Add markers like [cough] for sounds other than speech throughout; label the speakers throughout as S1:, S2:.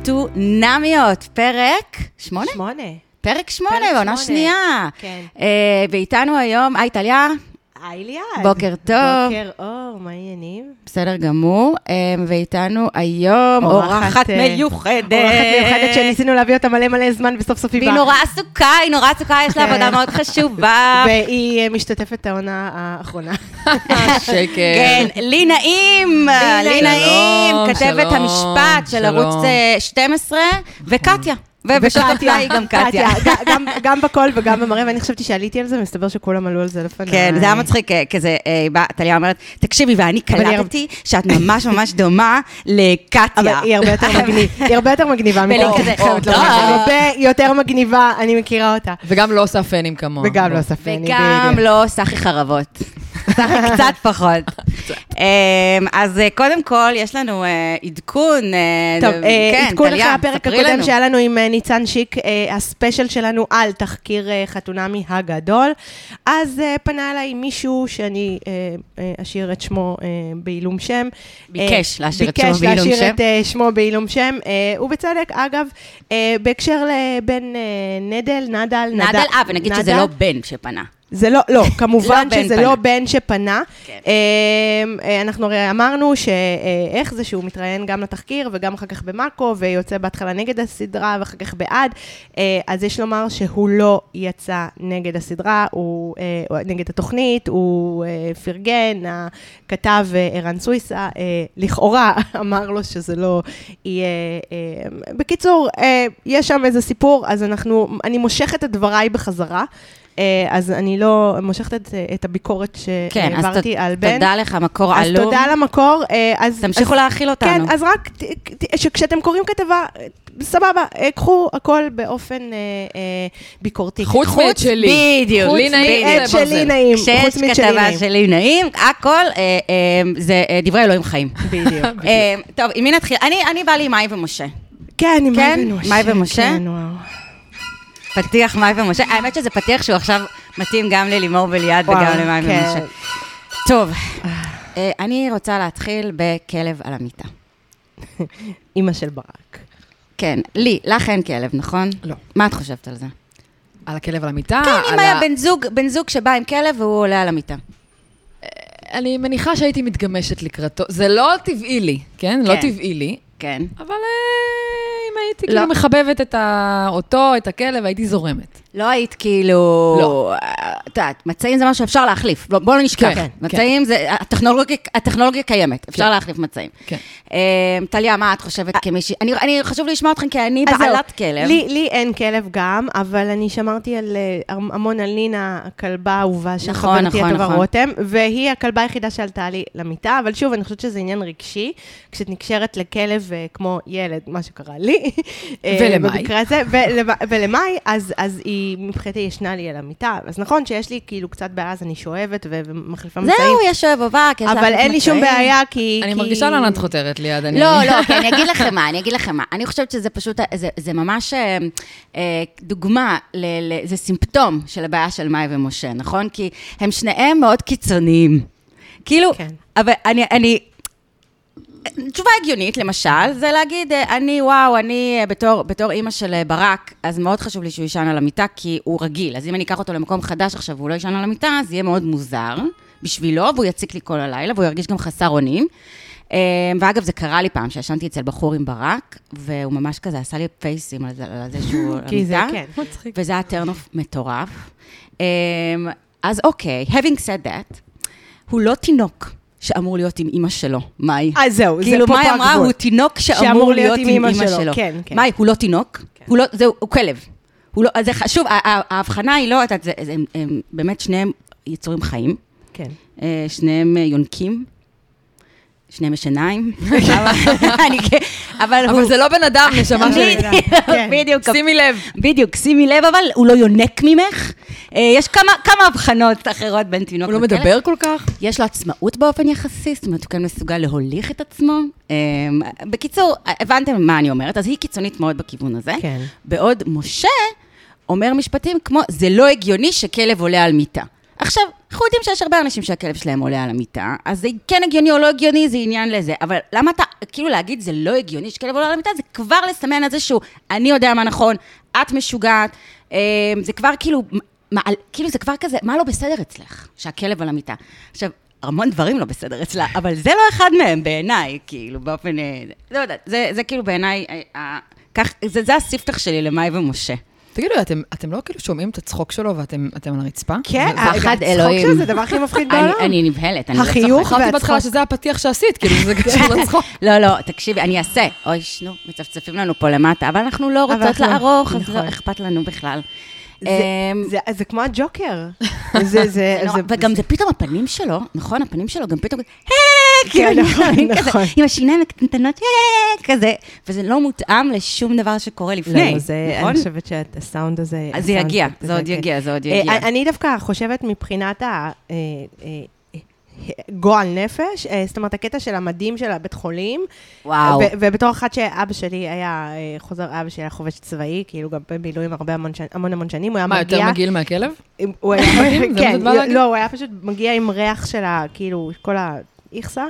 S1: חתונמיות, פרק שמונה?
S2: שמונה.
S1: פרק שמונה,
S2: פרק
S1: בעונה
S2: שמונה.
S1: שנייה.
S2: כן.
S1: אה, ואיתנו היום, היי טליה,
S2: היי ליעד.
S1: בוקר טוב.
S2: בוקר אור, מה העניינים?
S1: בסדר גמור. אה, ואיתנו היום
S2: אורחת, אה, אורחת מיוחדת שניסינו להביא אותה מלא מלא זמן וסוף סוף היא
S1: והיא
S2: באה.
S1: נורא עסוקה, היא נורא עסוקה, יש לה
S2: כן.
S1: עבודה מאוד
S2: [laughs]
S1: חשובה.
S2: והיא אה, משתתפת העונה האחרונה.
S3: שקר.
S1: כן, לי נעים, לי
S2: נעים.
S1: נעים,
S3: שלום,
S1: כתבת
S3: שלום,
S1: המשפט של
S3: שלום.
S1: ערוץ אה, 12, וקטיה. ובשותפה היא גם קטיה.
S2: ג- גם- גם בקול וגם במראה, ואני חשבתי שעליתי על זה, ומסתבר שכולם עלו על זה לפניי.
S1: כן, זה היה מצחיק, אה, כזה, אה, היא באה, טליה אומרת, תקשיבי, ואני
S2: אבל היא
S1: קלטתי שאת ממש ממש דומה לקטיה.
S2: אבל היא הרבה יותר מגניבה, היא הרבה יותר
S1: [laughs]
S2: מגניבה
S1: ולי
S2: מכאן.
S1: כזה, "אוקיי."
S2: חייבת לומר.
S1: די.
S2: היא הרבה יותר מגניבה, אני מכירה אותה.
S3: וגם לא עושה פנים כמוה.
S2: וגם
S3: בוא.
S2: לא ספני,
S1: [laughs] אוקיי. וגם לא סחי חרבות. סחי [laughs] קצת פחות. אמ, אז אה, קודם כל, יש לנו אה, עדכון. אה,
S2: טוב, אה,
S1: כן,
S2: עדכון אחרי
S1: טליה,
S2: הפרק
S1: ספרי
S2: הקודם
S1: לנו.
S2: שהיה לנו עם אה, ניצן שיק, אה, הספיישל שלנו על תחקיר אה, חתונמי הגדול. אז אה, פנה אליי מישהו שאני אה, אה, אשאיר את שמו אה, בעילום שם.
S1: ביקש
S2: אה,
S1: להשאיר את שמו בעילום
S2: ביקש
S1: שם.
S2: להשאיר את אה, שמו בעילום שם, אה, ובצדק, אגב, אה, בהקשר לבן אה, נדל, נדל,
S1: נדל אה, ונגיד שזה
S2: נדל.
S1: לא בן שפנה.
S2: זה לא, לא, כמובן
S1: [laughs] לא בן
S2: שזה
S1: פנה.
S2: לא בן שפנה.
S1: כן.
S2: אמ, אה, אנחנו הרי אמרנו שאיך זה שהוא מתראיין גם לתחקיר וגם אחר כך במאקו, ויוצא בהתחלה נגד הסדרה ואחר כך בעד, אה, אז יש לומר שהוא לא יצא נגד הסדרה, הוא אה, הוא- נגד התוכנית, הוא אה, פרגן, הכתב אה, ערן סויסה, אה, לכאורה [laughs] אמר לו שזה לא יהיה... אה, בקיצור, אה, יש שם איזה סיפור, אז אנחנו, אני מושכת את דבריי בחזרה. אה, אז אני לא מושכת את, את הביקורת
S1: כן, אז
S2: שהעברתי
S1: ת-
S2: אה, על בן.
S1: תודה לך, מקור
S2: אז
S1: עלום.
S2: תודה למקור. אה, אז,
S1: תמשיכו
S2: אז,
S1: להאכיל אותנו.
S2: כן, אז רק ת- ת- שכשאתם קוראים כתבה, אה, סבבה, אה, קחו הכל באופן אה, אה, ביקורתי.
S3: חוץ מאת שלי.
S1: בדיוק.
S3: חוץ
S1: לי נעים,
S3: מאת
S2: את שלי נעים,
S1: כשיש
S2: חוץ משלי
S1: כתבה
S2: נעים.
S1: שלי נעים, הכל אה, אה, זה אה, דברי אלוהים חיים.
S2: בדיוק.
S1: [laughs] אה, טוב, עם מי נתחיל? אני- אני באה לי עם מאי ומשה.
S2: כן, עם
S1: כן?
S2: מאי ומשה.
S1: מאי ומשה?
S2: כן, וואו.
S1: פתיח מאי ומשה. האמת שזה פתיח שהוא עכשיו מתאים גם ללימור וליעד וגם
S2: וואו,
S1: למאי
S2: כן.
S1: ומשה. טוב, אה, אני רוצה להתחיל בכלב על המיטה.
S2: אימא של ברק.
S1: כן, לי, לך אין כלב, נכון?
S3: לא.
S1: מה את חושבת על זה?
S3: על הכלב על המיטה.
S1: כן, אם
S3: על
S1: היה
S3: ה-
S1: בן זוג, בן זוג שבא עם כלב והוא עולה על המיטה.
S3: אני מניחה שהייתי מתגמשת לקראתו. זה לא טבעי לי, כן? לא
S1: כן.
S3: טבעי לי.
S1: כן.
S3: אבל אה, אם הייתי
S1: לא.
S3: כאילו מחבבת את ה- אותו, את הכלב, הייתי זורמת.
S1: לא היית כאילו...
S3: לא.
S1: אה, את יודעת, מצעים זה משהו שאפשר להחליף, בוא- בואו לא נשכח.
S3: כן, כן.
S1: מצעים זה... הטכנולוגיה- הטכנולוגיה קיימת, אפשר
S3: כן.
S1: להחליף מצעים.
S3: כן.
S1: אה, טליה, מה את חושבת כמישהי? אני- אני, חשוב לי לשמוע אתכם, כי אני
S2: אז זהו,
S1: בעלת כלב.
S2: לי, לי אין כלב גם, אבל אני שמרתי על, אה, המ- המון על נינה, הכלבה האהובה של
S1: נכון,
S2: חברתי
S1: נכון,
S2: הטובה
S1: נכון.
S2: רותם, והיא הכלבה היחידה שעלתה לי למיטה, אבל שוב, אני חושבת שזה עניין רגשי, כשאת נקשרת לכלב אה, כמו ילד, מה שקרה לי. אה,
S3: ולמאי.
S2: במקרה הזה, ולמ- ולמאי, אז, אז היא מבחינתי ישנה לי על המיטה. אז נכון שיש לי כאילו קצת בעיה, אז אני שואבת ו- ומחליפה מצעים.
S1: זהו, יש אוהב אבק, יש
S2: אבל
S1: להחליף
S2: אין לי שום
S1: מצעים.
S2: בעיה, כי...
S3: אני
S2: כי-
S3: מרגישה לאן את חותרת ליד. אני-
S1: לא, לא, כן, אני אגיד לכם מה, אני אגיד לכם מה. אני חושבת שזה פשוט, זה, זה ממש אה, אה, דוגמה, ל, ל, זה סימפטום של הבעיה של מאי ומשה, נכון? כי הם שניהם מאוד קיצוניים. כאילו, כן.
S2: כן.
S1: אבל אני, אני... תשובה הגיונית, למשל, זה להגיד, אה, אני, וואו, אני אה, בתור, בתור אימא של אה, ברק, אז מאוד חשוב לי שהוא יישן על המיטה, כי הוא רגיל. אז אם אני אקח אותו למקום חדש עכשיו והוא לא יישן על המיטה, זה יהיה מאוד מוזר בשבילו, והוא יציק לי כל הלילה, והוא ירגיש גם חסר אונים. אה, ואגב, זה קרה לי פעם, שישנתי אצל בחור עם ברק, והוא ממש כזה עשה לי פייסים על זה, על זה שהוא... על
S2: כי זה,
S1: המיטה.
S2: כן.
S3: מצחיק.
S1: וזה היה טרנוף מטורף. אמ, אז אוקיי, having said that, הוא לא תינוק שאמור להיות עם אימא שלו, מאי.
S2: אז זהו, זה
S1: כאילו,
S2: פה פה
S1: מאי אמרה,
S2: הגבול.
S1: הוא תינוק שאמור להיות עם אימא שלו.
S2: כן, כן.
S1: מאי, הוא לא תינוק,
S3: כן.
S1: הוא לא, זהו, הוא כלב. הוא לא, אז זה חשוב, ה- ה- ההבחנה היא לא, את יודעת, זה- זה- הם- הם באמת שניהם יצורים חיים,
S2: כן.
S1: אה, שניהם אה, יונקים. שניהם יש
S3: [laughs]
S1: עיניים, אבל- [laughs] אני כ- אבל הוא...
S3: אבל זה לא בן אדם, נשמה
S1: [laughs]
S3: שלי.
S1: בדיוק,
S2: כן.
S1: בדיוק,
S3: שימי לב.
S1: בדיוק, שימי לב, אבל הוא לא יונק ממך. אה, יש כמה, כמה הבחנות אחרות בין תינוק
S2: כן.
S3: הוא לא
S1: לכלב.
S3: מדבר כל כך?
S1: יש לו עצמאות באופן יחסי, זאת אומרת, הוא כן מסוגל להוליך את עצמו. אה, בקיצור, הבנתם מה אני אומרת, אז היא קיצונית מאוד בכיוון הזה.
S2: כן.
S1: בעוד משה אומר משפטים כמו, זה לא הגיוני שכלב עולה על מיטה. עכשיו, אנחנו יודעים שיש הרבה אנשים שהכלב שלהם עולה על המיטה, אז זה כן הגיוני או לא הגיוני, זה עניין לזה. אבל למה אתה, כאילו להגיד זה לא הגיוני שכלב עולה על המיטה, זה כבר לסמן את זה שהוא, אני יודע מה נכון, את משוגעת, אה, זה כבר כאילו, מעל, כאילו זה כבר כזה, מה לא בסדר אצלך, שהכלב על המיטה. עכשיו, המון דברים לא בסדר אצלה, אבל זה לא אחד מהם בעיניי, כאילו, באופן... אה, לא יודעת, זה, זה כאילו בעיניי, אה, אה, כך, זה, זה הספתח שלי למאי ומשה.
S3: תגידו, אתם, אתם לא כאילו שומעים את הצחוק שלו ואתם אתם על הרצפה?
S2: כן,
S1: פחד
S2: רגע, הצחוק
S1: אלוהים.
S2: שלו זה הדבר הכי מפחיד
S1: אני,
S2: בעולם.
S1: אני נבהלת, אני לא צוחקת.
S2: החיוך
S3: חשבתי בהתחלה
S2: והצחוק.
S3: שזה הפתיח שעשית, כאילו זה קשור
S2: [laughs]
S3: לצחוק.
S1: [laughs] לא, לא, תקשיבי, אני אעשה. אוי, שנו, מצפצפים לנו פה למטה, אבל אנחנו לא
S2: אבל
S1: רוצות
S2: אנחנו-
S1: לערוך, אז
S2: נכון.
S1: לא אכפת לנו בכלל.
S2: זה-
S1: אמ,
S2: זה- זה כמו
S1: [laughs]
S2: הג'וקר. זה- זה- זה...
S1: זה נורא,
S2: זה-
S1: לא, וגם זה פתאום הפנים שלו, נכון? הפנים שלו גם פתאום, "היי",
S2: כן,
S1: כאילו,
S2: נכון,
S1: נראים [laughs] כזה,
S2: נכון.
S1: עם השיניים הקטנטנות, "היי", כזה, וזה לא מותאם לשום דבר שקורה לפני,
S2: לא, זה,
S1: נכון?
S2: אני חושבת שהסאונד הזה...
S1: אז זה
S2: הסאונד
S1: יגיע,
S2: אפקט
S1: זה
S2: הזה,
S1: עוד
S2: כן.
S1: יגיע, זה עוד
S2: אה,
S1: יגיע.
S2: אני דווקא חושבת מבחינת ה... אה, אה, אה, גועל נפש, אה, זאת אומרת, הקטע של המדים של הבית חולים.
S1: וואו.
S2: ו- ובתור אחת שאבא שלי היה אה, חוזר, אבא שלי היה חובש צבאי, כאילו גם במילואים הרבה המון שנ- המון המון שנים, הוא היה
S3: מה, יותר
S2: מגיע...
S3: מגעיל מהכלב?
S2: אם- הוא היה, [laughs]
S3: מדהים, זה מה
S2: כן,
S3: שאת באה להגיד?
S2: לא, הוא היה פשוט מגיע עם ריח של ה... כאילו, כל האיכסה,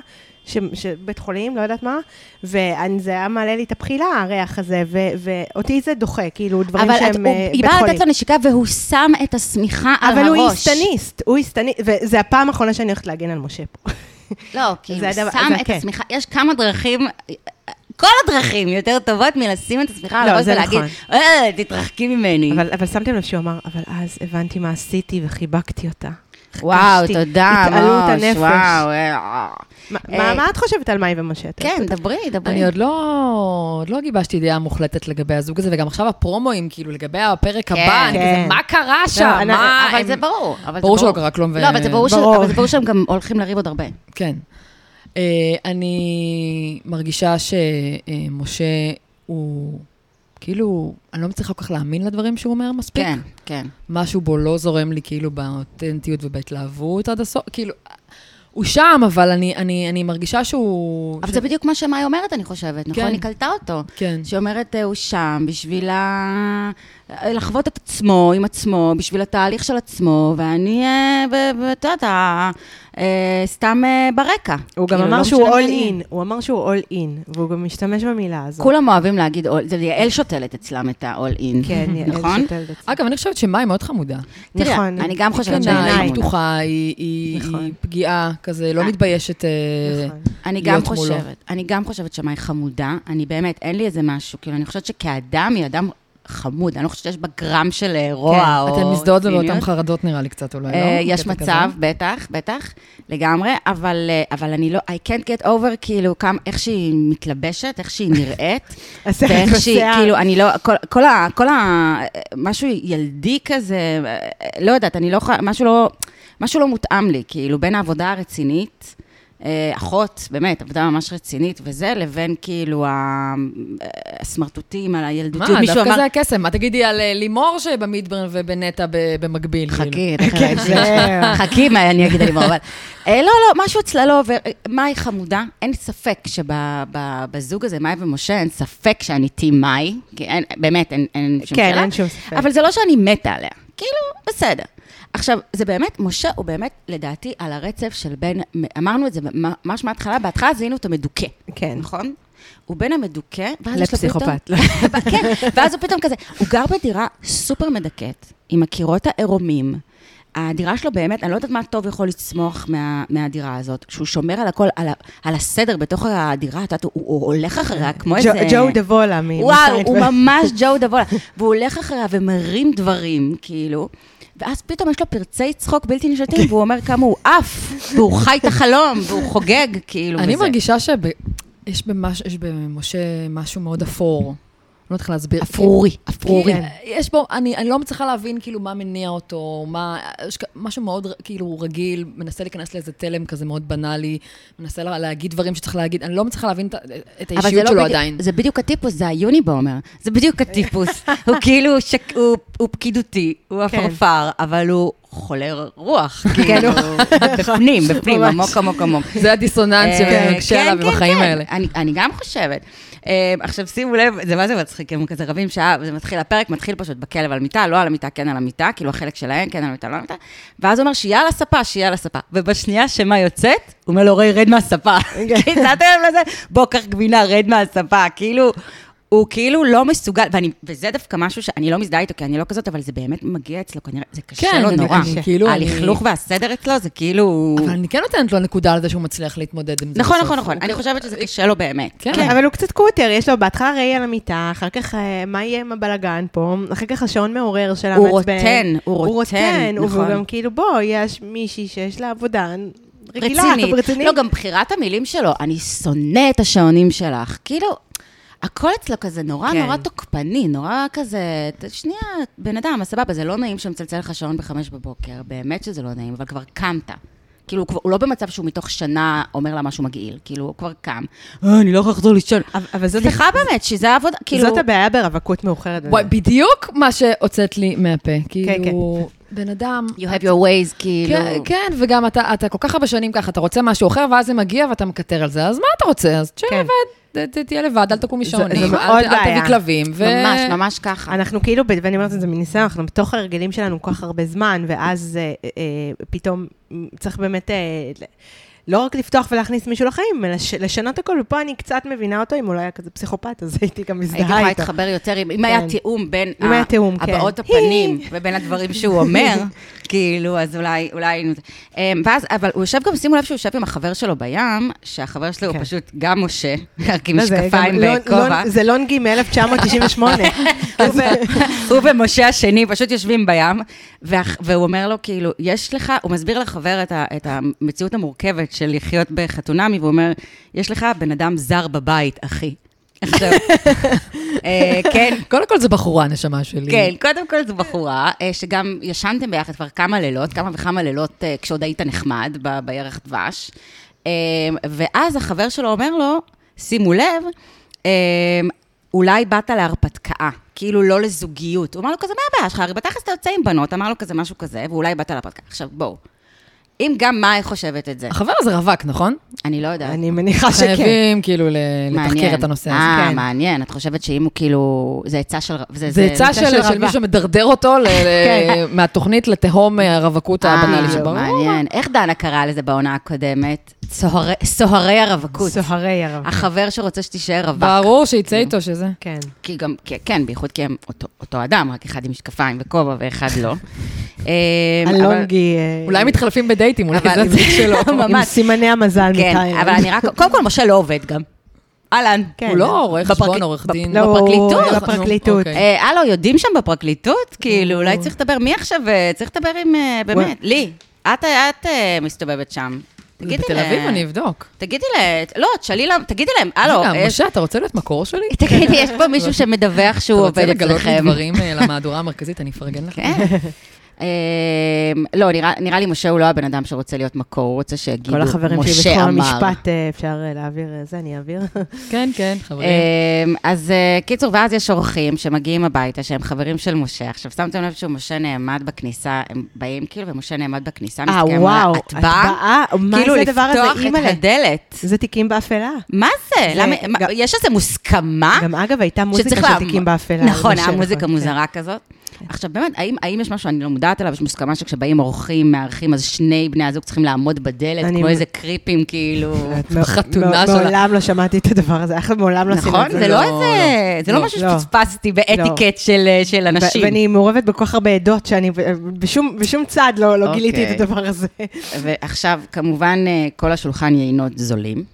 S2: ש- שבית חולים, לא יודעת מה, וזה היה מעלה לי את הבחילה, הריח הזה, ו- ואותי זה דוחה, כאילו, דברים
S1: אבל את-
S2: שהם
S1: הוא-
S2: אה,
S1: היא
S2: בית
S1: באה
S2: חולים.
S1: לתת לו נשיקה והוא שם את השמיכה על הראש.
S2: אבל הוא איסטניסט, הוא איסטניסט, וזה הפעם האחרונה שאני הולכת להגן על משה פה.
S1: לא, כאילו,
S2: זה הדבר-
S1: שם
S2: זה
S1: את
S2: כן.
S1: השמיכה, יש כמה דרכים, כל הדרכים יותר טובות מלשים את השמיכה על
S2: לא,
S1: הראש
S2: זה
S1: ולהגיד,
S2: נכון.
S1: "אה, תתרחקי ממני.
S2: אבל, אבל שמתם לב שהוא אמר, אבל אז הבנתי מה עשיתי וחיבקתי אותה.
S1: וואו,
S2: הרגשתי
S1: תודה,
S2: התעלות
S1: מוש,
S2: הנפש.
S1: וואו. אה.
S2: מה,
S1: אה,
S2: מה, מה את חושבת על מאי ומשה? את
S1: כן,
S2: יודעת?
S1: דברי, דברי.
S3: אני עוד לא, עוד לא גיבשתי דעה מוחלטת לגבי הזוג הזה, וגם עכשיו הפרומואים, כאילו, לגבי הפרק
S1: כן. לא,
S3: הבא, אני
S2: כן.
S3: כזה, מה קרה שם?
S2: לא- אני- אה,
S3: מה?
S1: אה, אבל
S3: הם-
S1: זה ברור. אבל זה
S3: ברור שלא קרה כלום ו-
S1: לא, אבל זה ברור ש-
S2: ברור.
S1: אבל זה ברור שהם גם הולכים לריב עוד הרבה.
S3: כן. אה, אני מרגישה שמשה הוא, כאילו, אני לא מצליחה כל כך להאמין לדברים שהוא אומר מספיק.
S1: כן, כן.
S3: משהו בו לא זורם לי כאילו באותנטיות ובהתלהבות עד הסוף, כאילו, הוא שם, אבל אני, אני, אני מרגישה שהוא...
S1: אבל
S3: ש-
S1: זה בדיוק מה שמאי אומרת, אני חושבת, נכון?
S3: כן.
S1: היא קלטה אותו.
S3: כן.
S1: שהיא אומרת, אה, הוא שם בשביל ה... לחוות את עצמו עם עצמו, בשביל התהליך של עצמו, ואני, אה, ב- ב- את יודעת, ה- אה, סתם אה, ברקע.
S2: הוא גם
S1: כאילו,
S2: אמר
S1: לא
S2: שהוא
S1: משנה
S2: אול
S1: מי אני.
S2: אין, הוא אמר שהוא אול אין, והוא גם משתמש במילה הזאת.
S1: כולם אוהבים להגיד, all- זה יעל שותלת אצלם את ה-all in.
S2: כן, יעל
S1: [laughs] נכון?
S2: שותלת את זה.
S3: אגב, אני חושבת שמאי מאוד חמודה.
S1: תראה,
S2: נכון.
S1: אני גם חושבת
S3: קטנה,
S1: שאני
S2: בעיניי.
S3: היא
S1: חמודה.
S3: פתוחה, היא- היא
S2: נכון.
S3: היא פגיעה, כזה, לא מתביישת. אה,
S2: נכון.
S1: אני גם
S3: להיות מולו.
S1: חושבת, אני גם חושבת שמאי חמודה, אני באמת, אין לי איזה משהו, כאילו, אני חושבת שכאדם היא אדם חמוד, אני לא חושבת שיש בה גרם של אה, רוע או...
S3: כן, אתן מזדהות
S1: ציניות.
S3: באותן חרדות נראה לי קצת אולי, לא?
S1: אה, יש
S3: בקטע
S1: מצב,
S3: כזה.
S1: בטח, בטח, לגמרי, אבל אה, אבל אני לא, I can't get over, כאילו, כמה- איך שהיא מתלבשת, איך שהיא נראית,
S2: הסרט
S1: ואיך שהיא,
S2: בשיער.
S1: כאילו, אני לא, כל- כל ה... כל ה... משהו ילדי כזה, אה, לא יודעת, אני לא יכולה, משהו לא... משהו לא מותאם לי, כאילו, בין העבודה הרצינית, אה, אחות, באמת, עבודה ממש רצינית וזה, לבין כאילו ה- אה, הסמרטוטים על הילדותיות.
S3: מה,
S1: מישהו
S3: דווקא
S1: אמר,
S3: זה הקסם. מה תגידי על אה, לימור שבמדברן ובנטע ב- במקביל? כאילו?
S1: חכי, תכף אני אגיד. חכי, מה אני אגיד עליו, אבל... אה, לא, לא, משהו אצלה לא עובר. אה, מאי חמודה, אין ספק שבזוג הזה, מאי ומשה, אין ספק שאני טים מאי, כי אין- באמת, אין- אין שום שאלה.
S2: כן, אין שום ספק.
S1: אבל זה לא שאני מתה עליה. כאילו, בסדר. עכשיו, זה באמת, משה הוא באמת, לדעתי, על הרצף של בין, אמרנו את זה ממש מההתחלה, בהתחלה זיהינו אותו מדוכא.
S2: כן.
S1: נכון? הוא בין המדוכא, ואז יש לו פתאום... [laughs]
S2: לפסיכופת.
S1: כן, ואז הוא פתאום כזה, הוא גר בדירה סופר מדכאת, עם הקירות העירומים. הדירה שלו באמת, אני לא יודעת מה טוב יכול לצמוח מה, מהדירה הזאת, שהוא שומר על הכל, על, ה, על הסדר בתוך הדירה, את יודעת, הוא, הוא הולך אחריה כמו
S2: ג'ו-
S1: איזה...
S2: ג'ו דבולה מ...
S1: וואו, הוא ממש ג'ו דבולה. והוא הולך אחריה ומרים דברים, כאילו. ואז פתאום יש לו פרצי צחוק בלתי נשלטים, והוא אומר כמה הוא עף, והוא חי את החלום, והוא חוגג, כאילו.
S3: אני
S1: וזה.
S3: מרגישה שיש במשה משהו מאוד אפור. לא יודעת איך להסביר.
S1: אפרורי.
S3: אפרורי.
S2: כן.
S3: יש בו, אני, אני לא מצליחה להבין כאילו מה מניע אותו, מה, יש כ- משהו מאוד ר- כאילו רגיל, מנסה להיכנס לאיזה תלם כזה מאוד בנאלי, מנסה לה, להגיד דברים שצריך להגיד, אני לא מצליחה להבין את, ה- את
S1: אבל זה
S3: האישיות
S1: לא
S3: שלו
S1: בדיוק-
S3: עדיין.
S1: זה בדיוק הטיפוס, זה היוניבומר. זה בדיוק הטיפוס. הוא כאילו, שק- הוא- הוא פקידותי, הוא
S2: כן.
S1: עפרפר, אבל הוא חולה רוח, כאילו, בפנים, בפנים,
S2: ממש.
S1: עמוק עמוק עמוק.
S3: זה הדיסוננס
S1: אה,
S3: שמקשה
S1: כן,
S3: עליו
S1: כן,
S3: בחיים
S1: כן.
S3: האלה.
S1: אני- אני גם חושבת. אה, עכשיו שימו לב, זה מה זה מצחיק, הם כזה רבים שעה, וזה מתחיל, הפרק מתחיל פשוט בכלב על מיטה, לא על המיטה, כן על המיטה, כאילו החלק שלהם, כן על המיטה, לא על המיטה, ואז הוא אומר שיהיה על הספה, שיהיה על הספה. ובשנייה שמה יוצאת, הוא אומר לו, ריי, רד מהספה. הצעתם לזה? בוא, קח גבינה, רד מהספה. כאילו, הוא כאילו לא מסוגל, ואני, וזה דווקא משהו שאני לא מזדהה איתו, כי אני לא כזאת, אבל זה באמת מגיע אצלו, כנראה, זה קשה
S3: כן,
S1: לו
S3: אני-
S1: נורא.
S3: אני- כאילו, אני-
S1: הלכלוך והסדר אצלו, זה כאילו...
S3: אבל אני כן נותנת לו נקודה על זה שהוא מצליח להתמודד עם זה.
S1: נכון,
S3: בסוף.
S1: נכון, נכון.
S3: הוא-
S1: אני חושבת שזה קשה לו באמת.
S3: כן.
S2: כן. אבל הוא קצת קוטר, יש לו בהתחלה ראי על המיטה, אחר כך אה, מה יהיה עם הבלגן פה, אחר כך השעון מעורר של המעצבן.
S1: הוא רוטן, הוא
S2: הוא
S1: רוטן,
S2: רוטן,
S1: נכון.
S2: הוא גם כאילו, בוא, יש מישהי שיש לה עבודה רגילה,
S1: רצינית.
S2: רצינית.
S1: לא, גם בחירת המילים שלו, אני שונא את השעונים שלך. כאילו, הכל אצלו כזה נורא
S2: כן.
S1: נורא תוקפני, נורא כזה, "ת- שנייה, בן אדם, סבבה, זה לא נעים שמצלצל לך שעון בחמש בבוקר, באמת שזה לא נעים, אבל כבר קמת. כאילו, הוא כבר- הוא לא במצב שהוא מתוך שנה אומר לה משהו מגעיל, כאילו, הוא כבר קם. אה, אני לא יכול לחזור לישון.
S2: אבל- אבל זאת,
S1: סליחה באמת, שזה העבודה, כאילו...
S2: זאת הבעיה ברווקות מאוחרת.
S3: וואי, בדיוק מה שהוצאת לי מהפה.
S2: כן.
S3: כאילו, בן אדם...
S1: You have your ways, כאילו...
S3: כן, כן, וגם אתה, אתה כל כך הרבה שנים ככה, אתה רוצה משהו אחר, ואז זה מגיע ואתה מקטר על זה, אז מה אתה רוצה? אז תשאר
S2: כן.
S3: לבד, ת- ת- תהיה לבד, אל תקום
S2: זה
S3: משעונים,
S2: מאוד
S3: אל ת- אל
S2: בעיה.
S3: תביא כלבים. כן, ו-
S1: ממש, ממש ככה.
S2: אנחנו כאילו, ב- ואני אומרת את זה מניסיון, אנחנו בתוך ההרגלים שלנו כל כך הרבה זמן, ואז אה, אה, אה, פתאום מ, צריך באמת אה, ל- לא רק לפתוח ולהכניס מישהו לחיים, אלא לש- לשנות הכל, ופה אני קצת מבינה אותו, אם הוא לא היה כזה פסיכופת, אז הייתי גם
S1: הייתי יכולה
S2: מזדהה איתו.
S1: להתחבר יותר, אם אם היה
S2: כן.
S1: תיאום בין
S2: אם
S1: ה-
S2: היה תיאום, כן.
S1: הבעות הפנים
S2: [laughs]
S1: ובין הדברים שהוא אומר, כאילו, אז אולי, אולי... היינו- אמ, ואז, אבל הוא יושב גם, שימו לב שהוא יושב עם החבר שלו בים, שהחבר שלו הוא
S2: כן.
S1: פשוט גם
S2: [laughs]
S1: משה, רק עם
S2: לא, זה
S1: משקפיים
S2: גם לונ-
S1: וכובע.
S2: לונ- [laughs] זה לונגי מ-1998.
S1: [laughs] אז הוא ומשה השני פשוט יושבים בים, והח- והוא אומר לו, כאילו, יש לך, הוא מסביר לחבר את ה- את המציאות המורכבת של לחיות בחתונמי, והוא אומר, יש לך בן אדם זר בבית, אחי.
S2: [laughs]
S1: עכשיו, אה, כן,
S3: קודם כל זה בחורה, הנשמה שלי.
S1: כן, קודם כל זו בחורה, אה, שגם ישנתם ביחד כבר כמה לילות, כמה וכמה לילות אה, כשעוד היית נחמד ב- בירח דבש. אה, ואז החבר שלו אומר לו, שימו לב, אה, אולי באת להרפתקה, כאילו לא לזוגיות. הוא אמר לו כזה, מה הבעיה שלך? הרי בתכלס אתה יוצא עם בנות, אמר לו כזה משהו כזה, ואולי באת להרפתקה. עכשיו, בואו. אם גם מאי חושבת את זה,
S3: החבר הזה רווק, נכון?
S1: אני לא יודעת.
S2: אני מניחה שכן.
S3: חייבים כאילו ל- לתחקר
S1: מעניין.
S3: את הנושא הזה.
S1: אה,
S2: כן.
S1: מעניין, את חושבת שאם הוא כאילו... זה עצה של...
S3: זה עצה
S2: של
S3: של של
S2: רווק.
S3: מי שמדרדר אותו ל- ל- מהתוכנית לתהום הרווקות הבנאלי
S1: אה,
S3: שברור.
S1: מעניין. איך דנה קראה לזה בעונה הקודמת? צוהרי- סוהרי הרווקות.
S2: סוהרי ערב.
S1: החבר שרוצה שתישאר רווק.
S3: ברור שיצא איתו שזה.
S2: אה, כן.
S1: כי גם, כי- כן, בייחוד כי הם אותו- אותו אדם, רק אחד עם משקפיים וכובע ואחד
S3: [laughs]
S1: לא. אה, אבל-
S2: הלונגי... אה,
S3: אולי הם מתחלפים בדייטים, אולי
S1: אבל-
S3: זה זה
S1: [laughs]
S3: שלו.
S2: עם
S1: ממש.
S2: סימני המזל
S1: כן,
S2: מתאילנד.
S1: אבל אני רק... קודם כל, משה לא עובד גם. אהלן.
S2: כן.
S3: [laughs] הוא לא עורך
S1: בפרק-
S3: חשבון, עורך דין.
S2: לא, הוא-
S1: בפרקליטות.
S2: הוא בפרקליטות.
S3: אוקיי.
S1: אה, הלו, יודעים שם בפרקליטות? כאילו, אולי צריך לדבר, מי עכשיו? אה, צריך לדבר עם... אה, באמת, לי. את את, אה, מסתובבת שם. תגידי
S3: בתל
S1: לה-
S3: אביב אני אבדוק.
S1: תגידי להם, לא, תשאלי להם, תגידי להם, אה, הלו,
S3: רגע,
S1: אה,
S3: משה, אתה רוצה להיות מקור שלי?
S1: [laughs] תגידי, יש פה
S2: [laughs]
S1: מישהו שמדווח שהוא עובד
S3: אתה רוצה לגלות לי
S1: אצלכם.
S3: דברים אה, למהדורה המרכזית, אני אפרגן לך.
S1: [laughs] כן. אמ, לא, נראה- נראה לי משה הוא לא הבן אדם שרוצה להיות מקור, הוא רוצה שיגידו,
S2: כל החברים שלי
S1: כאילו, משה
S2: בתחום
S1: אמר.
S2: המשפט, אה, אפשר אה, להעביר אה, זה, אני אעביר.
S3: כן, כן, חברים.
S1: אמ, אז אה, קיצור, ואז יש אורחים שמגיעים הביתה, שהם חברים של משה. עכשיו, שמתם לב שמשה נעמד בכניסה, הם באים כאילו, ומשה נעמד בכניסה,
S2: אה,
S1: מסתכל
S2: וואו,
S1: על ההטבעה.
S2: הטבעה, מה
S1: כאילו
S2: זה הדבר הזה,
S1: לפתוח את
S2: אימא'לה?
S1: הדלת.
S2: זה תיקים באפלה.
S1: מה זה?
S2: זה-
S1: למה- מה-
S2: גם-
S1: יש איזה מוסכמה?
S2: גם אגב, הייתה מוזיקה
S1: אה? שצריך
S2: של
S1: לעמוד-
S2: תיקים באפלה.
S1: נכון,
S2: משה,
S1: היה מוזיקה
S2: נכון,
S1: מוזרה כזאת. עכשיו, באמת, האם, האם יש משהו שאני לא מודעת אליו? יש מוסכמה שכשבאים אורחים, מארחים, אז שני בני הזוג צריכים לעמוד בדלת,
S2: אני-
S1: כמו איזה קריפים, כאילו...
S2: כן. מא-
S3: בחתונה
S2: מא-
S3: שלה.
S2: מעולם לא שמעתי את הדבר הזה, איך מעולם לא עשינו
S1: נכון?
S2: את זה.
S1: זה לא
S3: לא,
S1: איזה... זה לא
S3: לא,
S1: משהו
S2: לא.
S1: שפספסתי באתיקט של אה, של
S2: ו-
S1: אנשים.
S2: ואני מעורבת בכל כך הרבה עדות, שאני ב- בשום בשום צד לא לא
S1: אוקיי.
S2: גיליתי את הדבר הזה.
S1: ועכשיו, כמובן, אה, כל השולחן יינות זולים.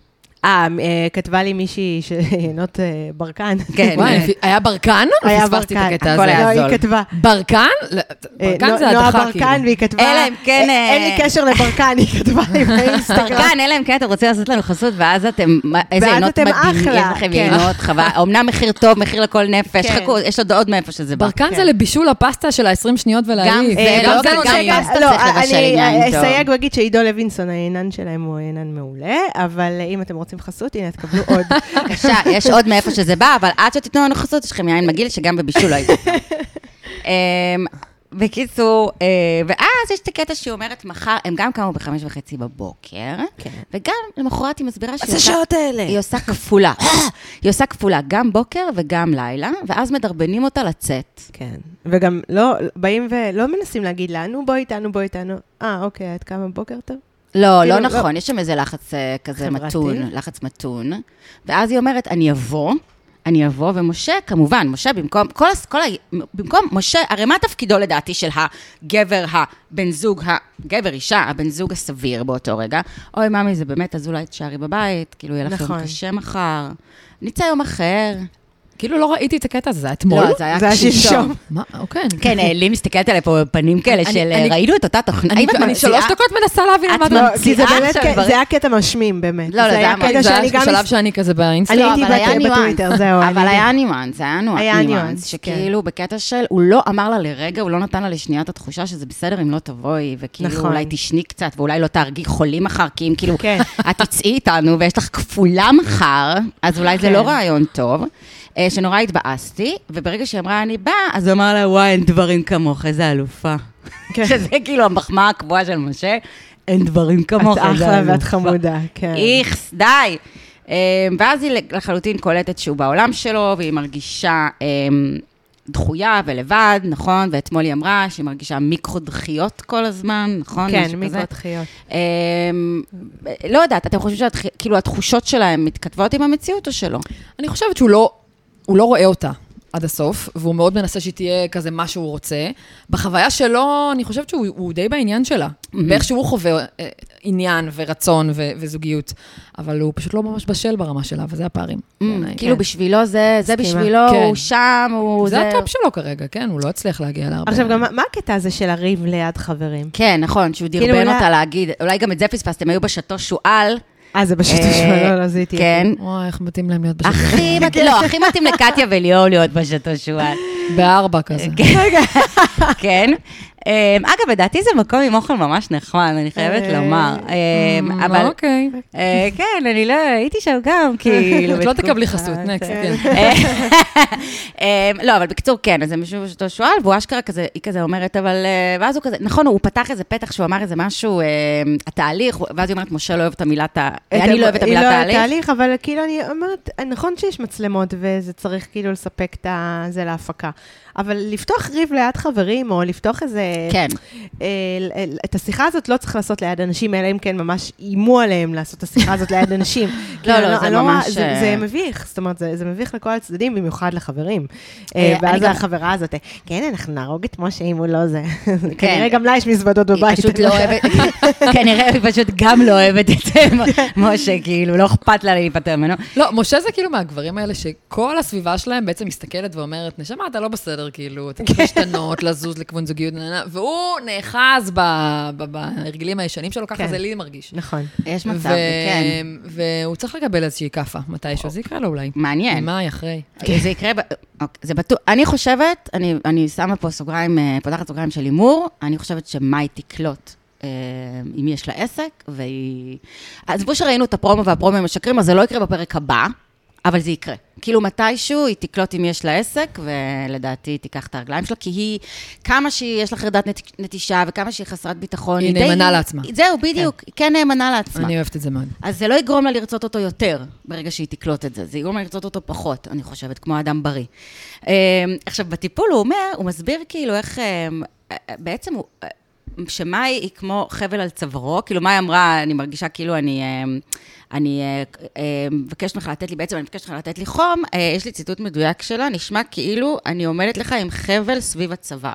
S2: אה, אה, כתבה לי מישהי שעיינות אה,
S1: [laughs]
S2: ברקן.
S1: כן.
S3: וואי, היה ברקן?
S2: היה
S3: פספסתי את
S2: ברקן,
S3: הקטע
S1: הכל
S3: הזה.
S1: היה
S2: לא,
S1: זול.
S2: היא כתבה.
S3: ברקן? לא,
S2: אה,
S3: ברקן זה
S2: נועה
S3: הדחה, כאילו.
S2: ברקן, והיא כתבה...
S1: אלא אם כן,
S2: "אה,
S1: אה,
S2: אין לי קשר לברקן, היא כתבה
S1: [laughs]
S2: לי באינסטגרם.
S1: ברקן, אלא אם כן אתם רוצים לעשות לנו חסות, ואז אתם, מה- איזה
S2: ואז
S1: יינות
S2: אתם
S1: מדהים,
S2: אחלה,
S1: יש לכם
S2: כן.
S1: יינות, חבל, אמנם מחיר טוב, מחיר לכל נפש,
S2: כן.
S1: חכו, יש עוד עוד מאיפה שזה בא.
S3: ברקן זה לבישול הפסטה של ה-20 שניות ולהעיף.
S1: זה
S2: אה,
S1: לא
S2: לא,
S1: זה
S2: כן,
S1: גם
S2: כן,
S1: פסטה
S2: לא,
S1: צריך לבשל
S2: אני
S1: עניין
S2: אה,
S1: טוב.
S2: אסייג ואגיד שעידו לוינסון, העינן שלהם הוא עינן מעולה, אבל אה, אם אתם רוצים חסות, הנה,
S1: [laughs]
S2: תקבלו עוד.
S1: בבקשה, יש עוד מאיפה שזה בא, אבל עד שתיתנו לנו חסות, יש לכם יין מגעיל שגם בבישול לא הייתי. בקיצור, אה, ואז יש את הקטע שהיא אומרת מחר, הם גם קמו בחמש וחצי בבוקר,
S2: כן.
S1: וגם למחרת היא מסבירה שהיא
S2: זה שעות האלה.
S1: היא עושה כפולה. [gasps] היא עושה כפולה, גם בוקר וגם לילה, ואז מדרבנים אותה לצאת.
S2: כן. וגם לא, באים ולא מנסים להגיד לה, נו, בוא איתנו, בוא איתנו. אה, אוקיי, את קמה בבוקר טוב?
S1: לא, לא
S2: כאילו, לא.
S1: נכון, יש שם איזה לחץ אה, כזה
S2: חברתי?
S1: מתון, לחץ מתון. ואז היא אומרת, אני אבוא, אני אבוא, ומשה, כמובן, משה במקום, כל, הס- כל ה... במקום, משה, הרי מה תפקידו לדעתי של הגבר, הבן זוג, הגבר, אישה, הבן זוג הסביר באותו רגע? אוי, ממי, זה באמת, אז אולי תישארי בבית, כאילו, יהיה לך יום
S2: נכון.
S1: קשה מחר, נצא יום אחר.
S3: כאילו לא ראיתי את הקטע הזה, זה היה אתמול?
S1: לא, זה
S2: זה
S1: היה
S2: היה
S1: שלשום.
S2: שלשום.
S3: מה? אוקיי. אני-
S1: כן, אה, לי מסתכלת עליי פה בפנים כאלה
S3: אני-
S1: של, אה,
S3: אני-
S1: ראינו את אותה תוכנית.
S3: אני
S1: האם את
S3: אני
S1: ממציאה?
S3: שלוש דקות מנסה להבין על מה
S1: את
S3: אתה
S1: לא,
S2: לא,
S3: מדבר.
S1: ממציאה
S2: כי זה באמת,
S1: עכשיו
S2: כן,
S1: דברים-
S2: זה היה קטע משמים, באמת.
S1: לא, לא, זה
S2: זה
S1: היה
S2: היה
S1: מאוד-
S2: קטע
S3: זה
S2: שאני
S3: היה
S2: גם...
S3: בשלב
S2: הס-
S3: שאני כזה
S2: אני
S3: באינסטגרם.
S1: לא,
S2: הייתי
S1: אבל היה
S2: בט-
S1: ניואנס.
S2: בטוויטר, זהו, אני-
S1: אבל היה ניואנס, היה ניואנס.
S2: היה
S1: ניואנס,
S2: ניואנס, כן.
S1: שכאילו בקטע של, הוא לא אמר לה לרגע, הוא לא נתן לה לשנייה את התחושה שזה בסדר אם לא תבואי, וכאילו
S2: נכון.
S1: אולי תשני קצת, ואולי לא תהרגי חולים מחר, כי אם כאילו,
S2: כן.
S1: את תצאי איתנו ויש לך כפולה מחר, אז אולי זה
S2: כן.
S1: לא רעיון טוב. אה, שנורא התבאסתי, וברגע שהיא אמרה אני באה, אז הוא אמר לה, וואי, אין דברים כמוך, איזה אלופה.
S2: כן.
S1: [laughs] שזה כאילו המחמאה הקבועה של משה, אין דברים כמוך,
S2: את
S1: איזה אלופה.
S2: אחלה ואת חמודה, כן.
S1: איכס, די. אמ, ואז היא לחלוטין קולטת שהוא בעולם שלו, והיא מרגישה אמ, דחויה ולבד, נכון? ואתמול היא אמרה שהיא מרגישה מיקרו דחיות כל הזמן, נכון?
S2: כן,
S1: משהו כזה.
S2: מיקרו דחיות.
S1: אמ, לא יודעת, אתם חושבים שכאילו התחושות שלהם מתכתבות עם המציאות או שלא?
S3: אני חושבת שהוא לא, הוא לא רואה אותה עד הסוף, והוא מאוד מנסה שהיא תהיה כזה מה שהוא רוצה. בחוויה שלו, אני חושבת שהוא הוא די בעניין שלה. באיך שהוא חווה אה, עניין ורצון ו- וזוגיות. אבל הוא פשוט לא ממש בשל ברמה שלה, וזה הפערים. בעיניי,
S1: כאילו
S3: כן.
S1: בשבילו זה, זה
S2: אה, מסכימה.
S1: בשבילו,
S3: כן.
S1: הוא שם, הוא...
S3: זה הטופ שלו כרגע, כן? הוא לא הצליח להגיע להרבה.
S2: עכשיו, גם מה- מה הקטע הזה של הריב ליד חברים?
S1: כן, נכון, שהוא
S2: כאילו,
S1: דרבן
S2: אולי-
S1: אותה להגיד, אולי גם את זה פספסתם, היו בשעתו שועל.
S2: אה, זה פשוט
S1: אה,
S2: שואל, [laughs] לא, לא זיהיתי. את זה.
S1: כן,
S3: וואי, איך מתאים להם להיות בשל.
S1: [laughs] הכי מתאים, לא, הכי מתאים לקטיה וליאור להיות בשעתו שועל,
S3: בארבע כזה.
S1: [laughs] כן. אמ, אגב, לדעתי זה מקום עם אוכל ממש נחמד, אני חייבת
S2: אה,
S1: לומר. אמ,
S3: אמ,
S1: אבל...
S3: אוקיי.
S1: אה, כן, אני לא, הייתי שם גם, כאילו.
S3: את לא
S1: בתקופה-
S3: תקבלי חסות, נקסט, כן.
S1: [laughs] אמ, לא, אבל בקיצור, כן, אז הם ישבו בשעתו שועל, והוא אשכרה כזה, היא כזה אומרת, אבל... אה, ואז הוא כזה, נכון, הוא פתח איזה פתח שהוא אמר איזה משהו, אה, התהליך, ואז היא אומרת, משה לא אוהב את המילה, תה- אני לא אוהבת את המילה
S2: היא לא אוהבת
S1: תהליך.
S2: תהליך, אבל כאילו אני אומרת, נכון שיש מצלמות וזה צריך כאילו לספק את ה- זה להפקה, אבל לפתוח ריב ליד חברים, או לפתוח איזה...
S1: כן.
S2: אה, אה, את השיחה הזאת לא צריך לעשות ליד אנשים, אלא אם כן ממש איימו עליהם לעשות את השיחה הזאת ליד אנשים.
S1: [laughs]
S2: כאילו,
S1: לא,
S2: אני
S1: זה
S2: אני רואה-
S1: ממש,
S2: זה,
S1: אה,
S2: זה מביך, זאת אומרת, זה, זה מביך לכל הצדדים, במיוחד לחברים. אה,
S1: אה, אני
S2: ואז
S1: גם-
S2: החברה הזאת, אה, כן, אנחנו נהרוג את משה אם הוא
S1: [laughs]
S2: לא זה. כנראה גם לה יש מזוודות
S1: כן. היא
S2: בבית.
S1: פשוט לא אוהבת, [laughs] כנראה היא פשוט גם לא אוהבת את זה, משה, כאילו, לא אכפת לה להיפטר ממנו.
S3: לא, משה זה כאילו מהגברים האלה שכל הסביבה שלהם בעצם מסתכלת ואומרת, נשמה, אתה לא בסדר, כאילו, אתה צריך להשתנות, לזוז לכיוון זוגיות, נה, נה, נה", והוא נאחז ב- ב- בהרגלים הישנים שלו, ככה
S2: כן.
S3: זה לי מרגיש.
S2: [laughs] נכון.
S1: יש
S3: ו-
S1: מצב, כן.
S3: והוא צריך לקבל איזושהי כאפה מתישהו, זה יקרה לו אולי.
S1: מעניין.
S3: מה, אחרי?
S1: זה יקרה, ב- אוקיי, זה בטוח, אני חושבת, אני- אני שמה פה סוגריים, אה, פותחת סוגריים של הימור, אני חושבת שמאי תקלוט. אה, אם יש לה עסק, והיא... עזבו שראינו את הפרומו והפרומים משקרים, אז זה לא יקרה בפרק הבא, אבל זה יקרה. כאילו מתישהו היא תקלוט אם יש לה עסק, ולדעתי היא תיקח את הרגליים שלה, כי היא, כמה שיש לה חרדת נט- נטישה, וכמה שהיא חסרת ביטחון,
S3: היא
S1: די-
S3: נאמנה לעצמה.
S1: זהו, בדיוק, היא כן נאמנה לעצמה.
S3: אני אוהבת את זה מאוד.
S1: אז זה לא יגרום לה לרצות אותו יותר, ברגע שהיא תקלוט את זה. זה יגרום לה לרצות אותו פחות, אני חושבת, כמו אדם בריא. אמ, עכשיו, בטיפול הוא אומר, הוא מסביר כאילו איך... אמ, אה, אה, בעצם הוא... אה, שמאי היא כמו חבל על צווארו, כאילו מאי אמרה, אני מרגישה כאילו אני, אמ, אני אה, אה, מבקשת ממך לתת לי, בעצם אני מבקשת ממך לתת לי חום, אה, יש לי ציטוט מדויק שלה, נשמע כאילו אני עומדת לך עם חבל סביב הצוואר.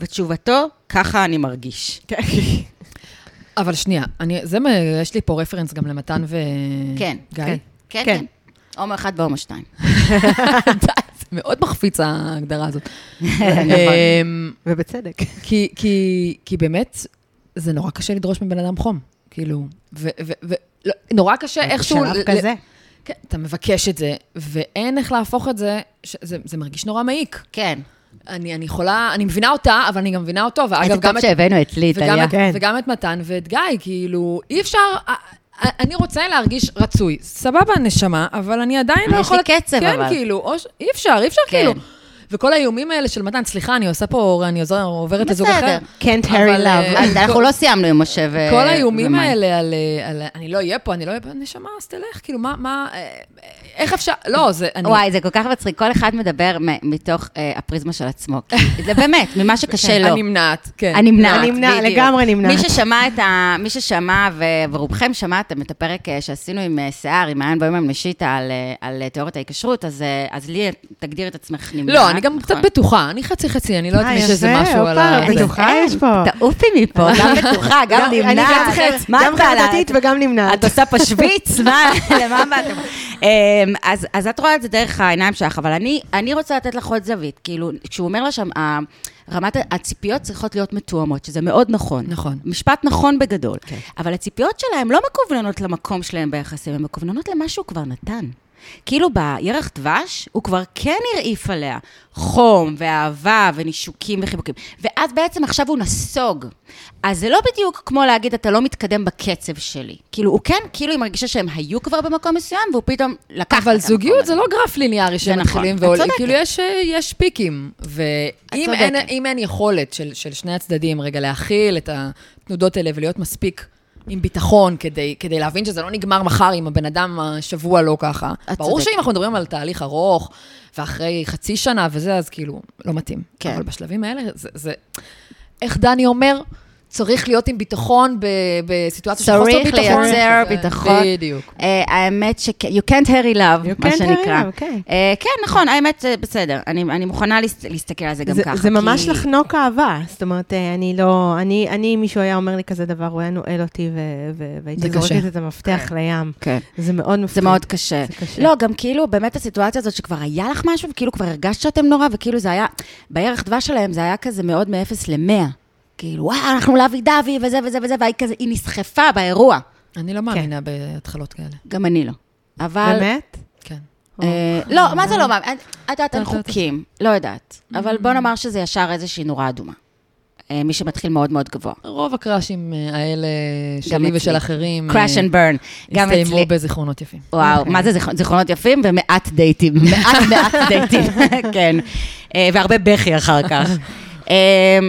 S1: ותשובתו, ככה אני מרגיש.
S3: אבל שנייה, אני- זה מה- יש לי פה רפרנס גם למתן ו...
S1: כן.
S3: אה, גיא.
S2: כן.
S1: כן,
S2: כן.
S1: כן. הומו אחד והומו שתיים.
S3: זה מאוד מחפיץ ההגדרה הזאת.
S1: נכון.
S3: אמ,
S2: ובצדק.
S3: כי, כי, כי באמת, זה נורא קשה לדרוש מבן אדם חום, כאילו, ו... ו, ו לא, נורא קשה איכשהו...
S2: שלב
S3: ל-
S2: כזה.
S3: כן, אתה מבקש את זה, ואין איך להפוך את זה, ש- זה, זה מרגיש נורא מעיק.
S1: כן.
S3: אני, אני יכולה, אני מבינה אותה, אבל אני גם מבינה אותו, ואגב,
S1: איזה
S3: גם
S1: טוב
S3: את,
S1: שהבאנו את לי,
S3: וגם,
S1: טליה.
S3: את,
S2: כן.
S3: וגם את מתן ואת גיא, כאילו, אי אפשר... א- א- אני רוצה להרגיש רצוי. סבבה, נשמה, אבל אני עדיין לא
S1: יש לי
S3: יכולה...
S1: קצב,
S3: כן,
S1: אבל.
S3: כן, כאילו, או ש... אי אפשר, אי אפשר,
S1: כן.
S3: כאילו. וכל האיומים האלה של מתן, סליחה, אני עושה פה, אני עוזר- עוברת לזוג אחר.
S1: בסדר.
S2: Can't
S3: אבל,
S2: Harry
S3: אה,
S2: love.
S1: אז אנחנו לא סיימנו עם משה ו...
S3: כל האיומים
S1: ומאי.
S3: האלה על, אה, על אני לא אהיה פה, אני לא אהיה פה, נשמה, אז תלך, כאילו, מה, מה, אה, איך אפשר, לא, זה, אני...
S1: וואי, זה כל כך מצחיק, כל אחד מדבר מ- מתוך אה, הפריזמה של
S3: [laughs]
S1: עצמו. כי זה באמת, ממה שקשה לו.
S3: אני נמנעת, כן.
S1: הנמנעת,
S2: הנמנע-
S1: בדיוק.
S2: לגמרי נמנעת.
S1: מי ששמע את ה... מי ששמע, ו... ורובכם שמעתם את הפרק אה, שעשינו עם אה, שיער, עם מעיין ביום המנשיתה, על, אה, על אה, תיאוריית ההיקשרות, אז, אה, אז לי תגדיר את עצמך נמנעת.
S3: לא, אני גם קצת
S1: נכון?
S3: בטוחה, אני חצי חצי, אני לא יודעת
S2: אה,
S3: אם יש איזה
S2: יפה,
S3: משהו על ה...
S2: הופה,
S3: זה.
S2: בטוחה יש פה.
S1: תעופי מפה, גם בטוחה,
S3: לא,
S1: גם
S2: אני
S1: נמנעת.
S2: גם חצי-
S1: מה
S2: גם
S1: אתה על ה-
S2: חרדתית וגם נמנעת.
S1: את עושה פה [laughs] שוויץ? מה? למה באתם? אמ, אז אז את רואה את זה דרך העיניים שלך, אבל אני- אני רוצה לתת לך עוד זווית. כאילו, כשהוא אומר לה שם, ה- רמת ה- הציפיות צריכות להיות מתואמות, שזה מאוד נכון.
S3: נכון.
S1: משפט נכון בגדול. אבל הציפיות שלהם לא מקווננות למקום שלהם ביחסים, הן מקווננות למה שהוא כבר נתן. כאילו בירח דבש, הוא כבר כן הרעיף עליה חום ואהבה ונישוקים וחיבוקים. ואז בעצם עכשיו הוא נסוג. אז זה לא בדיוק כמו להגיד, אתה לא מתקדם בקצב שלי. כאילו, הוא כן, כאילו היא מרגישה שהם היו כבר במקום מסוים, והוא פתאום לקח... את
S3: אבל
S1: המקום
S3: זוגיות
S1: הזה.
S3: זה לא גרף ליניארי שמתחילים
S1: נכון, את
S3: ועולים,
S1: צודקת.
S3: כאילו יש, אה, יש פיקים, ואם
S1: צודקת.
S3: אין, אם אין יכולת של, של שני הצדדים רגע להכיל את התנודות האלה ולהיות מספיק עם ביטחון כדי, כדי להבין שזה לא נגמר מחר אם הבן אדם השבוע לא ככה,
S1: את
S3: ברור
S1: צודקת.
S3: שאם אנחנו מדברים על תהליך ארוך, ואחרי חצי שנה וזה, אז כאילו, לא מתאים.
S1: כן.
S3: אבל בשלבים האלה, זה, זה... איך דני אומר? צריך להיות עם ביטחון ב- בסיטואציה של חוסר ביטחון.
S1: צריך לייצר
S3: ו-
S1: ביטחון.
S3: בדיוק.
S1: אה, האמת ש... You can't hurry
S2: You
S1: love, מה
S2: can't
S1: שנקרא.
S2: hurry love, כן.
S1: אה, כן, נכון, האמת, אה, בסדר. אני אני מוכנה להס- להסתכל על זה גם
S2: זה-
S1: ככה.
S2: זה ממש
S1: כי-
S2: לחנוק אהבה. זאת אומרת, אה, אני לא... אני, אני, אם מישהו היה אומר לי כזה דבר, הוא היה נועל אותי ו- ו-
S3: זה
S2: והייתי
S3: קשה.
S2: זורקת את המפתח
S3: כן.
S2: לים.
S1: כן.
S2: זה מאוד מפחיד.
S1: זה מאוד קשה.
S2: זה קשה.
S1: לא, גם כאילו, באמת הסיטואציה הזאת שכבר היה לך משהו, וכאילו כבר הרגשת שאתם נורא, וכאילו זה היה, בערך דבש שלהם זה היה כזה מאוד מ-0 ל-100. כאילו, וואו, אנחנו לאבי דבי, וזה וזה וזה, והיא כזה, היא נסחפה באירוע.
S3: אני לא
S1: כן.
S3: מאמינה בהתחלות כאלה.
S1: גם אני לא. אבל...
S2: באמת?
S3: כן.
S1: אה, לא, מה זה
S2: אוקיי.
S1: לא מאמין? את יודעת, אין
S3: טוב, טוב,
S1: חוקים, לא יודעת. אבל
S2: Mm.
S1: בוא נאמר שזה ישר איזושהי נורה אדומה. אה, מי שמתחיל מאוד מאוד גבוה.
S3: רוב הקראשים אה, האלה
S1: גם
S3: שלי
S1: אצלי.
S3: ושל אחרים, אה,
S1: crash and burn. גם
S3: הסתיימו
S1: אצלי.
S3: בזיכרונות יפים.
S2: אוקיי.
S1: וואו, מה זה זיכ- זיכרונות יפים ומעט
S2: [laughs]
S1: דייטים, מעט מעט דייטים, [laughs] כן. אה, והרבה בכי אחר
S2: [laughs]
S1: כך. אה,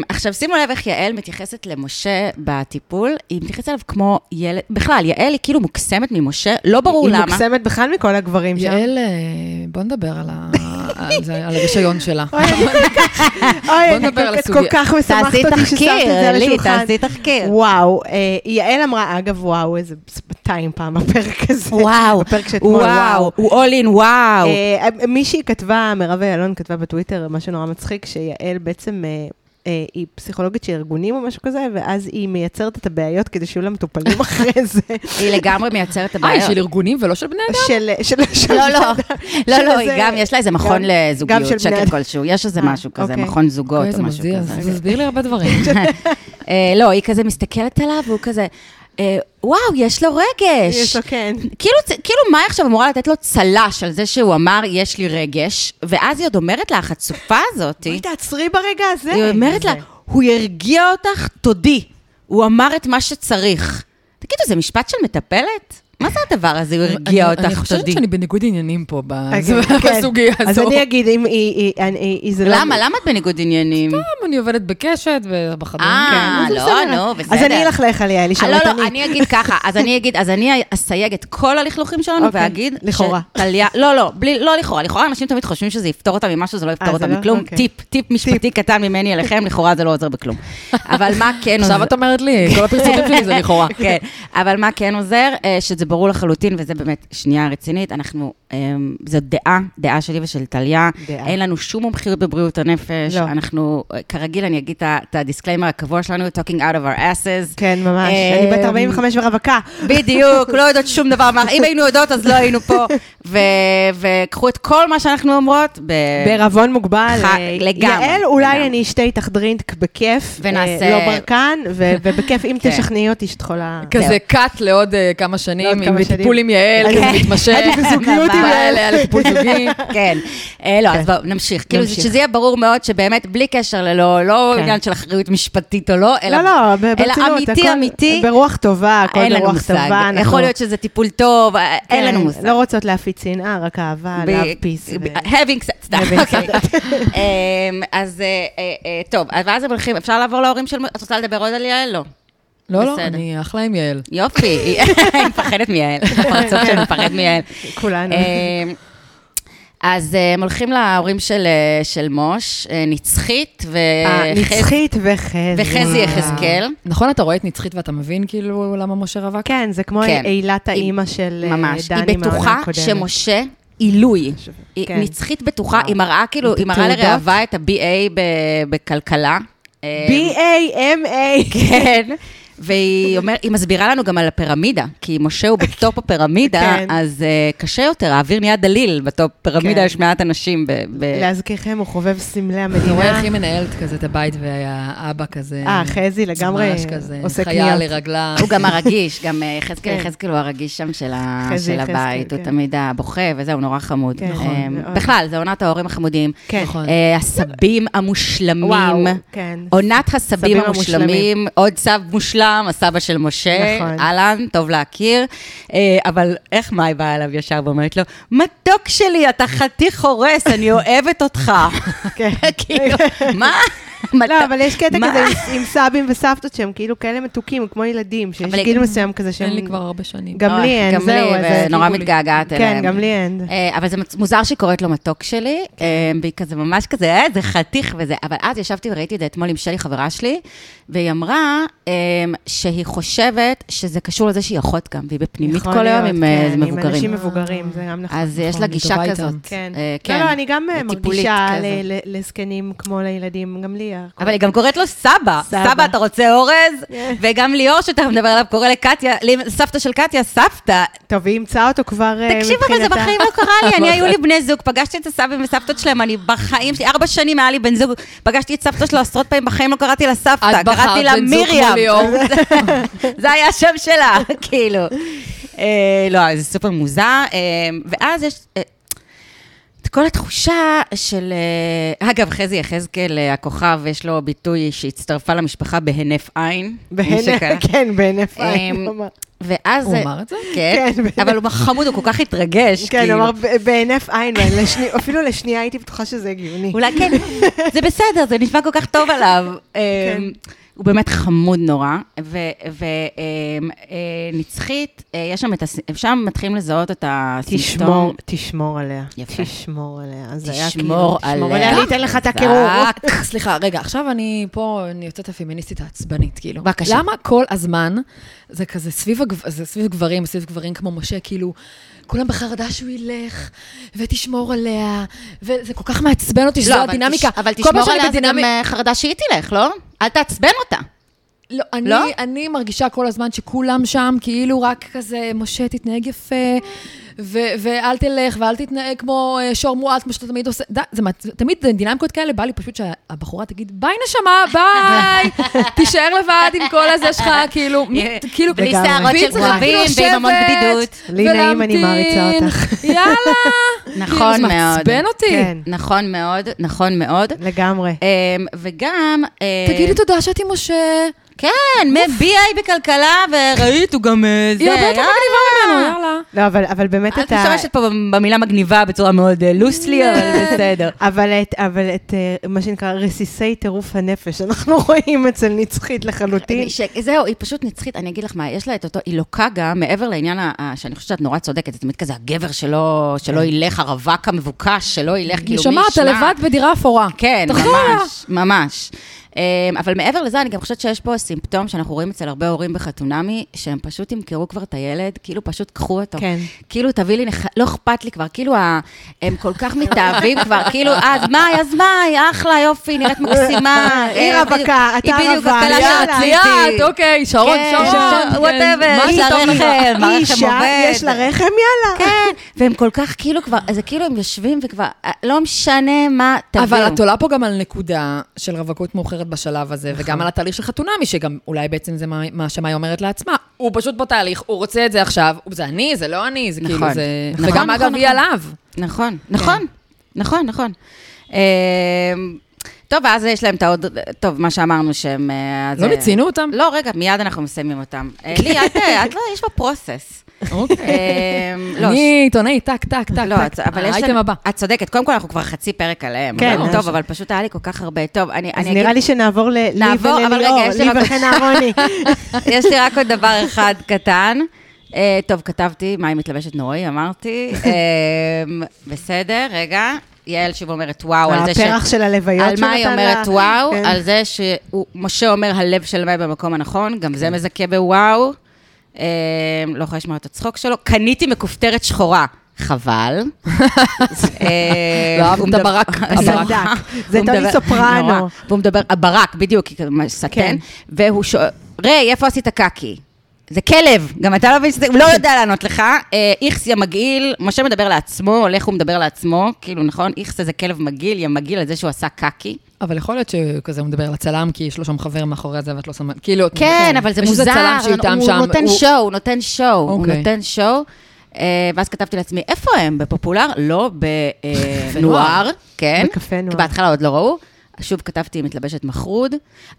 S1: עכשיו, שימו לב איך יעל מתייחסת למשה בטיפול. היא מתייחסת אליו כמו ילד, בכלל, יעל היא כאילו מוקסמת ממשה, לא ברור
S2: היא
S1: למה.
S2: מוקסמת בכלל מכל הגברים שם.
S3: יעל, אה, בוא נדבר על
S1: [laughs]
S3: ה- על זה- על הרישיון שלה.
S2: אוי,
S3: [laughs]
S2: אני כל כך- אוי, אני
S3: נדבר על
S2: כל כך- כל
S3: הסוגיה.
S2: כך משמחת
S1: תעשי
S2: אותי ששמת
S1: תחקיר,
S2: את זה על
S1: לי,
S2: השולחן.
S1: תעשי תחקיר.
S2: וואו, אה, יעל אמרה, אגב, וואו, איזה 200 פעם הפרק הזה.
S1: וואו,
S2: הפרק שאתמול,
S1: וואו,
S2: וואו.
S1: הוא אול אין וואו.
S2: אה, מישהי כתבה, מירב אלון כתבה בטוויטר, משהו נורא מצחיק, שיעל בעצם... אה, אה, היא פסיכולוגית של ארגונים או משהו כזה, ואז היא מייצרת את הבעיות כדי שיהיו לה
S1: [laughs]
S2: מטופלים אחרי זה.
S1: היא לגמרי מייצרת את
S3: אה, היא
S1: הבעיות.
S3: של ארגונים ולא של בני אדם?
S2: של... אה, של- של-
S1: לא, לא, לא,
S2: של
S1: לא, היא
S2: זה-
S1: גם, יש לה איזה מכון
S2: גם- גם של
S1: לזוגיות,
S2: בני אדם.
S1: שקל כלשהו, יש איזה
S2: אה,
S1: משהו כזה,
S2: אוקיי.
S1: מכון זוגות
S3: אוי,
S1: או
S3: זה
S1: משהו
S3: מזיע,
S1: כזה.
S3: זה הסביר לי הרבה
S1: [laughs]
S3: דברים.
S1: אה, לא, היא כזה מסתכלת עליו, והוא כזה, אה, וואו, יש לו רגש.
S2: יש לו, כן.
S1: כאילו, צ- כאילו, מה היא עכשיו אמורה לתת לו צל"ש על זה שהוא אמר, יש לי רגש, ואז היא עוד אומרת לה, החצופה הזאת,
S2: אוי, תעצרי ברגע הזה. אוקיי.
S1: היא אומרת לה,
S2: זה.
S1: הוא ירגיע אותך, תודי. הוא אמר את מה שצריך. תגידו, זה משפט של מטפלת? מה זה הדבר הזה, הוא ירגיע
S3: אני- אני
S1: אותך, אוקיי,
S3: חושבת
S1: תודי?
S3: שאני בניגוד עניינים פה ב- [laughs]
S2: כן.
S3: בסוגיה הזו.
S2: אז אני אגיד, אם היא- היא... אני- היא- זה לא-
S1: למה? למה את בניגוד עניינים?
S3: גם אני עובדת בקשת כן, ובחדרים.
S1: אה,
S2: כן. אז זה
S1: לא,
S2: בסדר.
S1: נו, בסדר.
S2: אז אני אלכלך על יעל, היא
S1: אה, לא,
S2: שרלטנית.
S1: לא, אני אגיד ככה, אז אני אגיד, אז אני אסייג את כל הלכלוכים שלנו
S2: אוקיי,
S1: ואגיד...
S2: לכאורה.
S1: שטליה, לא, לא, בלי, לא לכאורה. לכאורה אנשים תמיד חושבים שזה יפתור אותם ממשהו, זה לא יפתור
S2: אה, זה
S1: אותם
S2: לא?
S1: מכלום.
S2: אוקיי.
S1: טיפ, טיפ משפטי קטן ממני אליכם, לכאורה זה לא עוזר בכלום. אבל מה
S2: [laughs]
S1: כן עוזר?
S3: עכשיו את אומרת לי,
S1: [laughs]
S3: כל הפרסומים שלי זה לכאורה.
S1: כן, אבל מה כן עוזר? אה, שזה ברור לחלוטין, וזה באמת שנייה רצינית, אנחנו, אה, זו דעה, דעה שלי ושל טליה.
S2: דעה.
S1: אין לנו שום מומחיות בבריאות הנפש.
S2: לא.
S1: אנחנו, אה, כרגיל, אני אגיד את ה- את הדיסקליימר הקבוע שלנו, talking out of our asses. אה,
S2: כן, ממש. אני בת 45 ורווקה.
S1: בדיוק, לא יודעות שום דבר, מה- אם היינו יודעות אז לא היינו פה. ו- וקחו את כל מה שאנחנו אומרות, ב-
S2: בערבון מוגבל.
S1: ח-
S2: אה,
S1: לגמרי,
S2: יעל, אולי
S1: לגמרי.
S2: אני אשתה איתך דרינק בכיף.
S1: ונעשה-
S2: אה, לא ברקן,
S1: [laughs]
S2: ו- ובכיף, אם
S1: כן.
S2: תשכנעי אותי שאת יכולה...
S3: כזה קאט לעוד אה, כמה שנים,
S2: לעוד
S3: עם
S2: כמה שנים.
S3: טיפול עם יעל,
S2: כן.
S1: אוקיי. [laughs]
S3: כזה מתמשך. [laughs]
S2: הייתי בזוגיות
S1: ה-
S3: הפרטים האלה על טיפול זוגי.
S1: [laughs] כן. אה, לא, אז בואו, נמשיך. כאילו,
S2: נמשיך.
S1: שזה יהיה ברור מאוד שבאמת, בלי קשר ללא, לא
S2: כן.
S1: עניין של אחריות משפטית או לא, אלא
S2: לא, לא, ב-
S1: אלא
S2: ברצינות.
S1: אמיתי,
S2: הכל
S1: אמיתי,
S2: ברוח טובה, הכל
S1: אין לנו
S2: ברוח
S1: מושג.
S2: טובה. אנחנו-
S1: יכול להיות שזה טיפול טוב, אה, אין
S2: כן,
S1: לנו מושג.
S2: לא רוצות להפיץ שנאה, רק אהבה, אה,
S1: ב-
S2: love peace.
S1: ב-
S2: ו-
S1: having sex, די,
S2: Having
S1: אוקיי. [laughs] אמ, אז אה, אה, אה, טוב, אז ואז הם הולכים, אפשר לעבור להורים של... מ- את רוצה לדבר עוד על יעל? לא.
S3: לא, לא,
S1: בסדר.
S3: אני אחלה עם יעל.
S2: [laughs]
S1: יופי, היא היא מפחדת מיעל, [laughs] הפרצוף שלה מפחד מיעל.
S2: כולנו.
S1: אמ, אז אה, הם הולכים להורים של, אה, של מוש, אה, נצחית ו-
S2: אה, נצחית וחזי.
S1: וחזי
S3: וואו.
S1: יחזקאל.
S3: נכון, אתה רואה את נצחית ואתה מבין כאילו למה משה רווק?
S2: כן, זה כמו
S1: כן.
S2: אילת
S1: היא-
S2: האימא של אה, דני מהעונה
S1: ממש, היא
S2: הקודמת.
S1: בטוחה שמשה עילוי. היא
S2: כן.
S1: נצחית בטוחה, היא מראה כאילו, היא מראה
S2: תעודות.
S1: לראווה את ה-BA ב- בכלכלה. אה,
S2: B-A-M-A.
S1: כן. והיא אומר, היא מסבירה לנו גם על הפירמידה, כי משה הוא
S2: [laughs]
S1: בטופ הפירמידה,
S2: כן.
S1: אז uh, קשה יותר, האוויר נהיה דליל בטופ פירמידה,
S2: כן.
S1: יש מעט אנשים ב... ב-
S2: להזכירכם, הוא חובב סמלי
S1: כן.
S3: אתה רואה
S2: המדינה.
S3: איך היא מנהלת כזה את הבית והאבא כזה...
S2: אה, חזי לגמרי
S3: ממש כזה,
S2: עושה
S3: חיה
S2: קניות.
S3: לרגלה.
S1: הוא גם הרגיש, גם אה, יחזקאל,
S2: כן.
S1: יחזקאל הוא הרגיש שם של ה-
S2: חזי
S1: של
S2: יחזקאל,
S1: הבית, הוא
S2: כן.
S1: תמיד הבוכה, וזהו, נורא חמוד.
S2: כן, נכון,
S1: אה,
S2: מאוד.
S1: בכלל, זה עונת ההורים החמודים.
S2: כן.
S3: נכון.
S1: אה, הסבים המושלמים.
S2: כן.
S1: עונת הסבים
S2: סבים
S1: המושלמים,
S2: המושלמים.
S1: עוד סב מושלם, הסבא של משה,
S2: נכון.
S1: אהלן, טוב להכיר. אה, אבל איך מאי באה אליו ישר ואומרת לו, מתוק שלי, אתה חתיך הורס, אני אוהבת
S2: [laughs]
S1: אותך. [laughs]
S2: כן.
S1: כאילו, מה?
S2: לא, אבל יש קטע
S1: מה?
S2: כזה עם- עם סבים וסבתות שהם כאילו כאלה מתוקים, כמו ילדים, שיש
S1: אבל-
S2: גיל מסוים כזה שהם...
S3: אין לי כבר הרבה שנים.
S2: גם לי אין,
S1: אה, גם לי,
S2: זהו. אז-
S1: ונורא מתגעגעת אליהם.
S2: כן, גם לי אין.
S1: אה, אבל זה מצ- מוזר שהיא קוראת לו מתוק שלי,
S2: כן.
S1: אה, והיא כזה ממש כזה, אה, זה חתיך וזה. אבל אז ישבתי וראיתי את זה אתמול עם שלי, חברה שלי, והיא אמרה אה, שהיא חושבת שזה קשור לזה שהיא אחות גם, והיא בפנימית
S2: יכול
S1: כל היום
S2: להיות,
S1: עם אה,
S2: כן, עם
S1: מבוגרים.
S2: אנשים מבוגרים, זה גם נכון.
S1: אז יש
S3: נכון,
S1: לה
S3: היא
S1: גישה
S3: טובה
S1: כזאת.
S3: איתם.
S2: כן.
S1: אה,
S2: לא, לא, אני גם אה,
S1: טיפולית
S2: מרגישה
S1: כזה.
S2: ל- ל- לזקנים כמו לילדים, גם לי. הכל-
S1: אבל היא גם קוראת לו סבא.
S2: סבא.
S1: סבא, אתה רוצה אורז?
S2: כן.
S1: וגם ליאור, שתכף נדבר עליו, קורא לקטיה, סבתא של קטיה, סבתא.
S2: טוב, היא אימצה אותו כבר אה,
S1: תקשיב, אבל זה
S2: מבחינתה.
S1: בחיים לא קרה
S3: [laughs]
S1: לי. אני, היו לי בני זוג, פגשתי את הסבים וסבתות שלהם, אני בחיים שלי, ארבע שנים היה לי בן זוג, פגשתי את סבתא שלו עשרות פעמים, בחיים לא קראתי לה סבתא,
S3: את בחרת
S1: קראתי לה
S3: בן זוג כמו
S1: מרים.
S3: ליאור.
S1: [laughs] זה היה השם שלה, [laughs] כאילו. אה, לא, זה סופר מוזר. אה, ואז יש... אה, את כל התחושה של... אה, אגב, חזי יחזקאל, אה, הכוכב, יש לו ביטוי שהצטרפה למשפחה בהינף עין. מי שקרא.
S2: בהינף, כן, בהינף עין.
S1: אמ,
S2: הוא אמר.
S1: ואז...
S3: הוא
S1: אה,
S3: אמר את זה?
S1: כן,
S2: כן,
S1: אבל הוא חמוד, הוא כל כך התרגש,
S2: כן, הוא
S1: כאילו.
S2: אמר "ב- בהינף עין, ואני לשני- אפילו לשנייה הייתי בטוחה שזה הגיוני.
S1: [laughs] אולי כן, זה בסדר, זה נשמע כל כך טוב עליו.
S2: כן.
S1: אמ, הוא באמת חמוד נורא, אמ, ונצחית, אה, יש שם את הס... שם מתחילים לזהות את
S2: תשמור,
S1: הסימפטום.
S2: תשמור עליה.
S1: יפה.
S2: תשמור עליה. אז היה
S1: תשמור
S2: כאילו, תשמור
S1: עליה.
S2: אני אתן לך את הקירור.
S1: חזק.
S3: אה, סליחה, רגע, עכשיו אני פה, אני יוצאת הפמיניסטית העצבנית, כאילו.
S1: בבקשה.
S3: למה כל הזמן זה כזה סביב, הגב, זה סביב גברים, סביב גברים כמו משה, כאילו, כולם בחרדה שהוא ילך, ותשמור עליה, וזה כל כך מעצבן אותי, שזו
S1: לא, אבל
S3: הדינמיקה.
S1: תש- אבל
S3: כל פעם
S1: תשמור
S3: שאני
S1: עליה זה גם
S3: בדינמי-
S1: אה, חרדה שהיא תלך, לא? אל תעצבן אותה.
S3: לא, אני,
S1: לא?
S3: לא? אני מרגישה כל הזמן שכולם שם, כאילו רק כזה, משה, תתנהג יפה, ו- ואל תלך, ואל תתנהג כמו אה, שור מועט, כמו שאתה תמיד עושה. ד- זה מעצ- תמיד דינמיקות כאלה, בא לי פשוט שהבחורה תגיד, ביי נשמה,
S1: [laughs]
S3: ביי, תישאר לבד עם כל הזה שלך, כאילו, מי-
S1: אה,
S3: כאילו,
S1: בלי
S2: לגמרי.
S1: שערות
S3: והיא
S1: של
S3: צריכה
S1: גרבים
S3: כאילו
S1: ועם המון
S3: לשבת
S1: בדידות.
S2: לי נעים, אני
S3: ולהמתין.
S2: מעריצה אותך.
S3: [laughs] יאללה.
S1: [laughs] נכון
S3: כאילו, זה
S1: מאוד.
S3: מעצבן אותי.
S2: כן.
S1: נכון מאוד, נכון מאוד.
S2: כאילו- לגמרי.
S1: אמ, וגם... אה,
S3: תגידי תודה שאתי משה.
S1: כן, מ-BA בכלכלה, וראית, הוא גם אה, זה. אה.
S3: היא הרבה יותר
S1: יאללה.
S3: מגניבה ממנו, יאללה.
S2: לא, אבל אבל באמת
S1: את
S2: את ה...
S1: משתמשת פה במילה מגניבה בצורה מאוד לוסלי, [laughs] אבל בסדר.
S2: אבל את, אבל את אה, מה שנקרא רסיסי טירוף הנפש, [laughs] אנחנו רואים אצל נצחית לחלוטין.
S1: ש... זהו, היא פשוט נצחית, אני אגיד לך מה, יש לה את אותו, היא לוקה גם, מעבר לעניין ה- ה- שאני חושבת שאת נורא צודקת, זה תמיד כזה הגבר שלא, שלא ילך, הרווק המבוקש, שלא ילך, כאילו מי
S3: נשמה, אתה לבד בדירה אפורה.
S1: כן,
S3: תחזור אליה.
S1: ממש, ממש. אמ, אבל מעבר לזה, אני גם חושבת שיש פה סימפטום שאנחנו רואים אצל הרבה הורים בחתונמי, שהם פשוט ימכרו כבר את הילד, כאילו פשוט קחו אותו.
S2: כן.
S1: כאילו, תביא לי, נח... לא אכפת לי כבר, כאילו, ה... הם כל כך מתאהבים כבר, כאילו, אז מאי, אז מאי, אחלה, יופי, נראית מקסימה.
S2: היא
S1: אה, בדיוק-
S2: רווקה, אתה
S1: היא בדיוק
S2: רווק,
S1: הקלה
S2: יאללה,
S1: שרציתי.
S3: ליאת, אוקיי, שרון,
S1: כן,
S3: שרון,
S1: שרון,
S3: כן.
S1: whatever,
S3: מה
S1: היא
S3: שטוב לך.
S1: הרחם,
S2: היא
S1: הרחם
S2: אישה,
S1: עובד.
S2: יש לה רחם, יאללה.
S1: כן, והם כל כך כאילו כבר, זה כאילו הם יושבים וכבר, אה, לא משנה מה, תביאו.
S3: אבל את עולה פה גם על נקודה
S1: נכון.
S3: של רווקות מאוחרת בשלב הזה, וגם על התהליך של חתונמי, שגם אולי בעצם זה מה- מה שמאי אומרת לעצמה. הוא פשוט בתהליך, הוא רוצה את זה עכשיו, הוא- זה אני, זה לא אני, זה
S1: נכון,
S3: כאילו זה...
S1: נכון,
S3: וגם
S1: נכון,
S3: אגב, היא
S1: נכון.
S3: עליו.
S1: נכון, נכון, נכון, נכון. אמ, טוב, ואז יש להם את העוד... טוב, מה שאמרנו שהם... אה,
S3: לא
S1: זה-
S3: מיצינו אותם?
S1: לא, רגע, מיד אנחנו מסיימים אותם. אה, לי, את, אה, את לא, יש פה פרוסס. [laughs] לא,
S3: אוקיי. אני עיתונאית, טק, טק, טק,
S1: לא,
S3: טק.
S1: את- אבל יש
S3: האייטם
S1: לנו...
S3: הבא.
S1: את צודקת, קודם כל אנחנו כבר חצי פרק עליהם.
S2: כן,
S1: אבל-
S2: אה,
S1: טוב,
S2: ש-
S1: אבל פשוט היה לי כל כך הרבה. טוב, אני
S2: אז
S1: אני
S2: נראה לי שנעבור ל- לי
S1: נעבור, אבל
S2: ולליאור,
S1: רגע, יש לי
S2: לי
S1: רק-
S2: וחן
S1: [laughs]
S2: אהרוני.
S1: יש לי רק עוד דבר אחד קטן. אה, טוב, כתבתי, מה היא מתלבשת נוראי, אמרתי. אה, בסדר, רגע. יעל שוב אומרת וואו על זה ש...
S2: הפרח של הלוויות
S1: על מה היא
S2: שנתן
S1: אומרת
S2: לה.
S1: וואו,
S2: כן.
S1: על זה שמשה אומר הלב של מאי במקום הנכון, גם
S2: כן.
S1: זה מזכה בוואו. אה, לא יכולה לשמוע את הצחוק שלו. קניתי מכופתרת שחורה.
S2: [laughs]
S1: חבל. אה,
S3: לא אהבת
S1: הוא
S3: את
S1: מדבר- [laughs]
S3: הברק, הברק.
S2: סדק. זה
S1: הוא
S2: טוני
S1: מדבר-
S2: סופרנו.
S1: נורא. והוא מדבר, הברק, בדיוק, כי כזה סטן.
S2: כן.
S1: והוא שואל, ריי, איפה עשית קקי? זה כלב, גם אתה לא מבין שזה, הוא לא יודע לענות לך. אה, איכס יא מגעיל, משה מדבר לעצמו, הולך הוא מדבר לעצמו, כאילו, נכון? איכס איזה כלב מגעיל, יא מגעיל על זה שהוא עשה קקי.
S3: אבל יכול להיות שכזה הוא מדבר לצלם, כי יש לו שם חבר מאחורי זה ואת לא שמה... כאילו...
S1: כן, אבל זה
S3: יש איזה
S1: מוזר,
S3: צלם שאיתם
S1: הוא
S3: שם,
S1: נותן
S3: הוא-
S1: שואו, הוא נותן שואו, הוא
S3: אוקיי.
S1: נותן שואו. אה, ואז כתבתי לעצמי, איפה הם? בפופולר? לא, בנוער,
S3: נוער.
S1: כן.
S2: בקפה נוער.
S1: כי בהתחלה עוד לא ראו. שוב כתבתי, היא מתלבשת מחרוד.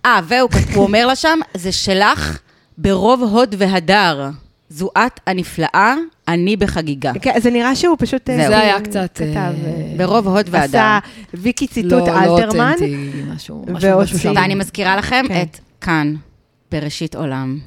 S1: אה, והוא הוא אומר לה שם, זה שלך ברוב הוד והדר. זו את הנפלאה, אני בחגיגה.
S2: כן, זה נראה שהוא פשוט... אה,
S1: זהו.
S3: זה היה
S2: אה,
S3: קצת,
S2: כתב,
S3: אה,
S2: אה,
S1: ברוב הוד והדר.
S2: עשה ויקי
S3: לא-
S2: ציטוט
S3: לא
S2: אלתרמן.
S3: אותנטי, משהו, משהו,
S2: והוציא-
S3: משהו שם.
S1: ואני מזכירה לכם
S2: כן.
S1: את כאן, בראשית עולם.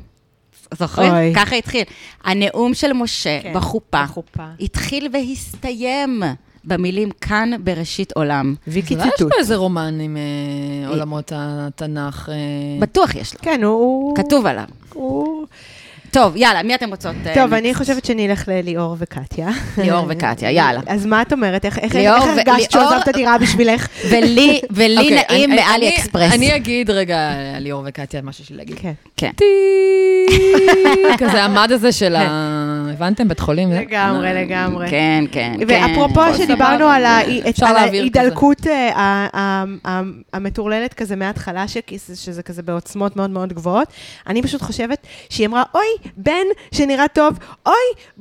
S1: זוכרים?
S2: אוי.
S1: ככה התחיל. הנאום של משה
S2: כן,
S1: בחופה
S2: בחופה.
S1: התחיל והסתיים במילים כאן בראשית עולם.
S2: ויקי
S3: אולי לא, יש
S2: ציטוט.
S3: פה איזה רומן עם אה, עולמות התנ"ך. אה,
S1: בטוח יש לו,
S2: כן, הוא...
S1: כתוב עליו.
S2: הוא...
S1: טוב, יאללה, מי אתם רוצות? אה, נ-
S2: טוב, אני חושבת שנלך לליאור וקטיה.
S1: ליאור וקטיה, יאללה.
S2: אז מה את אומרת? איך איך-
S1: ליאור
S2: איך
S1: ו-
S2: הרגשת שהוא
S1: ליאור-
S2: עזב את הדירה בשבילך?
S1: [laughs] ולי ולי
S3: אוקיי,
S1: נעים
S3: אני-
S1: מאלי
S3: אני-
S1: אקספרס.
S3: אני אגיד רגע על ליאור וקטיה מה שיש לי להגיד.
S2: כן.
S1: כן.
S3: [laughs] טי- כזה המד הזה של ה... הבנתם? בית חולים? זה?
S2: לגמרי, לגמרי.
S1: כן, כן, כן.
S2: ואפרופו
S1: כל
S2: שדיברנו על ה-
S3: אפשר
S2: על
S3: להעביר כזה.
S2: ההידלקות אה, ה- ה- ה- המטורללת כזה מההתחלה, שכי- שזה כזה בעוצמות מאוד מאוד גבוהות, אני פשוט חושבת שהיא אמרה, אוי, בן שנראה טוב, אוי,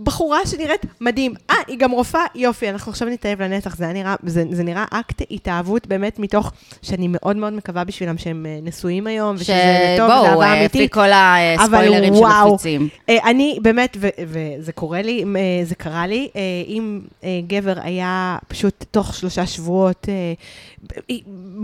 S2: בחורה שנראית מדהים, אה, היא גם רופאה, יופי, אנחנו עכשיו נתאהב לנצח, זה היה נראה- זה זה נראה אקט התאהבות באמת מתוך, שאני מאוד מאוד מקווה בשבילם שהם אה, נשואים היום, ושזה טוב, זה
S1: שבואו,
S2: אהבה
S1: אה, לפי
S2: אמיתית.
S1: כל הספוילרים
S2: אבל וואו.
S1: שמפיצים.
S2: אה, אני באמת, ו- וזה קורה לי, אם, אה, זה קרה לי, אה, אם אה, גבר היה פשוט תוך שלושה שבועות אה, ב-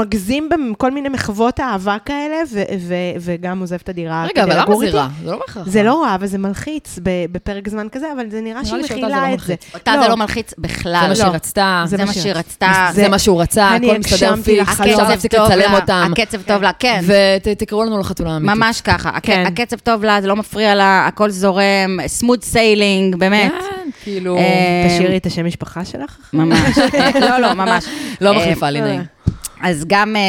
S2: מגזים בכל מיני מחוות אהבה כאלה, ו- ו- וגם עוזב את הדירה
S3: רגע, אבל למה
S2: לגור
S3: זה
S2: איתי,
S3: רע? זה לא בהכרח.
S2: זה
S3: רע.
S2: לא רע, אבל זה מלחיץ ב- בפרק זמן כזה, אבל זה נראה
S3: נראה
S2: שהיא
S3: לי שאותה זה
S2: מכילה
S3: לא
S2: את זה.
S3: מלחיץ.
S1: אותה זה לא מלחיץ
S3: זה
S1: בכלל.
S3: מה שהיא
S1: לא.
S3: רצתה.
S1: זה מה שהיא רצתה.
S3: זה מה שהוא רצה,
S2: אני
S3: הכל מסתדר
S2: הגשמתי
S3: פיקס,
S2: לך
S1: הקצב
S2: חלום.
S3: אפשר
S1: טוב
S3: להפסיק
S1: לה,
S3: לצלם אותם.
S1: הקצב טוב לה, כן.
S3: ותקראו לנו לחתונה אמיתית.
S1: ממש ככה, הק-
S2: כן.
S1: הקצב טוב לה, זה לא מפריע לה, הכל זורם, smooth sailing, באמת.
S3: כן, כאילו,
S1: אה,
S2: תשאירי את השם משפחה שלך? [laughs]
S1: ממש, לא, לא, ממש.
S3: לא
S1: אה,
S3: מחליפה לי נעים.
S1: אז גם אה,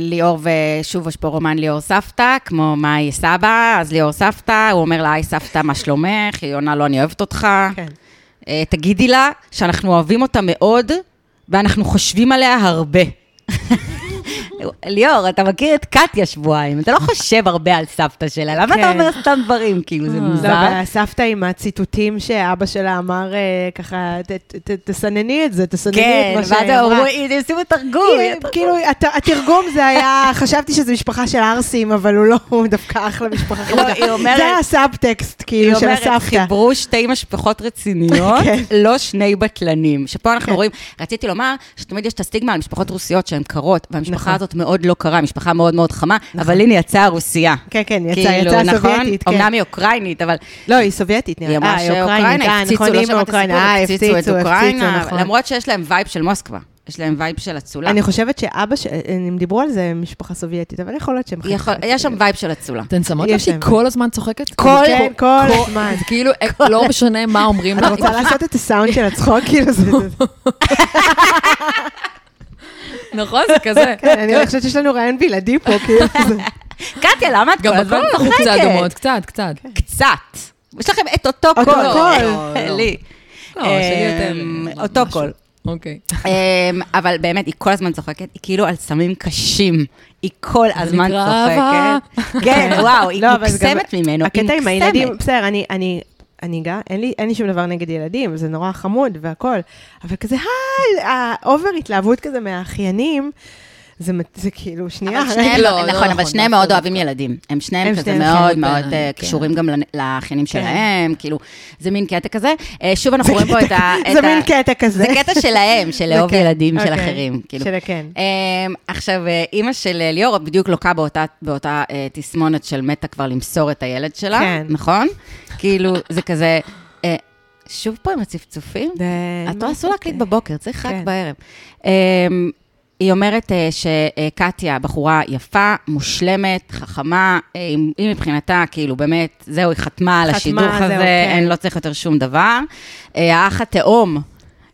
S1: ליאור, ושוב יש פה רומן ליאור סבתא, כמו מאי סבא, אז ליאור סבתא, הוא אומר לה, היי סבתא, מה שלומך? היא עונה לו, אני אוהבת אותך.
S2: כן.
S1: אה, תגידי לה שאנחנו אוהבים אותה מאוד, ואנחנו חושבים עליה הרבה. [laughs] ליאור, אתה מכיר את קטיה שבועיים, אתה לא חושב הרבה על סבתא שלה, למה אתה
S2: כן.
S1: אומר סתם דברים? כאילו, זה
S2: לא,
S1: מוזר.
S2: והסבתא עם הציטוטים שאבא שלה אמר אה, ככה, "ת- ת- ת- תסנני את זה, תסנני
S1: כן,
S2: את מה
S1: ואז
S2: שהיא אמרה.
S1: אמרו, הנה, שימו תרגום.
S2: היא- כאילו, הת- התרגום זה היה, [laughs] חשבתי שזו משפחה של ערסים, אבל הוא לא, הוא דווקא אחלה משפחה חמודה.
S1: היא אומרת-
S2: זה היה סאבטקסט,
S1: היא
S2: כאילו, של
S1: אומרת,
S2: הסבתא.
S1: חיברו שתי משפחות רציניות,
S2: כן.
S1: לא שני בטלנים. שפה אנחנו רואים, רציתי לומר שתמיד יש את הסטיגמה על משפחות רוסיות שהן קרות, והמשפחה
S2: נכון.
S1: הזאת מאוד לא קרה, משפחה מאוד מאוד חמה, אבל הנה יצאה הרוסיה.
S2: כן, כן, יצא,
S1: כאילו,
S2: יצא
S1: נכון?
S2: סובייטית, כן.
S1: אמנם היא אוקראינית, אבל
S2: לא, היא סובייטית, נראה.
S1: היא אמרה
S2: אה,
S1: שאוקראינה,
S2: אה,
S1: הפציצו,
S2: נכון,
S1: לא
S2: היא
S1: שמעת את
S2: מאוקראינה,
S1: הסיפור,
S2: אה,
S1: הפציצו את אוקראינה,
S2: נכון.
S1: למרות שיש להם וייב של מוסקבה. יש להם וייב של אצולה.
S2: אני חושבת שאבא, ש- הם דיברו על זה, משפחה סובייטית, אבל יכול להיות שהם חלק
S1: יכול-
S2: מהסובייטית.
S1: יש שם וייב של אצולה.
S3: אתן שמות לב
S2: יש
S3: שהיא
S2: להם.
S3: כל הזמן צוחקת?
S1: כל-
S2: כן, כל הזמן.
S3: זה כאילו, אה, לא משנה מה אומרים
S2: את
S3: לה.
S2: רוצה לעשות את הסאונד של הצחוק? כאילו, זה... זה-
S3: נכון, זה כזה.
S2: כן,
S1: [laughs]
S2: אני חושבת שיש לנו רעיון בלעדי פה, כאילו, זה...
S1: קטיה, למה את
S3: גם
S1: כל הזמן כן.
S3: בקול אנחנו
S1: צוחקת?
S3: קצת דומות, קצת, קצת.
S1: קצת. יש לכם את אותו
S2: אותו
S1: קול.
S2: קול.
S1: [laughs] לי.
S3: לא, שלי יותר,
S1: אמ,
S3: אה,
S1: אותו
S3: משהו.
S1: קול.
S3: אוקיי.
S1: אמ, אבל באמת, היא כל הזמן צוחקת, היא כאילו על סמים קשים. היא כל הזמן
S3: נקרא אהבה.
S1: צוחקת. כן, וואו, היא
S2: לא, אבל זה גם-
S1: מוקסמת ממנו, היא
S2: הקטע עם הילדים, [laughs]
S1: מוקסמת.
S2: בסדר, אני, אני, אני גאה, אין לי, אין לי שום דבר נגד ילדים, זה נורא חמוד והכול, אבל כזה, היי, האובר התלהבות כזה מהאחיינים, זה, מת- זה כאילו, שנייה,
S1: אבל שניהם,
S3: לא, לא
S1: נכון, אבל
S3: נכון,
S1: שניהם
S3: דווקא
S1: מאוד
S3: דווקא.
S1: אוהבים ילדים. הם
S2: הם
S1: שניהם כזה
S2: שניהם
S1: מאוד
S3: חמודים
S1: מאוד
S3: בעיניי,
S1: אה,
S3: כן.
S1: קשורים גם לנ- לאחיינים שלהם, כאילו, זה מין קטע כזה. אה, שוב, אנחנו רואים פה את ה... את
S2: [laughs] כן. זה
S1: ה-
S2: מין קטע כזה.
S1: זה קטע שלהם, של לאהוב
S2: כן,
S1: ילדים של
S2: [laughs] אוקיי.
S1: אחרים, כאילו.
S2: של כן.
S1: אמ, עכשיו, אה, אימא של אה, ליאור בדיוק לוקה באותה, באותה אה, תסמונת של מתה כבר למסור את הילד שלה,
S2: כן.
S1: נכון? כאילו, זה כזה, אה, שוב פה עם הצפצופים? את לא אסור להקליט בבוקר, צריך רק
S2: כן.
S1: בערב. אמ, היא אומרת אה, שקטיה, בחורה יפה, מושלמת, חכמה, אה, היא היא מבחינתה, כאילו, באמת, זהו, היא חתמה על
S2: חתמה,
S1: השידוך
S2: זהו,
S1: הזה,
S2: כן.
S1: אין, לא צריך יותר שום דבר. אה, האח התאום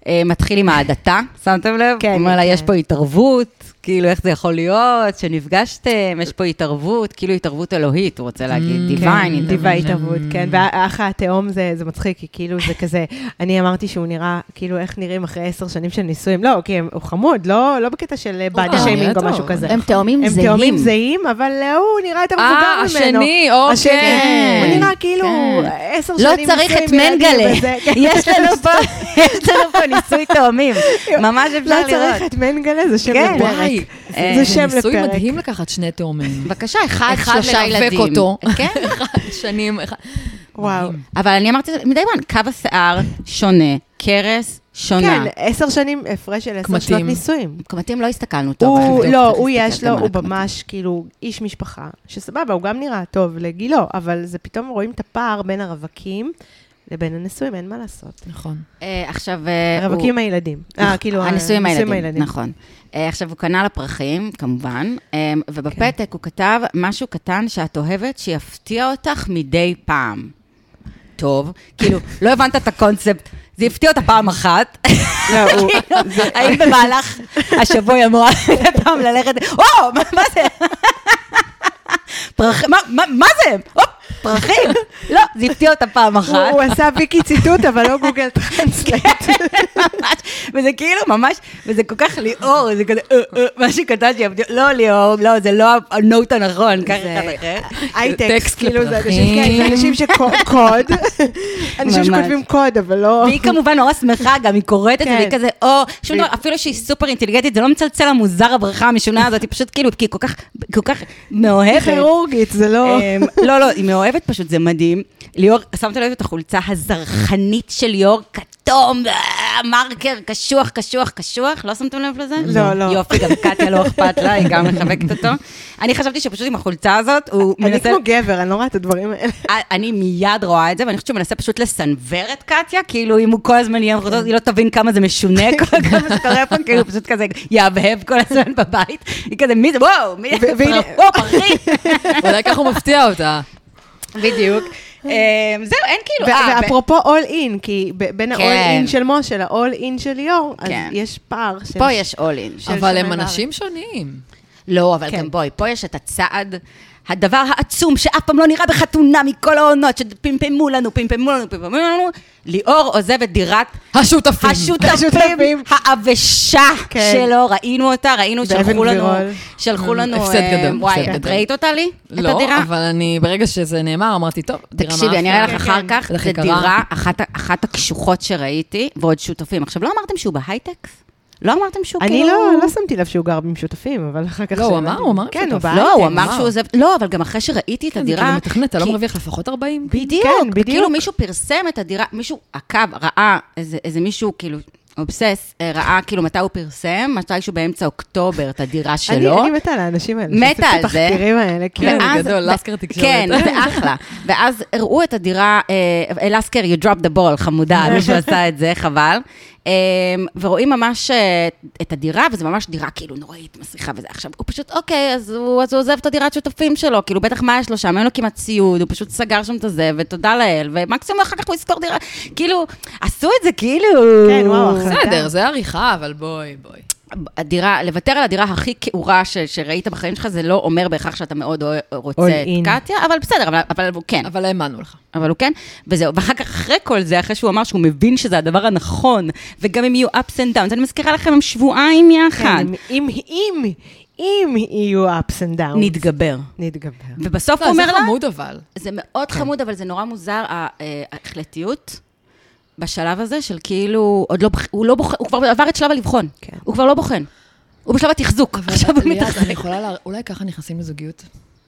S1: אה, מתחיל עם ההדתה, שמתם לב?
S2: כן,
S1: הוא אומר לה,
S2: כן.
S1: יש פה התערבות, כאילו, איך זה יכול להיות, שנפגשתם, יש פה התערבות, כאילו התערבות אלוהית, הוא רוצה להגיד,
S3: Mm,
S1: דיוויין,
S3: כן,
S1: התערבות.
S2: דיווה התערבות, כן, והאח התאום זה, זה מצחיק, כי כאילו זה כזה, [laughs] אני אמרתי שהוא נראה, כאילו איך נראים אחרי עשר שנים של נישואים, לא, כי הם, הוא חמוד, לא, לא בקטע של באדי
S3: נראה
S2: שיימינג או
S1: לא,
S3: טוב.
S2: משהו כזה.
S1: הם תאומים
S2: הם
S1: זהים.
S2: תאומים זהים, אבל אה, הוא נראה יותר מבוגר
S3: אה,
S2: ממנו.
S3: השני,
S2: השני,
S3: אוקיי.
S2: הוא נראה כאילו
S1: כן.
S2: עשר
S1: לא
S2: שנים
S1: צריך
S2: נישואים
S1: את
S2: וילדים
S1: מנגלה.
S2: וזה, כן.
S1: יש לנו פה,
S2: [laughs]
S1: יש לנו פה ניסוי [laughs] תאומים. ממש
S2: לא
S1: אפשר
S2: צריך
S1: לראות.
S2: את מנגלה, זה שם
S1: כן.
S2: לפרק.
S3: וואי,
S1: אה,
S2: זה שם
S3: ניסוי
S2: לפרק.
S3: מדהים לקחת שני
S1: [laughs]
S3: תאומים.
S1: בבקשה, אחד,
S3: אחד
S1: שלושה
S3: לרווק
S1: ילדים.
S3: אותו.
S1: [laughs] כן,
S3: אחד שנים, אחד...
S2: וואו.
S3: מדהים.
S1: אבל אני אמרתי, את זה מדי פעם, קו השיער שונה, קרס שונה.
S2: כן, עשר שנים, הפרש של עשר
S3: קמטים.
S2: שנות נישואים.
S1: קמטים לא הסתכלנו טוב. צריך
S2: הוא,
S1: לבדוק,
S2: לא,
S1: צריך
S2: הוא יש
S1: להסתכל
S2: לו,
S1: גם על
S2: הוא
S1: הקמטים.
S2: ממש כאילו איש משפחה, שסבבה, הוא גם נראה טוב לגילו, אבל זה פתאום רואים את הפער בין הרווקים לבין הנשואים, אין מה לעשות.
S1: [laughs]
S3: נכון.
S1: אה, עכשיו, אה, הוא-
S2: הרווקים הילדים. אה, כאילו,
S1: הניסוי עם הילדים. נכון. אה, עכשיו, הוא קנה לפרחים, כמובן, אה, ובפתק הוא כתב משהו קטן שאת אוהבת, שיפתיע אותך מדי פעם. טוב, כאילו, לא הבנת את הקונספט, זה הפתיע אותה פעם אחת,
S2: לא, הוא-
S1: כאילו, האם במהלך השבוע היא אמורה פעם ללכת, או, מה- מה זה? פרחים, מה- מה מה זה? הופ, פרחים. לא, זה הפתיע אותה פעם
S2: הוא-
S1: אחת.
S2: הוא עשה ויקי ציטוט, אבל לא
S1: [laughs]
S2: גוגל
S1: כן.
S2: טרנסלייט.
S1: ממש, [laughs] וזה כאילו ממש, וזה כל כך ליאור, זה כזה, אה, אה, משהו קטן שיבדיל, לא ליאור, לא, זה לא הנוט הנכון, ככה
S2: זה-
S1: אחד אחר.
S2: הייטקס,
S3: טקסט
S2: כאילו, זה אנשים
S3: לפרחים.
S2: כן, זה
S1: [laughs]
S2: אנשים שקוד, אנשים
S1: ממש.
S2: שכותבים קוד, אבל לא...
S1: והיא כמובן נורא שמחה, גם היא קוראת את זה,
S2: כן.
S1: והיא כזה, או, שום
S2: והיא-
S1: דבר, אפילו שהיא סופר אינטליגנטית, זה לא מצלצל המוזר הברכה המשונה הזאת, היא פשוט כאילו, כי היא כל כך, כל כך מאוהבת.
S2: כירורגית, זה לא...
S1: אמ, לא, לא, היא מאוהבת פשוט, זה מדהים. ליאור, שמת לב את החולצה הזרחנית של ליאור, כתום, אה, מרקר, קשוח, קשוח, קשוח, לא שמתם לב לזה?
S2: לא, לא.
S1: יופי, גם קטיה לא אכפת לה, היא גם מחבקת אותו. אני חשבתי שפשוט עם החולצה הזאת, הוא
S2: אני
S1: מנסה... אה,
S2: כמו גבר, אני לא רואה את הדברים האלה.
S1: אני מיד רואה את זה, ואני חושבת שהוא מנסה פשוט לסנוור את קטיה, כאילו אם הוא כל הזמן יהיה עם חולצות, היא לא תבין כמה זה משונה, כל כמה זה קורה פה, כאילו הוא פשוט כזה יהבהב כל הזמן בבית. היא כזה, מי זה, וואו, מי זה,
S2: ו- והנה-
S1: פרפור, אחי.
S3: אולי ככה הוא מפתיע אותה.
S1: בדיוק. אה, זהו, אין כאילו...
S2: ו-
S1: אה,
S2: ואפרופו all in, כי ב- בין
S1: כן.
S2: ה-all in של משה ל-all in של ליאור, אז
S1: כן.
S2: יש פער. של-
S1: פה יש אולין.
S2: של
S3: אבל הם
S2: שמיים
S3: אנשים שונים.
S1: לא, אבל
S2: כן.
S1: גם בואי, פה יש את הצעד, הדבר העצום שאף פעם לא נראה בחתונה מכל העונות, שפמפמו לנו, פמפמו לנו, פמפמו לנו. ליאור עוזב את דירת
S3: השותפים.
S1: השותפים,
S2: השותפים.
S1: העבשה
S2: כן.
S1: שלו, ראינו אותה, ראינו,
S2: באבן
S1: שלחו לנו,
S2: גבירול.
S1: שלחו לנו,
S3: הפסד
S1: אה,
S3: גדול, הפסד
S1: וואי, את
S3: גדול.
S1: ראית אותה לי? את
S3: לא,
S1: הדירה?
S3: אבל אני, ברגע שזה נאמר, אמרתי, טוב, דירה לא. מאפיה.
S1: תקשיבי, אני אראה לך
S2: כן,
S1: אחר
S2: כן.
S1: כך,
S3: לך
S1: זו
S3: יקרה.
S1: דירה, אחת ה- אחת הקשוחות שראיתי, ועוד שותפים. עכשיו, לא אמרתם שהוא בהייטק? לא אמרתם שהוא
S2: אני
S1: כאילו...
S2: לא, לא שמתי לב שהוא גר עם שותפים, אבל אחר כך...
S3: לא, הוא
S2: שהבנתי.
S3: אמר, הוא אמר עם
S2: כן, הוא
S3: שותף.
S2: בא.
S1: לא, הוא
S3: בהייטק,
S1: אמר
S3: וואו.
S1: שהוא עוזב, לא, אבל גם אחרי שראיתי את
S3: כן, זה כאילו
S1: הדירה...
S3: מתכנת, אתה לא
S1: כי-
S3: מרוויח לפחות 40?
S1: בדיוק,
S2: כן, בדיוק.
S1: כאילו מישהו פרסם את הדירה, מישהו עקב, ראה, איזה, איזה מישהו כאילו... אובסס, אה, ראה כאילו מתי הוא פרסם, מתישהו באמצע אוקטובר את הדירה שלו.
S2: אני, אני מתה על האנשים האלה.
S1: מתה
S2: שעושים את
S1: על זה.
S2: התחקירים האלה, כן.
S3: ואז-
S1: ואז-
S3: גדול,
S1: ו-
S3: לסקר תקשורת.
S1: כן, זה אחלה. ואז הראו את הדירה, אה, לסקר, you drop the ball, חמודה, מישהו עשה את זה, חבל. אה, ורואים ממש אה, את הדירה, וזו ממש דירה כאילו נוראית, מסריחה וזה. עכשיו, הוא פשוט, אוקיי, אז הוא, אז הוא עוזב את הדירת שותפים שלו, כאילו, בטח מה יש לו שם, אין לו כמעט ציוד, הוא פשוט סגר שם את הזה, ותודה לאל, ומקסימום אחר כך הוא ישכור דירה. כאילו, עשו את זה כאילו...
S2: כן, וואו, אחלה.
S3: בסדר, זה עריכה, אבל בואי, בואי.
S1: הדירה, לוותר על הדירה הכי כעורה ש, שראית בחיים שלך, זה לא אומר בהכרח שאתה מאוד אוה-
S2: All
S1: רוצה את
S2: in.
S1: קטיה, אבל בסדר, אבל, אבל הוא כן.
S3: אבל האמנו לך.
S1: אבל הוא כן, וזהו. ואחר כך, אחרי כל זה, אחרי שהוא אמר שהוא מבין שזה הדבר הנכון, וגם אם יהיו ups and downs, אני מזכירה לכם, הם שבועיים יחד.
S2: כן, אם, אם, אם יהיו ups and downs,
S1: נתגבר.
S2: נתגבר.
S1: ובסוף הוא
S3: לא, זה
S1: אומר לה...
S3: חמוד כן. אבל.
S1: זה מאוד חמוד, אבל זה נורא מוזר, ה- אה, ההחלטיות בשלב הזה של כאילו, עוד לא, בח- הוא לא בוחן, הוא כבר עבר את שלב הלבחון.
S2: כן.
S1: הוא כבר לא בוחן. הוא בשלב התחזוק, עכשיו הוא
S3: ליאת, אני
S1: מתחזק.
S3: יכולה לה... אולי ככה נכנסים לזוגיות?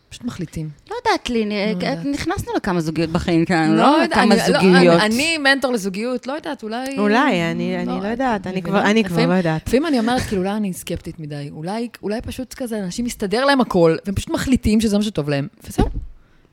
S3: פשוט מחליטים.
S1: לא יודעת לי, נ-
S3: יודעת.
S1: נכנסנו לכמה זוגיות בחיים כאן, לא
S3: יודע-
S1: כמה
S3: אני- לא,
S1: זוגיות.
S3: אני- אני מנטור לזוגיות, לא יודעת, אולי...
S2: אולי, אני- אני לא יודעת, אני כבר- אני כבר
S3: לפעמים-
S2: לא יודעת.
S3: לפעמים אני אומרת, כאילו, אולי אני סקפטית מדי. אולי אולי פשוט כזה, אנשים מסתדר להם הכל, והם פשוט מחליטים שזה מה שטוב להם, וזהו.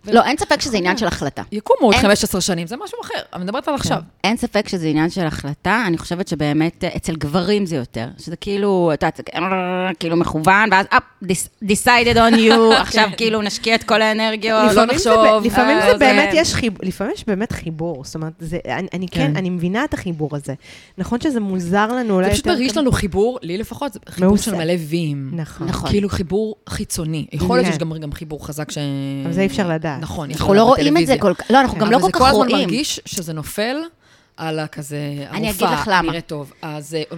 S1: לא, אין ספק שזה עניין של החלטה.
S3: יקומו עוד
S1: אין-
S3: 15 שנים, זה משהו אחר. אני מדברת
S2: כן.
S3: על עכשיו.
S1: אין ספק שזה עניין של החלטה, אני חושבת שבאמת אה, אצל גברים זה יותר, שזה כאילו, אתה יודע, זה כ- כאילו מכוון, ואז אפ, dis- decided on
S3: [laughs]
S1: you, עכשיו כאילו נשקיע את כל האנרגיות, לא
S3: כן. לפעמים זה ב-
S1: נחשוב.
S2: לפעמים
S1: אה,
S2: זה באמת, יש חיבור, לפעמים יש באמת חיבור, זאת אומרת, זה- אני- אני כן,
S3: כן.
S2: אני מבינה את החיבור הזה. נכון שזה מוזר לנו, אולי
S3: זה
S2: יותר...
S3: פשוט מרגיש
S2: כזה-
S3: לנו חיבור, לי לפחות, זה חיבור
S2: מעושה.
S3: של מלא ויים.
S2: נכון.
S1: נכון.
S3: כאילו חיבור חיצוני. יכול להיות
S2: כן.
S3: שיש גם גם חיבור חזק ש...
S2: אבל זה אי אפשר לדעת.
S3: נכון, אי אפשר
S1: אנחנו לא
S3: לדעת
S1: רואים את זה
S3: בטלוויזיה.
S1: כל כך, לא, אנחנו
S2: כן,
S1: גם
S3: אבל
S1: לא כל כך
S3: זה כל הזמן
S1: רואים.
S3: מרגיש שזה נופל על הכזה,
S1: אני אגיד לך
S3: הרופאה,
S1: למה.
S3: נראה טוב. אז אה,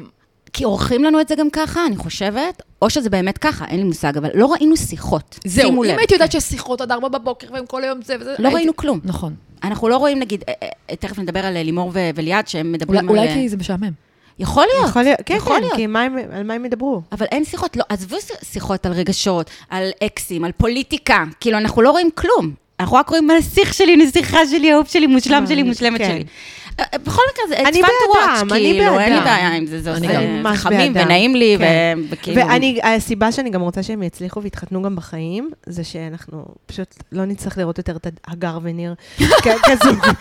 S1: כי עורכים לנו את זה גם ככה, אני חושבת, או שזה באמת ככה, אין לי מושג, אבל לא ראינו שיחות.
S3: זהו,
S1: שימו
S3: אם
S1: לב. כן.
S3: הייתי יודעת שיש שיחות עד ארבע בבוקר, והם כל היום זה וזה...
S1: לא
S3: הייתי-
S1: ראינו כלום.
S3: נכון.
S1: אנחנו לא רואים, נגיד, אה, אה, תכף נדבר על אה, לימור ו- וליעד, שהם
S3: אולי-
S1: מדברים על...
S3: אולי
S1: אה,
S3: כי זה משעמם.
S1: [laughs] יכול להיות.
S2: יכול להיות, כן,
S1: יכול
S2: כן,
S1: להיות.
S2: כי מה הם- על מה הם ידברו?
S1: אבל אין שיחות, לא, עזבו ש- שיחות על רגשות, על אקסים, על פוליטיקה, כאילו, אנחנו לא רואים כלום. אנחנו רק רואים הנסיך שלי, נסיכה שלי, האהוב שלי, מושלם שלי,
S2: אני-
S1: מושלמת
S2: כן.
S1: שלי. אה, אה, בכל מקרה, זה it's
S2: אני
S1: fun to
S2: בעדם,
S1: watch,
S2: אני
S1: כאילו, אין לי
S2: בעדם.
S1: בעיה עם זה, זה
S3: אני
S1: עושה
S3: גם.
S1: זה
S2: ממש
S1: חמים
S2: בעדם.
S1: ונעים לי,
S2: כן.
S1: ו- וכאילו... [laughs]
S2: ואני, הסיבה שאני גם רוצה שהם יצליחו ויתחתנו גם בחיים, זה שאנחנו פשוט לא נצטרך לראות יותר את הגר [laughs] וניר כ- כזוג.
S1: כן,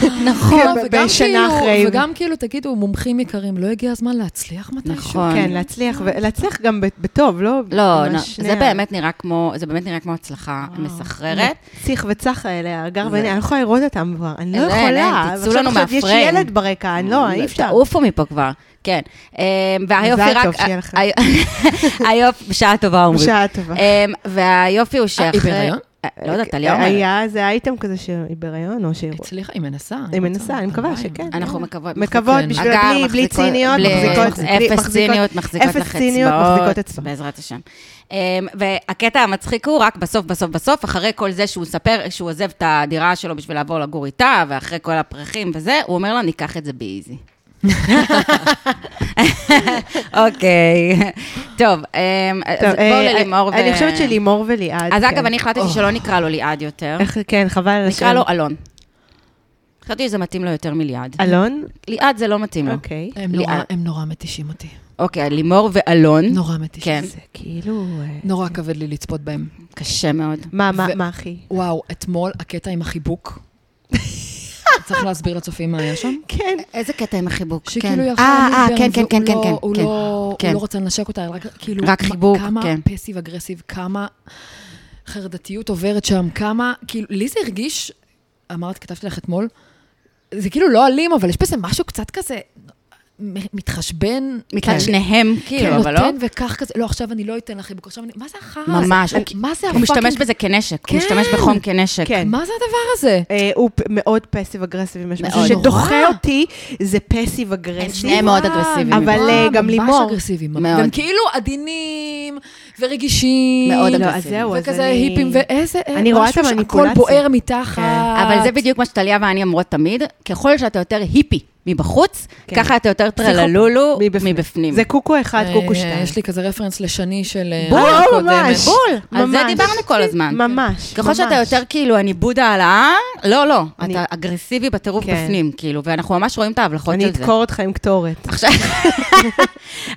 S2: כן,
S3: נכון,
S2: ב-
S3: וגם
S2: בשנה
S3: כאילו-
S2: אחרי.
S3: וגם כאילו, תגידו, מומחים יקרים, לא הגיע הזמן להצליח מתישהו?
S1: נכון.
S2: כן, להצליח, ולהצליח גם ב- בטוב, לא?
S1: לא,
S2: ממש
S1: לא,
S2: שני
S1: זה
S2: ה-
S1: באמת נראה כמו, זה באמת נראה כמו הצלחה מסחררת.
S2: ציח וצח האלה, הגר וניר, אני לא יכולה לראות אותם כבר, אני לא
S1: אין, אין,
S2: יכולה.
S1: תצאו לנו
S2: ועכשיו יש
S1: מהפריים.
S2: ילד ברקע, אני לא, אי אפשר.
S1: תעופו מפה כבר, כן. אמ, והיופי
S2: מזל
S1: רק... אה,
S2: טוב, שיהיה לכם.
S1: [laughs] היופי, בשעה טובה אומרים.
S2: בשעה טובה.
S1: אמ, והיופי הוא שאחרי...
S3: היא בהיריון?
S1: אה, לא יודעת, טליה אומרת.
S2: היה איזה אייטם כזה שהיא בהיריון, או שהיא...
S3: הצליחה, היא מנסה.
S2: היא מנסה, אני מקווה
S3: הלוואי.
S2: שכן.
S1: אנחנו מקוות.
S2: מקוות
S3: כן.
S2: אה, בשביל,
S1: אגב,
S2: בלי- בלי
S1: מחזיקות-
S2: ציניות,
S1: בלי-
S2: מחזיקות, בלי-
S1: אפס
S2: מחזיקות-
S1: ציניות, מחזיקות לך
S2: אפס
S1: אצבעות.
S2: ציניות, מחזיקות אצבעות.
S1: בעזרת השם. אמ, והקטע המצחיק הוא, רק בסוף, בסוף, בסוף, אחרי כל זה שהוא מספר שהוא עוזב את הדירה שלו בשביל לעבור לגור איתה, ואחרי כל הפרחים וזה, הוא אומר לה, ניקח את זה
S2: [laughs]
S1: באיזי. [laughs] אוקיי. טוב, אמ, אז
S2: טוב,
S1: בואו
S2: אה,
S1: ללימור ו...
S2: אני- אני חושבת שלימור וליעד.
S1: אז אגב,
S2: כן.
S1: אני החלטתי שלא נקרא לו ליעד יותר.
S2: איך, כן, חבל על השם.
S1: נקרא לו אלון. חשבתי שזה מתאים לו יותר מליעד.
S2: אלון?
S1: ליעד זה לא מתאים לו.
S2: אה. אוקיי.
S3: הם נורא-
S1: ליאת.
S3: הם נורא מתישים אותי.
S1: אוקיי, לימור ואלון.
S3: נורא מתישים.
S1: כן.
S2: זה כאילו... אה,
S3: נורא כבד לי לצפות בהם.
S1: קשה מאוד.
S2: מה, מה,
S3: ו-
S2: מה, אחי?
S3: וואו, אתמול הקטע עם החיבוק. צריך להסביר לצופים מה היה שם?
S2: כן.
S1: איזה קטע עם החיבוק,
S2: כאילו
S3: שכאילו היא
S1: אה,
S3: הלכה
S1: אה,
S3: לדבר,
S1: כן, כן,
S3: והוא
S1: כן, כן,
S3: לא-
S1: כן,
S3: הוא
S1: כן.
S3: לא-
S1: כן.
S3: הוא לא רצה לנשק אותה, רק כאילו...
S1: רק
S3: מה-
S1: חיבוק,
S3: כמה
S1: כן.
S3: פסיב אגרסיב, כמה חרדתיות עוברת שם, כמה... כאילו, לי זה הרגיש, אמרת, כתבתי לך אתמול, זה כאילו לא אלים, אבל יש בזה משהו קצת כזה מ- מתחשבן.
S1: מצד
S3: כן.
S1: שניהם, כאילו,
S3: כן,
S1: אבל לא?
S3: נותן וכך כזה, לא, עכשיו אני לא אתן לך חיבוק, עכשיו אני... מה זה החרא הזה?
S1: ממש.
S3: אני- מה זה
S1: הוא משתמש
S3: הפאקינג...
S1: בזה כנשק, הוא
S3: כן.
S1: משתמש בחום כנשק.
S2: כן.
S3: מה זה הדבר הזה?
S2: אה, הוא פ- מאוד פסיב אגרסיב, אם יש משהו
S1: מאוד.
S2: שדוחה
S3: נורא.
S2: אותי, זה פסיב
S1: הם
S2: אגרסיב.
S1: שניהם מאוד אגרסיביים.
S2: אבל,
S1: מאוד.
S2: אה, גם לימור.
S3: ממש אגרסיביים.
S1: מאוד.
S3: הם כאילו עדינים ורגישים.
S1: מאוד
S2: לא, אז
S1: אגרסיביים.
S2: זהו, אז
S3: וכזה
S2: אני-
S3: היפים, ואיזה...
S2: אני רואה את
S3: משהו
S2: המניפולציה.
S3: שהכל בוער מתחת.
S1: אבל זה בדיוק מה שטליה ואני אומרות תמיד, ככל שאתה יותר היפי מבחוץ,
S2: כן.
S1: ככה אתה יותר טרללולו
S2: מבפנים.
S1: מבפנים.
S2: זה קוקו אחד,
S3: אה,
S2: קוקו שתיים.
S3: יש לי כזה רפרנס לשני של... אה,
S2: בול,
S3: העונה
S2: ממש.
S3: הקודמת.
S1: בול. על זה
S2: ממש.
S1: דיברנו כל הזמן.
S2: ממש,
S1: ככל שאתה
S2: ממש.
S1: יותר כאילו, אני בודה על ההר, לא, לא,
S2: אני-
S1: אתה אגרסיבי בטירוף
S2: כן.
S1: בפנים, כאילו, ואנחנו ממש רואים את ההבלחות
S2: אני
S1: של זה.
S2: אדקור אותך עם קטורת.
S1: עכשיו,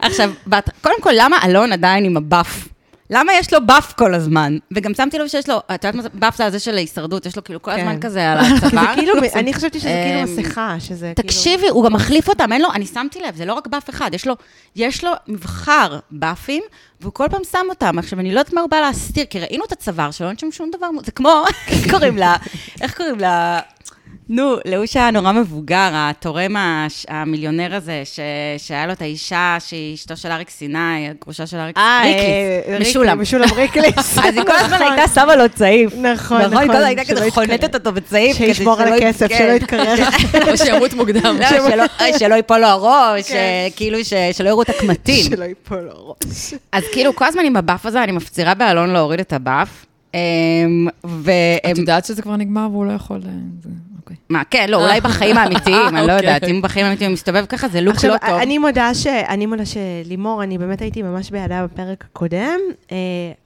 S1: עכשיו, בת- קודם כל, למה אלון עדיין עם הבאף? למה יש לו באף כל הזמן? וגם שמתי לב שיש לו, את יודעת מה זה? באף זה הזה של ההישרדות, יש לו כאילו כל הזמן
S2: כן.
S1: כזה על הצוואר.
S2: [laughs] זה כאילו,
S1: [laughs]
S2: אני חשבתי שזה
S1: אמ,
S2: כאילו מסכה, שזה כאילו...
S1: תקשיבי, הוא גם מחליף אותם, אין לו, אני שמתי לב, זה לא רק באף אחד, יש לו, יש לו מבחר באפים, והוא כל פעם שם אותם. עכשיו, אני לא יודעת מה הוא בא [laughs] להסתיר, כי ראינו את הצוואר שלו, אין שם שום דבר, מ- זה כמו, איך קוראים לה, איך קוראים לה, נו, לאוש היה נורא מבוגר, התורם הש- המיליונר הזה, ש... שהיה לו את האישה שהיא אשתו של אריק סיני, הגרושה של אריק אה, ריקליס, משולם.
S2: אה, משולם ריקליס.
S1: [laughs] אז היא כל הזמן
S2: נכון.
S1: הייתה שמה לו צעיף.
S2: נכון,
S1: נכון. היא כל הזמן
S2: נכון,
S1: הייתה
S2: שלא
S1: כזה
S2: יתקרב.
S1: חונטת אותו בצעיף. כדי
S2: שישמור על
S1: שלא יתקרב.
S2: הכסף, שלא יתקרר.
S3: [laughs] או שימות
S1: [laughs]
S3: מוקדם.
S1: לא, שלא- אוי, שלא ייפול לו הראש, אה, כאילו ש- [laughs] שלא יראו את הקמטים.
S2: שלא ייפול לו ראש.
S1: אז כאילו, כל הזמן עם הבאף הזה, אני מפצירה באלון להוריד את הבאף. אמ, והם
S3: את יודעת שזה כבר נגמר והוא לא יכול... אה, זה- אוקיי.
S1: מה, כן, לא, אולי [laughs] בחיים האמיתיים, אני לא
S3: אוקיי.
S1: יודעת, אם בחיים האמיתיים הוא מסתובב ככה, זה לוק
S2: עכשיו,
S1: לא טוב.
S2: אני מודה ש... אני מודה שלימור, אני באמת הייתי ממש בעדה בפרק הקודם, אה,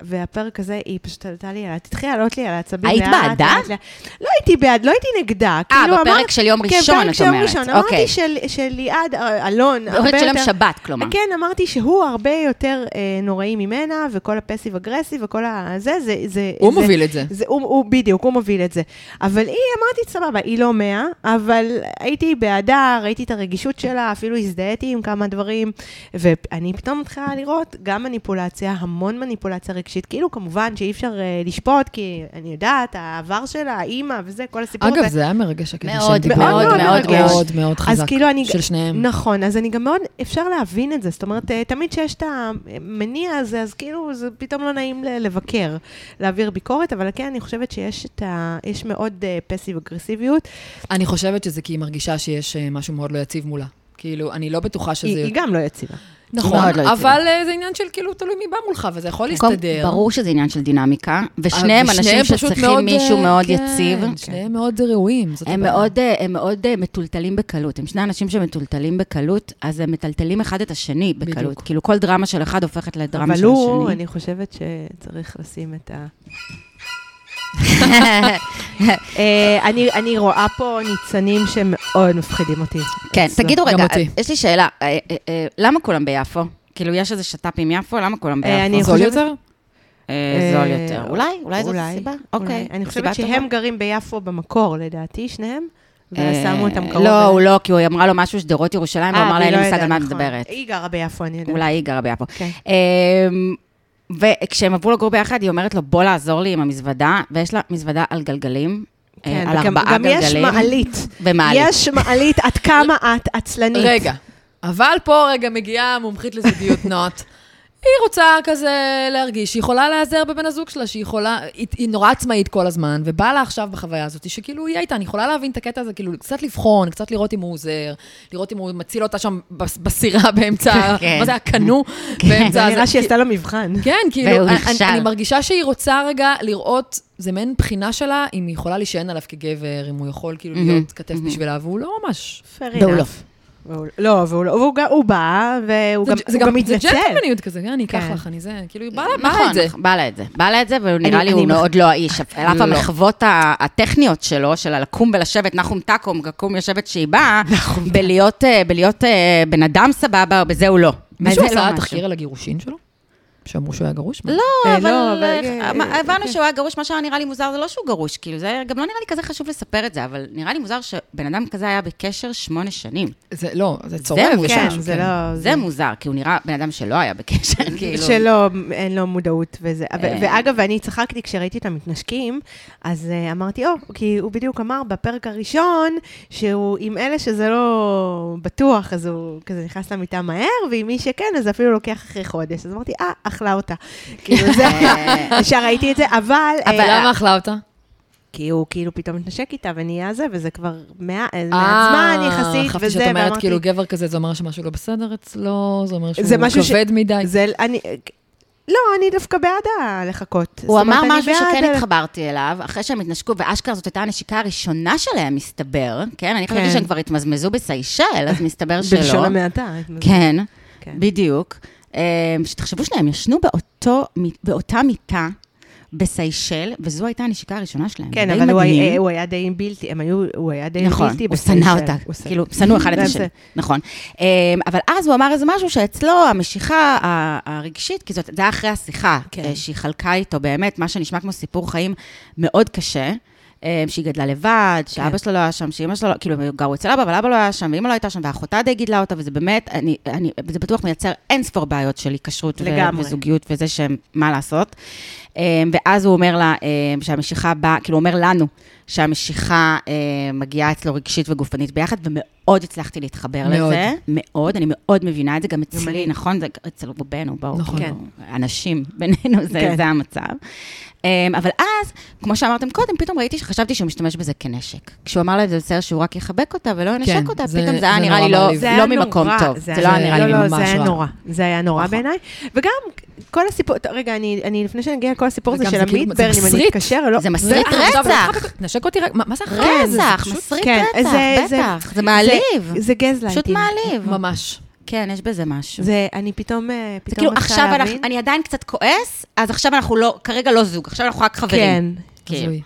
S2: והפרק הזה, היא פשוט עלתה לי, עליה- תתחיל לעלות לי על העצבים.
S1: היית
S2: לאט,
S1: בעדה?
S2: לאט, לאט. לא הייתי בעד, לא הייתי נגדה.
S1: אה,
S2: כאילו,
S1: בפרק
S2: אמרת-
S1: של יום ראשון,
S2: כן,
S1: את
S2: בפרק של יום
S1: אומרת.
S2: ראשון.
S1: אוקיי.
S2: אמרתי של- שליעד, אה, אלון, הרבה
S1: בפרק
S2: יותר...
S1: של יום שבת, כלומר.
S2: כן, אמרתי שהוא הרבה יותר אה, נוראי ממנה, וכל הפסיב אגרסיב וכל הזה, זה... זה-
S3: הוא
S2: זה-
S3: מוביל את זה.
S2: זה, הוא, הוא, בדיוק, הוא מוביל את זה. אבל היא, אמרתי, סבבה, היא לא מאה, אבל הייתי בעדה, ראיתי את הרגישות שלה, אפילו הזדהיתי עם כמה דברים, ואני פתאום מתחילה לראות גם מניפולציה, המון מניפולציה רגשית. כאילו, כמובן שאי אפשר uh, לשפוט, כי אני יודעת, העבר שלה, האימא וזה, כל הסיפור הזה.
S3: אגב, זה היה מרגש הקטע
S1: מאוד,
S3: שהם דיברו.
S1: מאוד, מאוד מאוד מרגש.
S3: מאוד מאוד
S2: אז
S3: חזק.
S2: כאילו אני...
S3: של
S1: כן.
S3: שניהם.
S2: נכון, אז אני גם מאוד, אפשר להבין את זה. זאת אומרת, אה, תמיד שיש את המניע הזה, אז כאילו, זה פתאום לא נעים ל- לבקר, להעביר ביקורת, אבל כן, אני חושבת שיש את ה... יש מאוד אה, פסיב אגרסיביות.
S3: אני חושבת שזה כי היא מרגישה שיש אה, משהו מאוד לא יציב מולה. כאילו, אני לא בטוחה שזה...
S2: היא היא גם לא יציבה.
S3: נכון,
S1: מאוד לא יציב.
S3: אבל אה, זה עניין של כאילו תלוי מי בא מולך, וזה יכול
S1: קודם-
S3: להסתדר.
S1: ברור שזה עניין של דינמיקה, אה, ושניהם
S3: אבל
S1: אנשים
S3: פשוט
S1: שצריכים
S3: מאוד,
S1: מישהו
S3: אה,
S1: מאוד
S3: כן,
S1: יציב.
S3: שניהם מאוד ראויים. זאת
S1: הם
S3: הבעיה.
S1: מאוד, אה, הם מאוד אה, מטולטלים בקלות, הם שני אנשים שמטולטלים בקלות, אז הם מטלטלים אחד את השני בקלות.
S3: בדיוק.
S1: כאילו כל דרמה של אחד הופכת לדרמה
S2: אבל
S1: של
S2: הוא,
S1: השני.
S2: אני חושבת שצריך לשים את ה...
S1: [laughs]
S2: אה, אני- אני רואה פה ניצנים שמאוד מפחידים אותי.
S1: כן,
S3: אצלו.
S1: תגידו
S3: גם
S1: רגע,
S3: אותי.
S1: יש לי שאלה, אה, אה, אה, למה כולם ביפו? כאילו, יש איזה שת"פ עם יפו, למה כולם
S2: אה,
S1: ביפו?
S2: אני
S3: זול
S2: חושבת-
S3: יותר?
S1: אה, זול
S2: אה,
S1: יותר. אולי, אולי זאת הסיבה? אוקיי. אולי.
S2: אולי. אני חושבת שהם גרים ביפו במקור, לדעתי, שניהם, ושמו אותם קרוב.
S1: לא,
S2: אליי.
S1: הוא לא, כי הוא אמרה לו משהו שדרות ירושלים, הוא
S2: אה,
S1: אמר לה,
S2: והיא
S1: אין לי
S2: לא
S1: מושג
S2: יודעת,
S1: על מה את
S2: נכון.
S1: מדברת.
S2: היא גרה ביפו, אני יודעת.
S1: אולי היא גרה ביפו.
S2: אוקיי.
S1: אמ, וכשהם עברו לגור ביחד, היא אומרת לו, בוא לעזור לי עם המזוודה, ויש לה מזוודה על גלגלים, אה, על
S2: כן, וגם-
S1: ארבעה
S2: גם יש
S1: גלגלים.
S2: מעלית.
S1: ומעלית.
S2: יש מעלית, עד כמה את עצלנית.
S3: רגע, אבל פה רגע מגיעה המומחית לזוגיות [laughs] נוט. היא רוצה כזה להרגיש שהיא יכולה להיעזר בבן הזוג שלה, שהיא יכולה, היא, היא נורא עצמאית כל הזמן, ובא לה עכשיו בחוויה הזאת, שכאילו היא הייתה, אני יכולה להבין את הקטע הזה, כאילו קצת לבחון, קצת לראות אם הוא עוזר, לראות אם הוא מציל אותה שם בס- בסירה באמצע,
S1: [laughs] כן.
S3: מה זה, הקנו?
S2: זה
S3: באמצע הזה.
S2: נראה שהיא עשתה לו מבחן.
S3: כן, כאילו,
S1: והוא
S3: אני,
S1: נכשל.
S3: אני מרגישה שהיא רוצה רגע לראות, זה מעין בחינה שלה, אם היא יכולה להישען עליו כגבר, אם הוא יכול כאילו להיות כתף בשבילה, והוא לא ממש...
S2: Fair
S1: והוא לא.
S2: enough. והוא- לא, והוא לא- והוא גם- הוא בא, והוא
S3: זה-
S2: גם-
S3: זה
S2: הוא גם
S3: זה
S2: מתנצל.
S3: ג'נטלמניות כזה, אני אקח
S2: כן.
S3: לך, אני זה, כאילו, בא לה- בא לה
S1: נכון,
S3: את זה.
S1: נכון, בא לה את זה. בא לה את זה, ונראה
S2: אני-
S1: לי הוא
S2: אני מח-
S1: מאוד לא האיש. על אף
S3: לא.
S1: המחוות ה- הטכניות שלו, של הלקום ולשבת, נחום טקום, לקום יושבת שהיא באה, בלהיות אה, בלהיות, אה, בן אדם סבבה, בזה הוא לא.
S3: מישהו
S1: בזה לא
S3: עשה
S1: משהו.
S3: תחקיר על הגירושין שלו? שאמרו שהוא היה גרוש? מה?
S1: לא,
S2: אה,
S1: אבל
S2: לא, אבל,
S1: אה,
S2: אה,
S1: מה-
S2: אה,
S1: הבנו שהוא היה גרוש, מה שהיה נראה לי מוזר זה לא שהוא גרוש, כאילו, זה גם לא נראה לי כזה חשוב לספר את זה, אבל נראה לי מוזר שבן אדם כזה היה בקשר שמונה שנים.
S3: זה לא, זה צורם.
S1: מוזר,
S3: יש
S2: כן,
S3: משהו,
S2: זה לא...
S1: זה מוזר, כי הוא נראה בן אדם שלא היה בקשר,
S2: [laughs]
S1: כאילו.
S2: שלא, אין לו מודעות וזה. ו-
S1: אה.
S2: ואגב, אני צחקתי כשראיתי אותם מתנשקים, אז אה, אמרתי, או, כי הוא בדיוק אמר בפרק הראשון, שהוא עם אלה שזה לא בטוח, אז הוא כזה נכנס למיטה מהר, ועם מי שכן, אז אפילו לוקח אחרי חודש. אז אמרתי, אה, אכלה אותה. כאילו זה, ישר ראיתי את זה, אבל... אה,
S3: אבל למה אכלה אותה?
S2: כי הוא כאילו פתאום מתנשק איתה ונהיה זה, וזה כבר מה- אה,
S3: אה,
S2: מעצמן יחסית,
S3: חשבתי
S2: וזה,
S3: שאת אומרת,
S2: ואמרתי,
S3: כאילו, גבר כזה, זה אומר שמשהו לא בסדר אצלו, זה אומר
S2: זה משהו
S3: שהוא
S2: ש-
S3: כבד מדי.
S2: זה, אני... לא, אני דווקא בעד הלחכות.
S1: הוא
S2: זאת אומרת,
S1: אמר
S2: אני
S1: משהו
S2: בעד
S1: שכן
S2: ה-
S1: התחברתי אליו, אחרי שהם התנשקו, ואשכרה זאת הייתה הנשיקה הראשונה שלהם, מסתבר, כן? אני חשבתי
S2: כן.
S1: שהם כבר התמזמזו בסיישל, אז
S2: [laughs]
S1: מסתבר שלא.
S2: בלשון המעטה.
S1: כן,
S2: כן.
S1: בדיוק. אה, שתחשבו שניהם ישנו באותו, מ- באותה מיטה בסיישל, וזו הייתה הנשיקה הראשונה שלהם.
S2: כן,
S1: די
S2: אבל הוא
S1: מדהים.
S2: היה- הוא היה די בלתי, הם היו, הוא היה די בלתי
S1: נכון, הוא
S2: בסיישל.
S1: שנא אותה,
S2: הוא שנא- לא,
S1: כאילו, שנאו אחד את
S2: זה-
S1: השני, נכון. אמ, אבל אז הוא אמר איזה משהו שאצלו המשיכה ה- הרגשית, כי זאת, זה היה אחרי השיחה,
S3: כן.
S1: אה, שהיא חלקה איתו באמת, מה שנשמע כמו סיפור חיים מאוד קשה, אמ, שהיא גדלה לבד,
S2: כן.
S1: שאבא שלה לא היה שם, שאימא שלה לא, כאילו, הם גרו אצל אבא, אבל אבא לא היה שם, ואימא לא הייתה שם, ואחותה די גידלה אותה, וזה באמת, אני, אני, זה בטוח מייצר אין ספור בעיות של היקשרות ו-
S2: לגמרי.
S1: וזוגיות וזה שהם, מה לעשות. אמ, אה, ואז הוא אומר לה אה, שהמשיכה באה, כאילו הוא אומר לנו שהמשיכה אה, מגיעה אצלו רגשית וגופנית ביחד, ומאוד הצלחתי להתחבר
S3: מאוד.
S1: לזה. מאוד, אני מאוד מבינה את זה, גם אצלי, נכון? זה אצל רובנו, בואו,
S3: נכון.
S1: כאילו, אנשים בינינו, זה,
S2: כן.
S1: זה המצב. אמ, אבל אז, כמו שאמרתם קודם, פתאום ראיתי שחשבתי שהוא משתמש בזה כנשק. כשהוא אמר לה את זה בסדר שהוא רק יחבק אותה ולא ינשק
S3: כן,
S1: אותה,
S3: זה-
S1: פתאום זה היה
S3: זה
S1: נראה
S3: נורא
S1: לי לא,
S3: מעליב.
S1: לא ממקום טוב. זה לא היה נראה לי
S2: לא, לא,
S1: ממש
S2: זה
S1: רע.
S2: היה נורא. זה היה נורא
S1: נכון.
S2: בעיניי. וגם כל הסיפור, רגע, אני, אני לפני שנגיע לכל הסיפור הזה
S3: וגם
S2: של
S3: זה כאילו-
S2: עמית
S3: זה
S2: ברן, אם אני
S3: מסריט.
S2: אתקשר, לא.
S1: זה מסריט
S3: אה, עכשיו,
S1: רצח.
S3: אבל- נשק אותי רק, מה מה זה אחרי זה? זה
S1: רצח,
S3: פשוט-
S1: מסריט
S2: כן,
S1: רצח,
S2: זה- זה-
S1: בטח. זה מעליב.
S2: זה, זה גזלייטינג.
S1: פשוט מעליב.
S3: ממש.
S1: כן, יש בזה משהו.
S2: זה, אני פתאום, אה,
S1: זה
S2: פתאום
S1: כאילו,
S2: מתחילה
S1: עכשיו אנחנו,
S2: להבין.
S1: אני עדיין קצת כועס, אז עכשיו אנחנו לא, כרגע לא זוג, עכשיו אנחנו רק
S2: כן.
S1: חברים. כאילו.
S3: הזוי.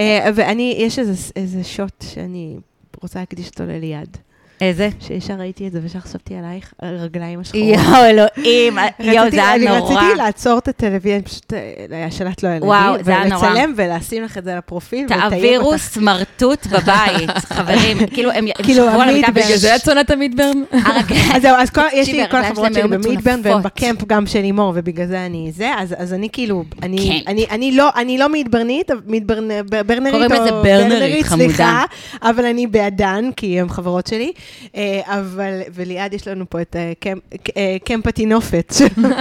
S2: אה, ואני, יש איזה, איזה שוט שאני רוצה להקדיש אותו לליעד.
S1: איזה?
S2: שישר ראיתי את זה וישר חשבתי עלייך, הרגליים השחורות.
S1: יואו, אלוהים, אה, יואו,
S2: רציתי-
S1: זה היה
S2: אני
S1: נורא.
S2: רציתי לעצור את הטלוויזיה, פשוט אה, השלט לא היה לידי.
S1: וואו, זה היה נורא.
S2: ולצלם ולשים לך את זה לפרופיל. ולתאר
S1: תעבירו
S2: אותך.
S1: סמרטוט בבית,
S2: [laughs]
S1: חברים. כאילו, הם הם
S2: כאילו,
S1: שכבו על
S2: עמית,
S1: המיטה
S3: בגלל זה את שונאת תמיד ברן?
S2: [laughs] אז זהו,
S1: [laughs]
S2: אז כל- יש לי
S1: תקשיבי,
S2: כל
S1: הרגליים
S2: החברות
S1: שלהם
S2: שלי
S1: היו
S2: במידברן
S1: מטונפות.
S2: והן בקמפ גם של לימור, ובגלל זה אני זה, אז אז אני כאילו, אני-
S1: כן.
S2: אני- אני לא- אני לא מידברנית, אבל- מידברנ- ב- ברנרית,
S1: קוראים
S2: או
S1: לזה ברנרית, חמודה.
S2: סליחה, אבל אני בעדן, כי הן חברות שלי, אה, אבל, וליעד יש לנו פה את אה, קמפ- אה, קמפ הטינופת.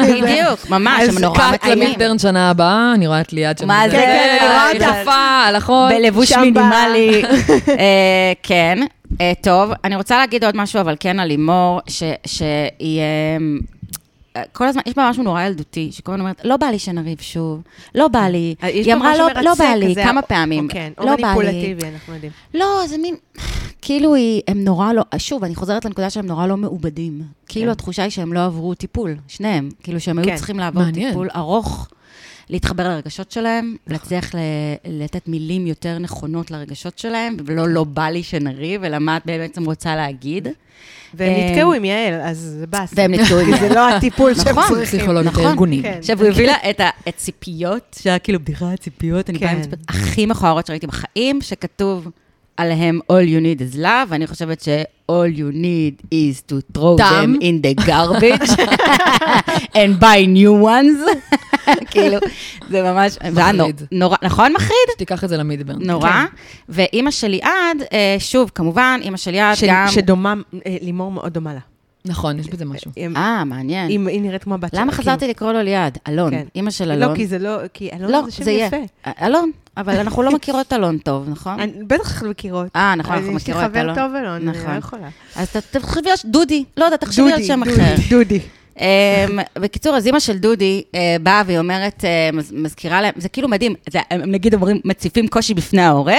S1: בדיוק, ממש,
S2: אז
S1: הם נורא
S3: קאט
S1: מתאימים.
S3: לעמית ברן שנה הבאה, אני רואה את ליעד שם.
S1: מה
S3: בזה.
S1: זה?
S2: כן, כן, אני רואה אותה.
S3: יחפה, הלכות.
S1: בלבוש
S2: שם [laughs]
S1: מינימלי. אה, כן, אה, טוב. אני רוצה להגיד עוד משהו, אבל כן, על לימור, ש- שהיא... אה, כל הזמן, יש בה משהו נורא ילדותי, שכל הזמן אומרת, לא בא לי שנריב שוב, לא בא לי.
S2: אה,
S1: היא אמרה, "לא- לא בא לי, כמה פעמים.
S2: כן, או
S1: לא בא לי.
S2: מניפולטיבי, אנחנו יודעים.
S1: לא, זה מין... כאילו, היא, הם נורא לא... שוב, אני חוזרת לנקודה שהם נורא לא מעובדים. כאילו, התחושה היא שהם לא עברו טיפול, שניהם. כאילו, שהם היו
S2: כן.
S1: צריכים לעבור
S3: מעניין.
S1: טיפול ארוך, להתחבר לרגשות שלהם, להצליח ל- לתת מילים יותר נכונות לרגשות שלהם, ולא לא בא לי שנריב, אלא מה את בעצם רוצה להגיד.
S2: והם
S1: אה,
S2: נתקעו עם יעל, אז זה באס.
S1: והם נתקעו עם
S2: [laughs] כי זה לא הטיפול שהם
S1: נכון,
S2: צריכים.
S3: פסיכולוגית
S1: נכון.
S3: הארגונית.
S2: כן.
S1: עכשיו, הוא הביא לה את ה- את ציפיות, שהיה כאילו בדיחה הציפיות, אני באה עם
S2: כן.
S1: הציפיות הכי מכוערות שראיתי בחיים, שכתוב עליהם All you need is love, ואני חושבת ש- All you need is to throw
S3: תם.
S1: them in the garbage [laughs] and buy new ones. [laughs] כאילו, זה ממש, זה היה נור-
S3: מחריד. כן.
S1: נורא, נכון מחריד?
S3: שתיקח את זה לעמית ברן.
S1: נורא. ואימא של ליעד, אה, שוב, כמובן, אימא של ליעד
S2: ש-
S1: גם...
S2: שדומה, אה, לימור מאוד דומה לה.
S3: נכון, יש בזה משהו.
S2: היא-
S1: אה, מעניין.
S2: היא היא נראית כמו הבת שלה.
S1: למה
S2: כאילו.
S1: חזרתי לקרוא לו ליעד? אלון,
S2: כן.
S1: אימא של אלון.
S2: לא, כי זה לא, כי
S1: לא,
S2: אלון זה שם
S1: זה יהיה.
S2: יפה.
S1: אלון, אבל אנחנו לא מכירות אלון טוב, נכון?
S2: אני- בטח אנחנו מכירות.
S1: אה, נכון, אנחנו
S2: אז
S1: מכירות
S2: יש לי
S1: אלון.
S2: חבר טוב אלון, אני
S1: נכון.
S2: לא יכולה.
S1: אז ת- תחשבי על ש- דודי, לא יודעת, תחשבי על שם
S2: דודי,
S1: אחר. [laughs]
S2: דודי.
S1: אמ, בקיצור, אז אימא של דודי אה, באה והיא אומרת, אה, מז- מזכירה להם, זה כאילו מדהים, זה- הם הם נגיד אומרים, מציפים קושי בפני ההורה,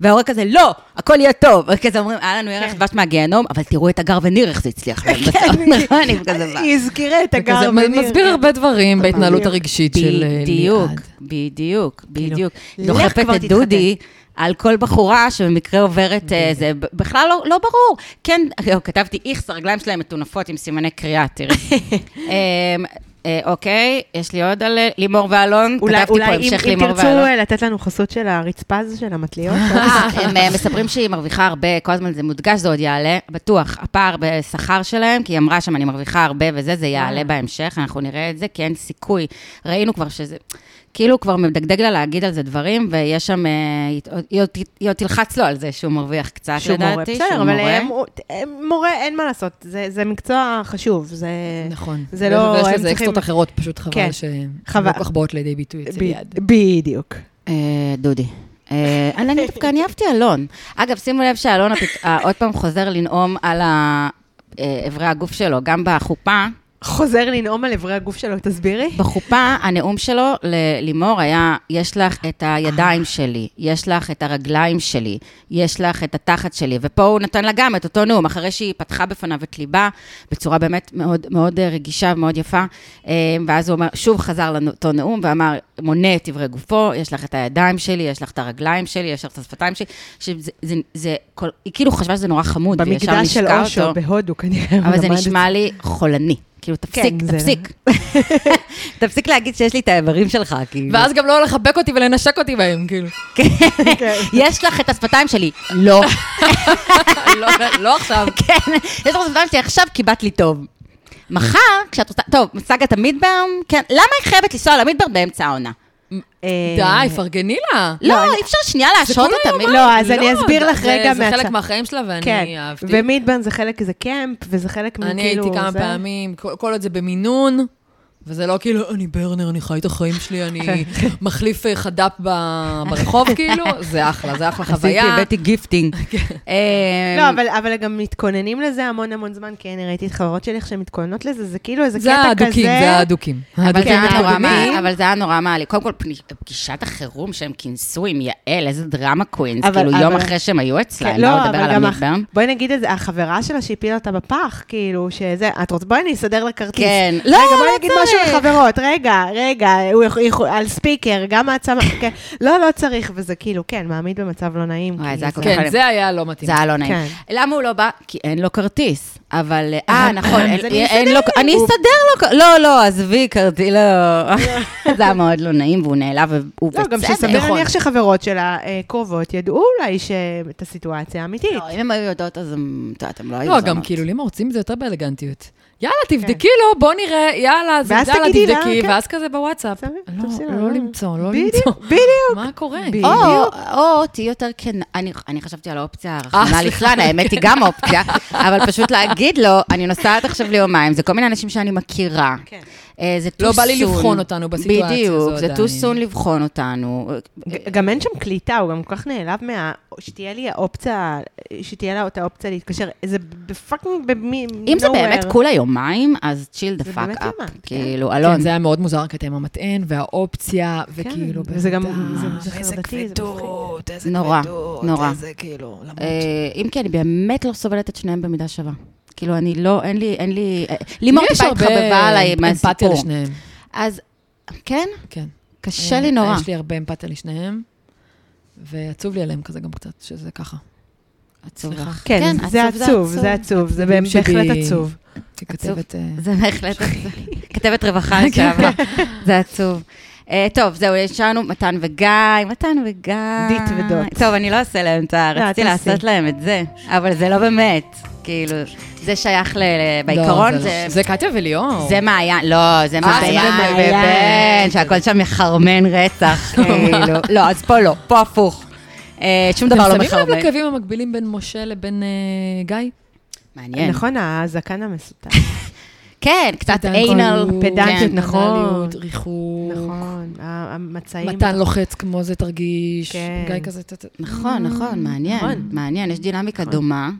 S1: וההורה כזה, לא, הכל יהיה טוב. וכזה אומרים, היה לנו
S2: כן.
S1: ירח דבש מהגיהנום, אבל תראו את הגר וניר, איך זה הצליח
S2: [laughs]
S1: להם בסוף. [laughs] נכון, אני כזה באה.
S2: היא הזכירה את הגר
S3: וכזה
S2: וניר.
S3: מסביר הרבה דברים בהתנהלות הרגשית של אה,
S1: בדיוק,
S3: ליעד.
S1: בדיוק, בדיוק.
S2: לך
S1: דוחפת
S2: כאילו, לא. כבר
S1: את דודי על כל בחורה שבמקרה עוברת אה, זה, ב- בכלל לא- לא ברור. כן, אה, כתבתי איכס, הרגליים שלהם מטונפות עם סימני קריאה,
S2: [laughs]
S1: תראי. אמ, אה, אוקיי, יש לי עוד על אה, לימור ואלון,
S2: אולי-
S1: כתבתי פה
S2: אולי אם
S1: המשך לא?
S2: אם
S1: לימור
S2: תרצו
S1: ואלון.
S2: אה, לתת לנו חסות של הרצפה הזו של המטליות.
S1: אה, הם אה, מספרים שהיא מרוויחה הרבה, כל הזמן זה מודגש, זה עוד יעלה, בטוח. הפער בשכר שלהם, כי היא אמרה שם, אני מרוויחה הרבה וזה, זה יעלה בהמשך, אנחנו נראה את זה, כי אין סיכוי. ראינו כבר שזה, כאילו כבר מדגדג לה להגיד על זה דברים, ויש שם, אה, היא עוד- היא עוד- היא עוד תלחץ לו על זה שהוא מרוויח קצת,
S2: שהוא מורה,
S1: לדעתי,
S2: בסדר, אבל
S1: אה,
S2: הם- הם- מורה, אין מה לעשות, זה זה מקצוע חשוב, זה...
S3: נכון.
S2: זה לא-
S3: ויש
S2: הם
S3: לזה אקסטרות
S2: צריכים-
S3: אחרות, פשוט חבל
S2: כן,
S3: שהן
S2: חבל.
S3: לא כל כך באות לידי ביטוי אצל
S2: ב-
S3: ליעד.
S2: בדיוק.
S1: אה, דודי. אה, אני אני דווקא, אני אהבתי אלון. אגב, שימו לב שאלון הפת- אה, עוד פעם חוזר לנאום על ה- אה, איברי הגוף שלו, גם בחופה.
S2: חוזר לנאום על אברי הגוף שלו, תסבירי.
S1: בחופה, הנאום שלו ללימור היה, יש לך את הידיים שלי, יש לך את הרגליים שלי, יש לך את התחת שלי, ופה הוא נתן לה גם את אותו נאום, אחרי שהיא פתחה בפניו את ליבה, בצורה באמת מאוד, מאוד אה, רגישה ומאוד יפה, אה, ואז הוא אומר, שוב חזר לאותו נאום, ואמר, מונה את אברי גופו, יש לך את הידיים שלי, יש לך את הרגליים שלי, יש לך את השפתיים שלי, שזה, זה, זה, כל, היא כאילו חשבה שזה נורא חמוד, והיא ישר
S2: במקדש של
S1: נישקה
S2: אושו,
S1: אותו.
S2: בהודו כנראה. הוא
S1: אבל זה
S2: למד את
S1: נשמע לי חולני. כאילו, תפסיק,
S2: כן, זה-
S1: תפסיק. [laughs] תפסיק להגיד שיש לי את האיברים שלך, כאילו.
S3: ואז גם לא לחבק אותי ולנשק אותי בהם,
S2: [laughs]
S3: כאילו.
S2: [laughs] כן.
S1: יש לך את השפתיים שלי. לא.
S3: לא- לא עכשיו.
S1: [laughs] כן, יש לך את השפתיים שלי עכשיו, כי באת לי טוב. מחר, כשאת רוצה... טוב, סאגת המדבר, כן, למה היא חייבת לנסוע למדבר באמצע העונה?
S2: אה,
S3: די, פרגני לה.
S1: לא, אי אפשר שנייה להשהות
S3: כל
S1: אותה.
S3: היומיים.
S1: לא,
S2: אז אני
S3: לא,
S2: אסביר לך
S3: זה-
S2: רגע
S3: זה
S2: מהצד.
S3: חלק מהחיים שלה,
S2: כן,
S3: ואני אהבתי.
S2: ומידברן זה חלק, זה קמפ, וזה חלק מכאילו...
S3: אני הייתי כמה
S2: כאילו זה-
S3: פעמים, כל כל עוד זה במינון, וזה לא כאילו, אני ברנר, אני חי את החיים שלי, אני
S2: כן.
S3: מחליף אה, חד"פ ב-
S2: [laughs]
S3: ברחוב, כאילו, זה אחלה, זה אחלה
S1: עשיתי,
S3: חוויה.
S1: הבאתי גיפטינג. [laughs] אה,
S2: לא, אבל, אבל גם מתכוננים לזה המון המון זמן, כי אני ראיתי את חברות שלי איך שהן מתכוננות לזה, זה כאילו איזה
S3: זה
S2: קטע כזה. אה,
S3: האדוקים, זה האדוקים.
S2: אוקיי,
S1: אבל
S3: האדוקים
S1: זה היה נורא
S3: מתקדמים.
S1: מעליב, אבל זה היה נורא מעליב. קודם כל, פני- פגישת החירום שהם כינסו עם יעל, איזה דרמה קווינס,
S2: אבל-
S1: כאילו יום
S2: אבל-
S1: אחרי שהם היו אצלה,
S2: כן,
S1: הם באו
S2: לא,
S1: לדבר על
S2: אבל גם... הח-
S1: המדברן.
S2: בואי נגיד את זה, החברה שלה שהפילה אותה בפח, כאילו, שזה... את רוצה... בואי אני אסדר לה כרטיס.
S1: כן.
S2: לא,
S1: לא,
S2: רגע, בואי
S1: לא
S2: נגיד
S1: צריך.
S2: משהו לחברות. רגע, רגע, הוא יכול- יכול- על ספיקר, גם
S1: [laughs]
S2: את שמה... כן. לא, לא צריך, וזה כאילו, כן, מעמיד במצב לא נעים.
S1: וואי,
S2: כאילו,
S1: זה היה כל כך-
S3: כן, זה היה לא מתאים.
S1: זה היה לא נעים.
S2: כן.
S1: למה הוא לא בא? כי אין לו כרטיס. אבל, אה, נכון, אין-
S2: אני
S1: אין לו... אני
S2: הוא-
S1: אסדר לו... כ- לא, לא, עזבי, כרטיס, לא. [laughs] זה היה מאוד לא נעים, והוא נעלב, והוא
S2: לא,
S1: בצדק.
S2: גם שסביר
S1: נכון.
S2: להניח שחברות שלה אה, קרובות ידעו אולי ש- את הסיטואציה האמיתית.
S1: לא, אם הם היו יודעות, אז הם, את יודעת, הם לא היו
S3: לא,
S1: זונות.
S3: גם כאילו, לימור, רוצים את זה יותר באלגנטיות. יאללה, תבדקי לו, בוא נראה, יאללה, אז
S2: כן. ואז
S3: יאללה,
S2: תגידי לה,
S3: תבדקי,
S2: כן.
S3: ואז כזה בוואטסאפ.
S2: בסדר, תעשי
S3: לא,
S2: לה,
S3: לא
S2: לא.
S3: למצוא, לא
S2: בדיוק,
S3: למצוא.
S1: [laughs]
S2: בדיוק.
S3: מה קורה?
S2: בדיוק.
S1: או, או, תהיי יותר כן, אני, אני חשבתי על האופציה הרחמנה
S3: אה, סליחה.
S1: ליצלן, האמת היא גם
S3: [laughs]
S1: אופציה, אבל פשוט להגיד לו, אני נוסעת עכשיו ליומיים, זה כל מיני אנשים שאני מכירה.
S2: כן.
S1: אה, זה
S3: לא
S1: too
S3: בא לי
S1: soon.
S3: לבחון אותנו בסיטואציה
S1: בדיוק,
S3: הזאת,
S1: זה
S3: דני.
S1: too soon לבחון אותנו.
S2: ג- גם אין שם קליטה, הוא גם כל כך נעלב מה... שתהיה לי האופציה, שתהיה לה אותה אופציה להתקשר. זה בפאקינג במי...
S1: אם זה
S3: לא
S2: nowhere.
S1: באמת כולה יומיים, אז chill the
S2: זה
S1: fuck
S2: באמת
S1: up.
S2: יומיים, כן.
S1: כאילו,
S3: כן,
S1: אלון,
S3: זה היה מאוד מוזר, כי אתם המטען והאופציה, וכאילו...
S2: כן. וזה גם-
S3: בטח,
S2: זה- זה
S3: איזה
S2: חרדתי, זה
S3: כבדות, איזה
S1: נורא,
S3: כבדות,
S1: נורא.
S3: איזה כאילו, למות.
S1: אה, אם כי אני באמת לא סובלת את שניהם במידה שווה. כאילו, אני לא, אין לי, אין לי... אה, לימור
S3: יש
S1: טיפה
S3: הרבה
S1: התחבבה עליי
S3: אמפתיה
S1: מהסיפור.
S3: לשניהם,
S1: אז, כן?
S3: כן.
S1: קשה לי נורא.
S3: יש לי הרבה אמפתיה לשניהם, ועצוב לי עליהם כזה גם קצת, שזה ככה.
S1: עצוב
S3: סליחה.
S1: לך.
S2: כן, זה עצוב, זה עצוב, זה
S3: הילדים שלי-
S2: בהחלט עצוב.
S3: ככתבת... אה,
S1: זה בהחלט עצוב. כתבת רווחה לשעבר, [laughs] זה עצוב. אה, טוב, זהו, השארנו מתן וגיא, מתן וגיא.
S2: דית ודות.
S1: טוב, אני לא אעשה להם את ה...
S2: לא,
S1: רציתי
S2: תעשי.
S1: לעשות להם את זה, אבל זה לא באמת. כאילו, זה שייך ל... בעיקרון,
S3: לא, זה
S1: זה...
S3: לא. זה קטיה וליאור.
S1: זה מעיין, לא, זה מעיין
S3: מעיין.
S1: ובן, שהכל שם מחרמן
S3: [laughs]
S1: רצח, כאילו. לא, אז פה לא, פה הפוך. אה, שום דבר לא
S3: אתם שמים לב
S1: מחרמן.
S3: לקווים המקבילים בין משה לבין אה, גיא?
S1: מעניין.
S2: נכון, הזקן המסותר.
S1: כן, קצת
S3: פדנטיות,
S1: איינל. כן.
S2: פדנטיות, נכון.
S3: פדנליות, ריחוק.
S2: נכון, ה- המצעים.
S3: מתן לוחץ כמו זה תרגיש.
S2: כן.
S3: גיא כזה... טה, טה.
S1: נכון, נכון, מעניין,
S2: נכון.
S1: מעניין, יש דינמיקה דומה.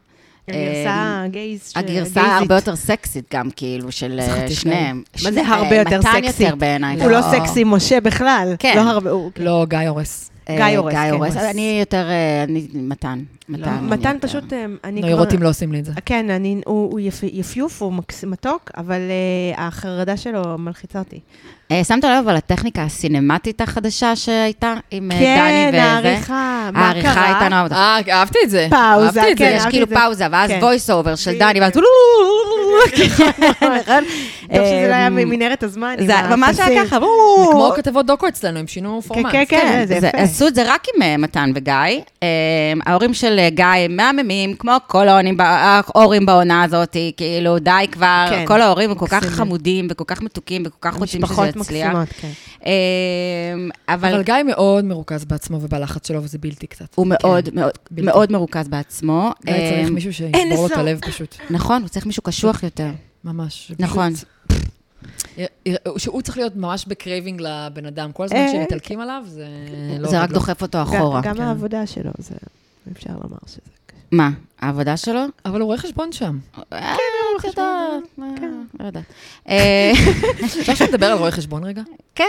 S2: הגרסה הגייז. ש-
S1: אה, הגרסה
S2: הגייזית.
S1: הרבה יותר סקסית גם, כאילו, של אה,
S3: סחטתי
S1: שניהם.
S2: מה זה
S1: אה,
S2: הרבה יותר
S1: מתן
S2: סקסי?
S1: יותר בעיניי. אה,
S2: הוא לא סקסי משה בכלל.
S1: כן.
S2: לא הרבה, הוא...
S3: לא, גיא הורס.
S1: אה,
S2: גיא הורס, כן. לא?
S1: גיא הורס.
S2: הורס.
S1: אני יותר, אה, אני מתן. מתן. לא, אני
S2: כן. מתן
S1: יותר.
S2: פשוט, אה, אני כבר...
S3: נוירוטים לא עושים לי את זה.
S2: כן, אני, הוא, הוא יפ, יפיוף, הוא מקס, מתוק, אבל uh, החרדה שלו מלחיצה אותי.
S1: אה, שמת לב אבל לטכניקה הסינמטית החדשה שהייתה עם אה, דני
S2: כן,
S1: וזה?
S2: העריכה, מה קרה?
S1: העריכה הייתה נורא...
S3: אה, אהבתי את זה.
S2: פאוזה,
S3: אהבתי את
S2: כן,
S3: זה.
S1: יש
S2: אהבתי
S1: כאילו
S2: את זה.
S1: פאוזה, ואז
S2: כן.
S1: voice over של דני,
S2: [laughs]
S1: ואז... אה,
S2: בדיוק. נכון. טוב שזה לא היה
S1: אמ,
S2: מנהרת הזמן. עם
S1: זה ממש היה
S2: הפסים.
S1: ככה,
S3: זה כמו כתבות דוקו אצלנו, הם שינו פורמט.
S2: כן, כן. זה יפה.
S1: עשו את זה רק עם אה, מתן וגיא. אה, ההורים של אה, גיא הם מהממים, כמו כל ההורים, ההורים בעונה הזאת, כאילו, די כבר.
S2: כן.
S1: כל ההורים הם כל כך
S3: מקסימים.
S1: חמודים, וכל כך מתוקים, וכל כך רוצים שזה
S2: משפחות
S1: יצליח.
S2: מקסימות, כן.
S1: אה, אבל
S3: אבל גיא מאוד מרוכז בעצמו ובלחץ שלו, וזה בלתי קצת.
S1: הוא מאוד מאוד-
S3: בלתי. לא
S1: מאוד מרוכז בעצמו.
S3: גיא צריך
S2: אמ,
S1: אה,
S3: מישהו שישבור לו
S2: לסוף.
S3: את הלב פשוט.
S1: נכון, הוא צריך מישהו קשוח יותר.
S3: ממש.
S1: נכון.
S3: פשוט- שהוא צריך להיות ממש בקרייבינג לבן אדם. כל הזמן
S2: אה,
S3: שמתעלקים עליו, זה לא...
S1: זה
S3: עובד
S1: רק
S3: לו.
S1: דוחף אותו
S2: גם-
S1: אחורה.
S2: גם
S3: כן.
S2: העבודה שלו, זה... אפשר לומר שזה... קשה.
S1: מה, העבודה שלו?
S3: אבל הוא רואה חשבון שם.
S1: אה, את
S2: חשבון.
S1: יודעת, אה, לא יודעת. אה,
S3: אפשר שנדבר על רואה חשבון רגע?
S1: כן,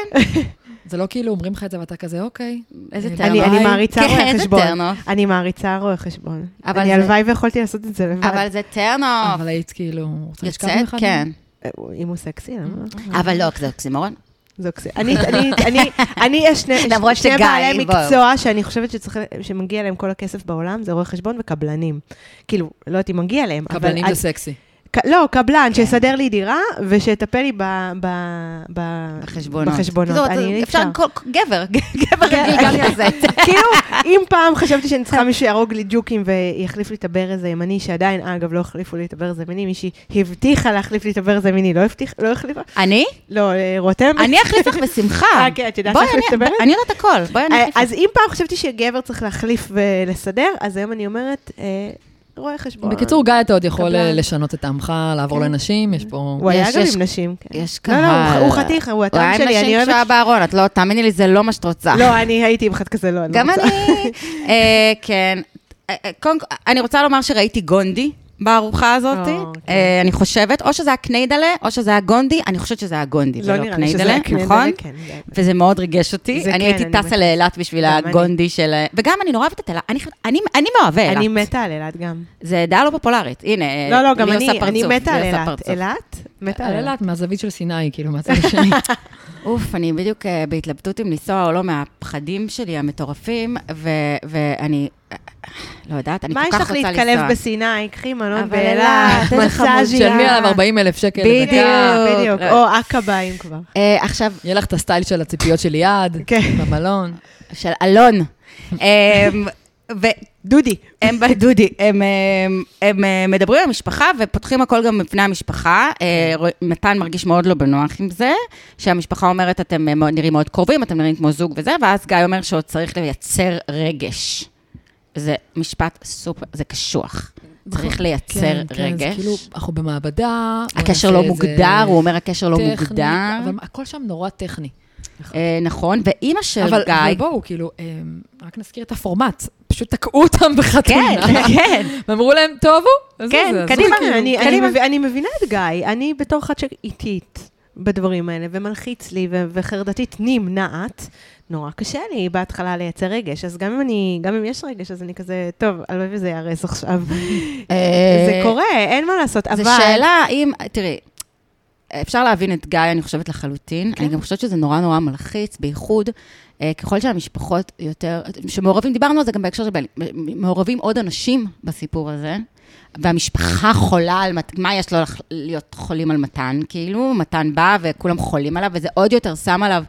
S3: [laughs] זה לא כאילו אומרים לך את זה ואתה כזה, אוקיי.
S1: איזה
S3: אני-
S1: טרנוף.
S2: אני אני מעריצה
S1: כן,
S2: רואה
S1: איזה
S2: חשבון.
S1: טרנוף.
S2: אני מעריצה רואה חשבון.
S1: אבל
S2: אני
S1: זה-
S2: הלוואי ויכולתי לעשות את זה לבד.
S1: אבל זה טרנוף.
S3: אבל היית כאילו, רוצה לשכב עם
S1: יוצאת,
S3: אחד?
S1: כן.
S2: אה, הוא- אם הוא סקסי, למה? לא?
S1: אבל לא, זה אוקסימורון.
S2: זה אוקסי- אני, אני, אני, אני, יש שני,
S1: למרות
S2: שני
S1: שגיא,
S2: בעלי
S1: בוא.
S2: מקצוע שאני חושבת שצריך, שמגיע להם כל הכסף בעולם, זה רואי חשבון וקבלנים. כאילו, לא יודעת אם מגיע להם, אבל...
S3: קבלנים
S2: אני-
S3: זה סקסי.
S2: ק- לא, קבלן, שיסדר לי דירה ושיטפל לי ב- ב- ב-
S1: בחשבונות.
S2: בחשבונות.
S1: זאת,
S2: אני אי
S1: אפשר,
S2: אפשר. כן.
S1: כל-
S2: [laughs]
S1: גבר, גבר רגיל גם יעשה את זה.
S2: כאילו, אם פעם חשבתי
S1: [laughs]
S2: שאני צריכה מישהו שיהרוג לי ג'וקים ויחליף לי את הברז הימני, שעדיין, אה, אגב, לא החליפו לי את הברז הימני, מישהי הבטיחה להחליף לי את הברז הימני, לא הבטיח- לא החליפה?
S1: אני?
S2: לא, אה, רותם?
S1: אני אחליף לך בשמחה.
S2: אה, כן, את יודעת
S1: בואי,
S2: איך
S1: אני-
S2: להסתברת?
S1: אני יודעת הכל, בואי אני אחליף לך.
S2: אה, אז אם פעם חשבתי שגבר צריך להחליף ולסדר, אז היום אני אומרת, אה, רואה חשבון.
S3: בקיצור, גיא, אתה עוד יכול אה,
S2: קבלן.
S3: לשנות את טעמך, לעבור
S2: כן.
S3: לנשים, יש פה...
S2: הוא היה
S1: יש-
S2: גם
S1: יש-
S2: עם נשים. כן.
S1: יש
S2: לא, לא,
S1: קהל.
S2: הוא- הוא חתיך, הוא הטעם
S1: וואי,
S2: שלי, אני
S1: נשים
S2: אוהבת...
S1: שעה בארון, את לא, תאמיני לי, זה לא מה שאת רוצה.
S2: לא, אני הייתי עם אחד כזה, לא, אני לא
S1: גם
S2: רוצה.
S1: אני, אה, כן. אה, אה, קודם כל, אני רוצה לומר שראיתי גונדי בארוחה הזאת.
S2: אה, כן.
S1: אה, אני חושבת, או שזה היה קניידלה, או שזה היה גונדי, אני חושבת שזה היה גונדי,
S2: לא
S1: ולא
S2: נראה לי שזה
S1: קניידלה,
S2: היה קניידלה,
S1: נכון?
S2: כן, זה-
S1: וזה מאוד ריגש אותי.
S2: זה
S1: אני
S2: כן,
S1: הייתי
S2: אני
S1: טסה
S2: מתה.
S1: לאילת בשביל
S2: גם אני.
S1: הגונדי של... ה- וגם אני נורא אוהבת את אילת, אני חושבת- אני- אני מאוהב אילת.
S2: אה, אני מתה על אילת גם.
S1: זה דעה לא פופולרית, הנה,
S2: לא, לא, גם
S1: לי עושה
S2: אני, אני
S1: פרצוף,
S2: מתה על
S1: לי עושה
S2: אילת.
S1: פרצוף.
S2: אילת? מתה
S3: על
S1: אה.
S2: על אילת.
S3: אילת, מהזווית של סיני, כאילו, מהצד
S1: [laughs]
S3: השני.
S1: אוף, אני בדיוק אה, בהתלבטות אם לנסוע או לא מהפחדים שלי המטורפים, ו- ואני אה, לא יודעת, אני כל
S2: מה יש
S1: כך
S2: לך
S1: רוצה לנסוע.
S2: להתקלב בסיני? קחי מלון
S1: אבל
S2: באילת,
S1: אילת, איזה חמוד.
S2: מסאז'יה.
S3: תשלמי עליו 40 אלף שקל
S1: בדיוק.
S3: לדקה.
S2: בדיוק, בדיוק.
S1: לא.
S2: או עקבאים כבר.
S1: אה, עכשיו,
S3: יהיה לך את הסטייל של הציפיות של ליעד,
S2: כן.
S3: במלון.
S1: של אלון. אמ,
S2: דודי.
S1: והם בדודי, הם, הם, הם אה, מדברים עם המשפחה ופותחים הכל גם בפני המשפחה. אה, רוא- מתן מרגיש מאוד לא בנוח עם זה, שהמשפחה אומרת, אתם אה, מאוד- נראים מאוד קרובים, אתם נראים כמו זוג וזה, ואז גיא אומר שעוד צריך לייצר רגש. זה משפט סופר, זה קשוח. צריך לייצר
S3: כן,
S1: רגש.
S3: כן, זה כאילו, אנחנו במעבדה. בוא
S1: הקשר
S3: נעשה
S1: לא
S3: איזה
S1: מוגדר, הוא אומר הקשר לא
S3: טכני,
S1: מוגדר.
S3: אבל הכל שם נורא טכני.
S1: אה, נכון, ואימא של
S3: אבל
S1: גיא...
S3: אבל בואו, כאילו, אמ, רק נזכיר את הפורמט. פשוט תקעו אותם בחתונה. [laughs]
S1: כן, כן.
S3: ואמרו להם, טובו. אז
S1: כן,
S3: זה, אז
S1: קדימה,
S3: זה כאילו-
S2: אני- אני
S1: קדימה.
S2: מב- אני מבינה את גיא, אני בתור אחת שאיטית בדברים האלה, ומלחיץ לי, ו- וחרדתית נמנעת, נורא קשה לי בהתחלה לייצר רגש, אז גם אם אני, גם אם יש רגש, אז אני כזה, טוב, הלוואי וזה ייהרס עכשיו.
S1: אה,
S2: זה קורה, אין מה לעשות, אבל...
S1: זו שאלה אם, תראי, אפשר להבין את גיא, אני חושבת לחלוטין.
S2: כן.
S1: אני גם חושבת שזה נורא נורא מלחיץ, בייחוד אה, ככל שהמשפחות יותר, שמעורבים, דיברנו על זה גם בהקשר של בני, מעורבים עוד אנשים בסיפור הזה. והמשפחה חולה על מתן, מה יש לו לח- להיות חולים על מתן, כאילו? מתן בא וכולם חולים עליו, וזה עוד יותר שם עליו,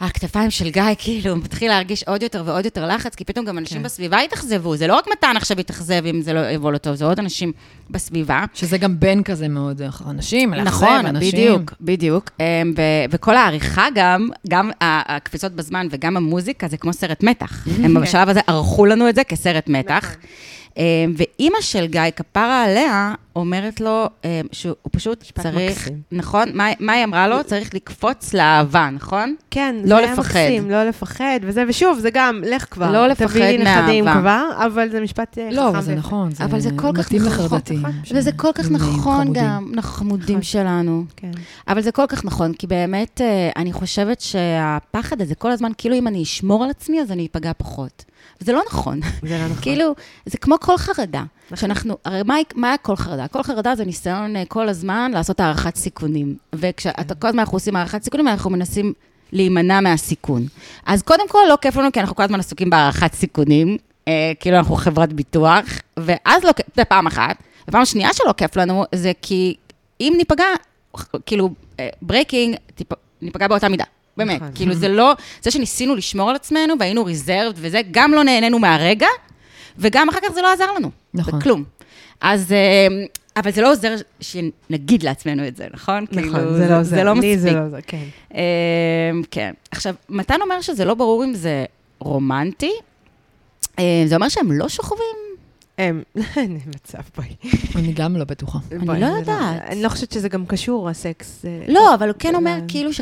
S1: הכתפיים של גיא, [laughs] כאילו, מתחיל להרגיש עוד יותר ועוד יותר לחץ, כי פתאום גם אנשים
S3: כן.
S1: בסביבה יתאכזבו, זה לא רק מתן עכשיו יתאכזב אם זה לא יבוא לו טוב, זה עוד אנשים בסביבה.
S3: שזה גם בן כזה מאוד, אה, אנשים, לאכזב
S1: נכון,
S3: אנשים.
S1: בדיוק, בדיוק. אמ, ו- וכל העריכה גם, גם ה- הקפיצות בזמן וגם המוזיקה, זה כמו סרט [laughs] מתח. הם בשלב הזה ערכו לנו את זה כסרט מתח. אמ, ואימא של גיא, כפרה עליה, אומרת לו אמ, שהוא הוא פשוט צריך,
S2: מקסים.
S1: נכון? מה- מה היא אמרה לו? צריך לקפוץ לאהבה, נכון?
S2: כן,
S1: לא
S2: זה היה
S1: לפחד.
S2: מקסים, לא לפחד, וזה, ושוב, זה גם, לך כבר.
S1: לא לפחד
S2: תביא לי נכדים
S1: מאהבה.
S2: כבר, אבל זה משפט אה, חכם.
S3: לא, אבל זה
S2: ו-
S3: נכון.
S1: אבל זה כל כך
S3: מתאים
S1: נכון,
S3: לחרדתיים.
S1: וזה כל כך
S3: שהם
S1: נכון
S3: חמודים.
S1: גם, אנחנו חמודים
S2: נכון.
S1: שלנו.
S2: כן.
S1: אבל זה כל כך נכון, כי באמת, אה, אני חושבת שהפחד הזה כל הזמן, כאילו אם אני אשמור על עצמי, אז אני אפגע פחות. וזה לא נכון.
S2: זה לא נכון.
S1: כאילו, זה כמו כל חרדה. שאנחנו, הרי מה, מה כל חרדה? כל חרדה זה ניסיון אה, כל הזמן לעשות הערכת סיכונים.
S2: כן.
S1: וכשאתה כל הזמן אנחנו עושים הערכת סיכונים, אנחנו מנסים להימנע מהסיכון. אז קודם כל, לא כיף לנו, כי אנחנו כל הזמן עסוקים בהערכת סיכונים, אה, כאילו אנחנו חברת ביטוח, ואז לא כיף, זה פעם אחת. ופעם שנייה שלא כיף לנו, זה כי אם ניפגע, כאילו, ברייקינג, ניפגע באותה מידה. באמת,
S2: נכון.
S1: כאילו זה לא, זה שניסינו לשמור על עצמנו והיינו ריזרבד וזה, גם לא נהנינו מהרגע, וגם אחר כך זה לא עזר לנו.
S3: נכון.
S1: בכלום. אז, אה, אבל זה לא עוזר שנגיד לעצמנו את זה, נכון?
S2: נכון, זה לא עוזר.
S1: זה לא
S2: לי זה
S1: מספיק.
S2: לא עוזר, כן.
S1: אה, כן. עכשיו, מתן אומר שזה לא ברור אם זה רומנטי. אה, זה אומר שהם לא שוכבים?
S2: אמ, [laughs] אין מצב, בואי.
S3: אני גם לא בטוחה.
S1: אני
S2: בואי,
S1: לא
S2: זה
S1: יודעת.
S2: אני לא חושבת שזה גם קשור, הסקס. אה,
S1: לא, אבל הוא כן אומר
S2: אה,
S1: כאילו ש...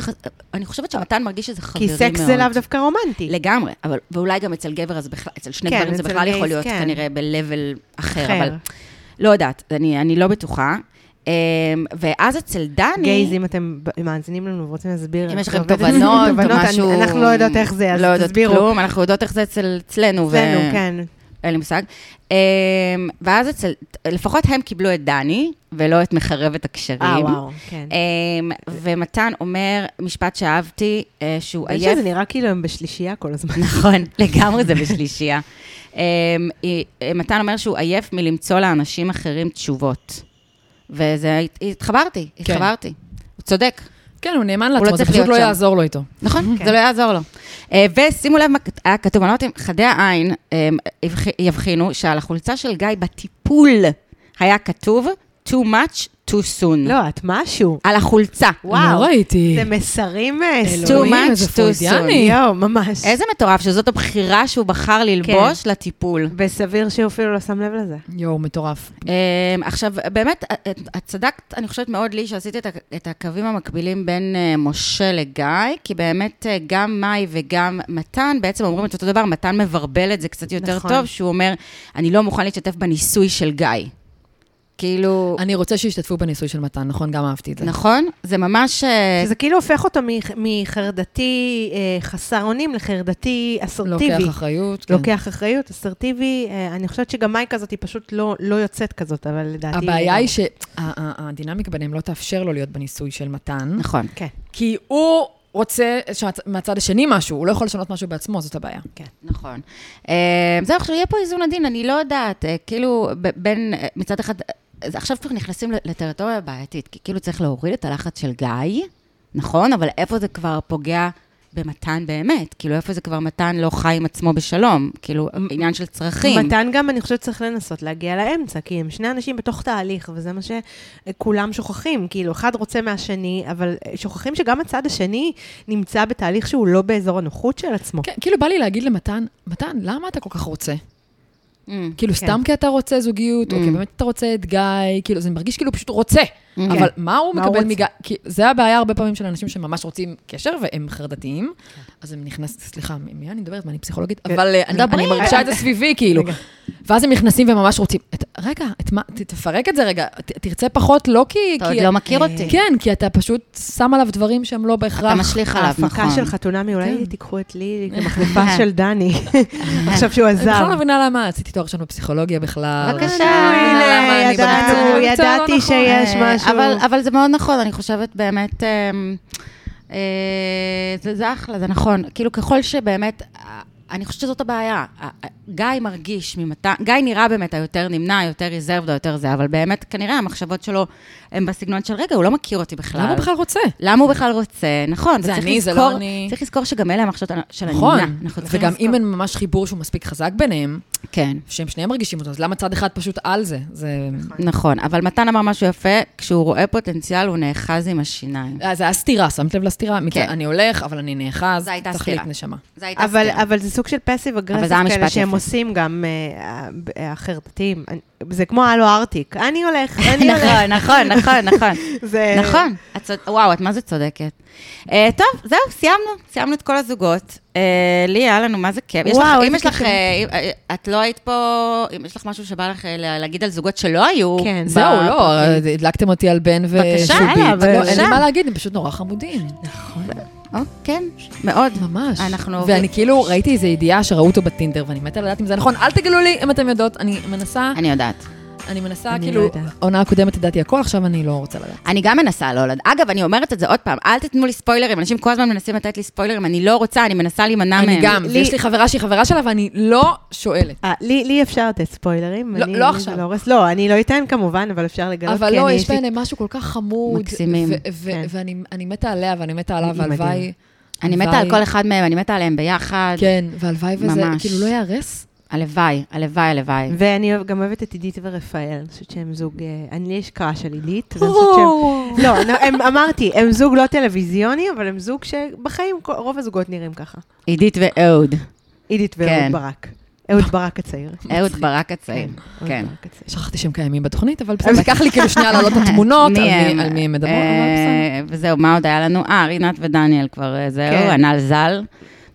S1: אני חושבת שמתן מרגיש שזה חברים
S2: כי
S1: מאוד.
S2: סקס זה לאו דווקא רומנטי.
S1: לגמרי, אבל, ואולי גם אצל גבר, אז בכלל, אצל שני
S2: כן,
S1: גברים זה
S2: אצל
S1: בכלל יכול
S2: גייז,
S1: להיות
S2: כן.
S1: כנראה ב-level אחר,
S2: אחר.
S1: אבל לא יודעת, אני, אני לא בטוחה. אמ, ואז אצל דני...
S2: גייז, אם אתם ב- מאזינים לנו ורוצים להסביר...
S1: אם יש
S2: איך זה
S1: לכם
S2: עובד,
S1: תובנות או
S2: אני-
S1: משהו...
S2: אנחנו לא יודעות איך זה, אז
S1: לא יודעות
S2: תסבירו.
S1: כלום, אנחנו יודעות איך זה אצל, אצלנו.
S2: אצלנו, כן.
S1: אין לי מושג. אמ, ואז אצל... לפחות הם קיבלו את דני, ולא את מחרבת הקשרים.
S2: אה, וואו, כן.
S1: אמ, ומתן אומר משפט שאהבתי, אה, שהוא
S2: האיש
S1: עייף
S2: הזה נראה כאילו הם בשלישייה כל הזמן.
S1: [laughs] נכון, לגמרי זה בשלישייה. אמ, היא- מתן אומר שהוא עייף מלמצוא לאנשים אחרים תשובות. וזה, התחברתי,
S3: כן.
S1: התחברתי. הוא צודק.
S3: כן, הוא נאמן
S1: לא
S3: לעצמו, זה
S1: צריך
S3: פשוט
S1: להיות
S3: לא
S1: שם.
S3: יעזור לו איתו.
S1: נכון,
S2: כן.
S1: זה לא יעזור לו. אה, ושימו לב מה כת- היה כתוב, אני לא יודעת אם חדי העין אה, יבח- יבחינו שעל החולצה של גיא בטיפול היה כתוב too much too soon.
S2: לא, את משהו.
S1: על החולצה.
S2: וואו.
S3: לא ראיתי.
S2: זה מסרים... אה,
S3: אלוהים,
S2: סוג-
S1: too much,
S3: איזה
S1: too soon.
S3: פרוידיאני.
S2: יואו, ממש.
S1: איזה מטורף שזאת הבחירה שהוא בחר ללבוש לטיפול.
S2: וסביר שהוא אפילו לא שם לב לזה.
S3: יואו, מטורף.
S1: אמ, עכשיו, באמת, את- את צדקת, אני חושבת מאוד לי שעשית את ה- את הקווים המקבילים בין אה, משה לגיא, כי באמת אה, גם מאי וגם מתן בעצם אומרים את אותו דבר, מתן מברבל את זה קצת יותר
S2: נכון.
S1: טוב, שהוא אומר, אני לא מוכן להשתתף בניסוי של גיא. כאילו,
S3: אני רוצה שישתתפו בניסוי של מתן, נכון? גם אהבתי את זה.
S1: נכון? זה ממש... אה,
S2: שזה כאילו הופך אותו מח- מחרדתי אה, חסר אונים לחרדתי אסרטיבי.
S3: לוקח אחריות. כן.
S2: לוקח אחריות, אסרטיבי. אה, אני חושבת שגם מאי כזאת, היא פשוט לא לא יוצאת כזאת, אבל לדעתי... אה,
S3: הבעיה היא שהדינמיקה ביניהם לא תאפשר לו להיות בניסוי של מתן,
S1: נכון.
S2: כן.
S3: כי הוא רוצה שהצ- מהצד השני משהו, הוא לא יכול לשנות משהו בעצמו, זאת הבעיה.
S1: נכון. אה, זהו, עכשיו יהיה פה איזון עדין, אני לא יודעת, אה, כאילו, ב- בין, אה, מצד אחד, אה, אז עכשיו כבר נכנסים ל- לטריטוריה בעייתית, כי כאילו צריך להוריד את הלחץ של גיא, נכון? אבל איפה זה כבר פוגע במתן באמת? כאילו, איפה זה כבר מתן לא חי עם עצמו בשלום? כאילו, עניין של צרכים.
S2: מתן גם, אני חושבת שצריך לנסות להגיע לאמצע, כי הם שני אנשים בתוך תהליך, וזה מה שכולם שוכחים. כאילו, אחד רוצה מהשני, אבל אה, שוכחים שגם הצד השני נמצא בתהליך שהוא לא באזור הנוחות של עצמו.
S3: כן, כאילו בא לי להגיד למתן, מתן, למה אתה כל כך רוצה?
S1: Mm.
S3: כאילו, סתם כי אתה רוצה זוגיות, או
S1: Mm.
S3: כי באמת אתה רוצה את גיא, כאילו, זה מרגיש כאילו הוא פשוט רוצה.
S1: כן.
S3: אבל מה הוא
S2: מה הוא
S3: מקבל
S2: רוצה?
S3: מגיא? כי זה הבעיה הרבה פעמים של אנשים שממש רוצים קשר והם חרדתיים,
S1: כן.
S3: אז הם נכנס, סליחה, מ- מי אני מדברת? מה, אני פסיכולוגית?
S2: כן.
S3: אבל אה, אני- אני
S1: דברי.
S3: מרגישה את זה
S1: [laughs]
S3: סביבי, כאילו.
S2: רגע.
S3: ואז הם נכנסים וממש רוצים, את- רגע, את מה- ת- תפרק את זה רגע, ת- תרצה פחות, לא כי...
S1: אתה עוד
S3: כי-
S1: לא מכיר אותי.
S3: כן, כי אתה פשוט שם עליו דברים שהם לא בהכרח...
S1: אתה משליך עליו, נכון.
S2: ההפקה של חתונמי,
S3: כן.
S2: אולי תיקחו את לי
S3: [laughs]
S2: כמחליפה של דני, [laughs] עכשיו שהוא
S3: אני בכלל לא
S2: עזב.
S3: מבינה למה, עשיתי תואר ראשון בפסיכולוגיה בכלל.
S1: בבקשה.
S3: אני לא מבינה
S2: הנה,
S3: למה אני
S2: ידענו,
S3: במקצוע- במקצוע לא
S2: ידעתי
S3: נכון.
S2: שיש
S1: אה,
S2: משהו.
S1: אבל, אבל זה מאוד נכון, אני חושבת באמת, אה, אה, זה, זה אחלה, זה נכון. כאילו, ככל שבאמת, אה, אני חושבת שזאת הבעיה. אה, אה, גיא מרגיש ממתן, גיא נראה באמת היותר נמנע, היותר ריזרבד, היותר זה, אבל באמת, כנראה המחשבות שלו הן בסגנון של, רגע, הוא לא מכיר אותי בכלל.
S3: למה הוא בכלל רוצה?
S1: למה הוא בכלל רוצה? נכון.
S3: זה
S1: וצריך
S3: אני, זה
S1: לזכור-
S3: לא אני.
S1: צריך לזכור שגם אלה המחשבות של
S3: נכון,
S1: הנמנע. אנחנו צריכים
S3: וגם
S1: לזכור.
S3: אם אין ממש חיבור שהוא מספיק חזק ביניהם,
S1: כן.
S3: שהם שניהם מרגישים אותו, אז למה צד אחד פשוט על זה? זה
S1: נכון, אבל מתן אמר משהו יפה, כשהוא רואה פוטנציאל הוא נאחז עם השיניים.
S3: אה, זה היה סתירה, שמת לב לסתירה? מצד-
S1: כן.
S3: אני הולך, אבל אני נאחז,
S1: זו הייתה
S3: תחליט
S1: סתירה.
S3: נשמה.
S1: זה הייתה
S2: אבל,
S1: סטירה.
S2: אבל זה סוג של פסיב
S1: אבל
S2: אגרסיב
S1: זה היה
S2: כאלה
S1: משפט
S2: שהם
S1: יפה.
S2: עושים גם אה, אה, החרדתיים. אני- זה כמו הלו ארטיק, אני
S1: [laughs]
S2: הולך, אני הולך.
S1: נכון, נכון, נכון, נכון.
S3: [laughs] אה,
S2: זה...
S1: נכון. את צוד- וואו, את מה זה צודקת. אה, טוב, זהו, סיימנו. סיימנו את כל הזוגות. אה, לי היה לנו, מה זה כיף. יש לך-
S2: וואו,
S1: אם
S2: איזה
S1: יש לך,
S2: כיף.
S1: אה, אה, אה, את לא היית פה, אם יש לך משהו שבא לך אה, לה- להגיד על זוגות שלא היו.
S2: כן,
S1: ב-
S3: זהו, לא, הדלקתם אותי על בן ושובית.
S1: בבקשה, יאללה,
S3: לא, אין
S1: בבקשה.
S3: לי מה להגיד, הם פשוט נורא חמודים.
S1: או, כן, מאוד.
S3: ממש.
S1: אנחנו עוברים-
S3: ואני כאילו ראיתי איזו ידיעה שראו אותו בטינדר, ואני מתה לדעת אם זה נכון. אל תגלו לי אם אתם יודעות, אני מנסה,
S1: אני יודעת.
S3: אני מנסה,
S2: אני לא
S3: כאילו,
S2: יודעת.
S3: העונה הקודמת ידעתי הכל, עכשיו אני לא רוצה לדעת.
S1: אני גם מנסה לא לדעת. אגב, אני אומרת את זה עוד פעם, אל תיתנו לי ספוילרים, אנשים כל הזמן מנסים לתת לי ספוילרים, אני לא רוצה, אני מנסה להימנע מהם.
S3: אני גם,
S2: לי-
S3: ויש לי חברה שהיא חברה שלה, ואני לא שואלת.
S2: אה, לי, לי אפשר לתת ספוילרים.
S3: לא-
S2: אני,
S3: לא
S2: לי זה
S3: עכשיו.
S2: לא, הורס. לא, אני לא אתן כמובן, אבל אפשר לגלות.
S3: אבל
S2: כי
S3: לא,
S2: אני
S3: יש
S2: אישית-
S3: ביניהם משהו כל כך חמוד.
S1: מקסימים.
S3: ו- ו-
S2: כן.
S3: ואני אני מתה עליה, ואני מתה עליו,
S2: היא
S3: והלוואי...
S2: מדהימה.
S1: אני מתה
S3: הלוואי-
S1: על כל אחד מהם, אני מתה עליהם ביחד.
S3: כן, והלוואי וזה,
S1: ממש.
S3: כאילו, לא ייהרס.
S1: הלוואי, הלוואי, הלוואי.
S2: ואני אוהב- גם אוהבת את עידית ורפאל, אני חושבת שהם זוג... אה, אני, לי יש קראש על עידית, ואני חושבת שהם... לא, נו, הם, אמרתי, הם זוג לא טלוויזיוני, אבל הם זוג שבחיים כל- רוב הזוגות נראים ככה.
S1: עידית ואהוד.
S2: עידית
S1: כן.
S2: ואהוד ברק. אהוד ברק הצעיר.
S1: אהוד ברק הצעיר.
S2: אהוד
S1: כן.
S2: ברק הצעיר.
S3: שכחתי שהם קיימים בתוכנית, אבל בסדר, לקח לי כאילו שנייה לעלות את התמונות, על מי- על מי הם
S2: לא
S3: מדברות, אבל בסדר.
S1: אה, וזהו, מה עוד היה לנו? אה, רינת ודניאל כבר, אה, זהו,
S2: כן.
S1: הנ"ל ז"ל.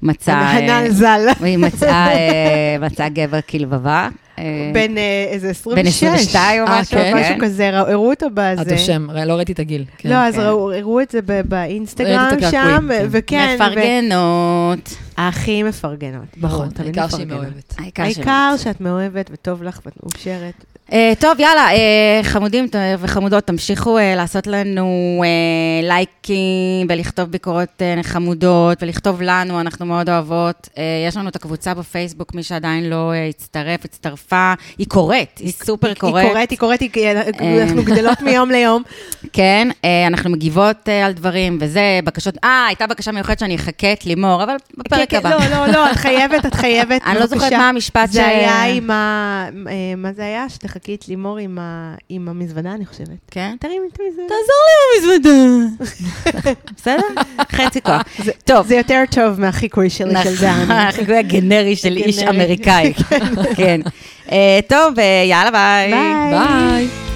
S1: מצאה...
S2: הנ"ל
S1: אה,
S2: ז"ל.
S1: היא מצאה אה, מצאה גבר כלבבה.
S3: כן.
S1: אה,
S2: בן אה, איזה 26.
S1: 22 או
S3: אה,
S1: משהו.
S3: כן?
S2: משהו כזה, ראו- הראו אותו
S3: את
S2: בזה.
S3: השם, לא ראיתי את הגיל. כן.
S2: לא, אז
S1: כן.
S2: ראו- הראו את זה ב- באינסטגרם
S3: ראיתי את
S2: שם,
S3: הקעקועים, כן.
S2: וכן. ו-
S1: מפרגנות.
S2: הכי מפרגנות, ברור,
S3: נכון,
S2: תמיד
S3: העיקר שהיא
S2: מפרגנות.
S3: מאוהבת.
S1: העיקר שלא.
S2: העיקר שאת מאוהבת וטוב לך ואת מאושרת.
S1: אה, טוב, יאללה, אה, חמודים ת- וחמודות, תמשיכו אה, לעשות לנו אה, לייקים ולכתוב ביקורות אה, חמודות ולכתוב לנו, אנחנו מאוד אוהבות. אה, יש לנו את הקבוצה בפייסבוק, מי שעדיין לא אה, הצטרף, הצטרפה, היא קוראת, היא סופר קוראת.
S2: היא קוראת, היא קוראת, היא-
S3: אה.
S2: אנחנו גדלות מיום
S3: [laughs]
S2: ליום.
S1: כן, אה, אנחנו מגיבות אה, על דברים, וזה, בקשות... אה, הייתה בקשה מיוחדת שאני אחכה את לימור, אבל בפרק
S2: כן, כן,
S1: הבא.
S2: לא, לא, לא, את חייבת, את חייבת.
S1: אני לא זוכרת
S2: בבקשה.
S1: מה המשפט ש-
S2: זה היה עם ה... אה, מה זה היה? שתחכי את לימור עם ה- עם המזוודה, אני חושבת.
S1: כן?
S2: תרימי את המזוודה.
S1: תעזור לי עם המזוודה. [laughs] בסדר? חצי כוח. טוב.
S2: [laughs] זה יותר טוב מהחיקוי שלי של
S1: נכון,
S2: דני.
S1: החיקוי הגנרי של איש
S2: גנרי.
S1: אמריקאי. כן. אה, טוב, אה, יאללה, ביי.
S2: ביי.
S3: ביי.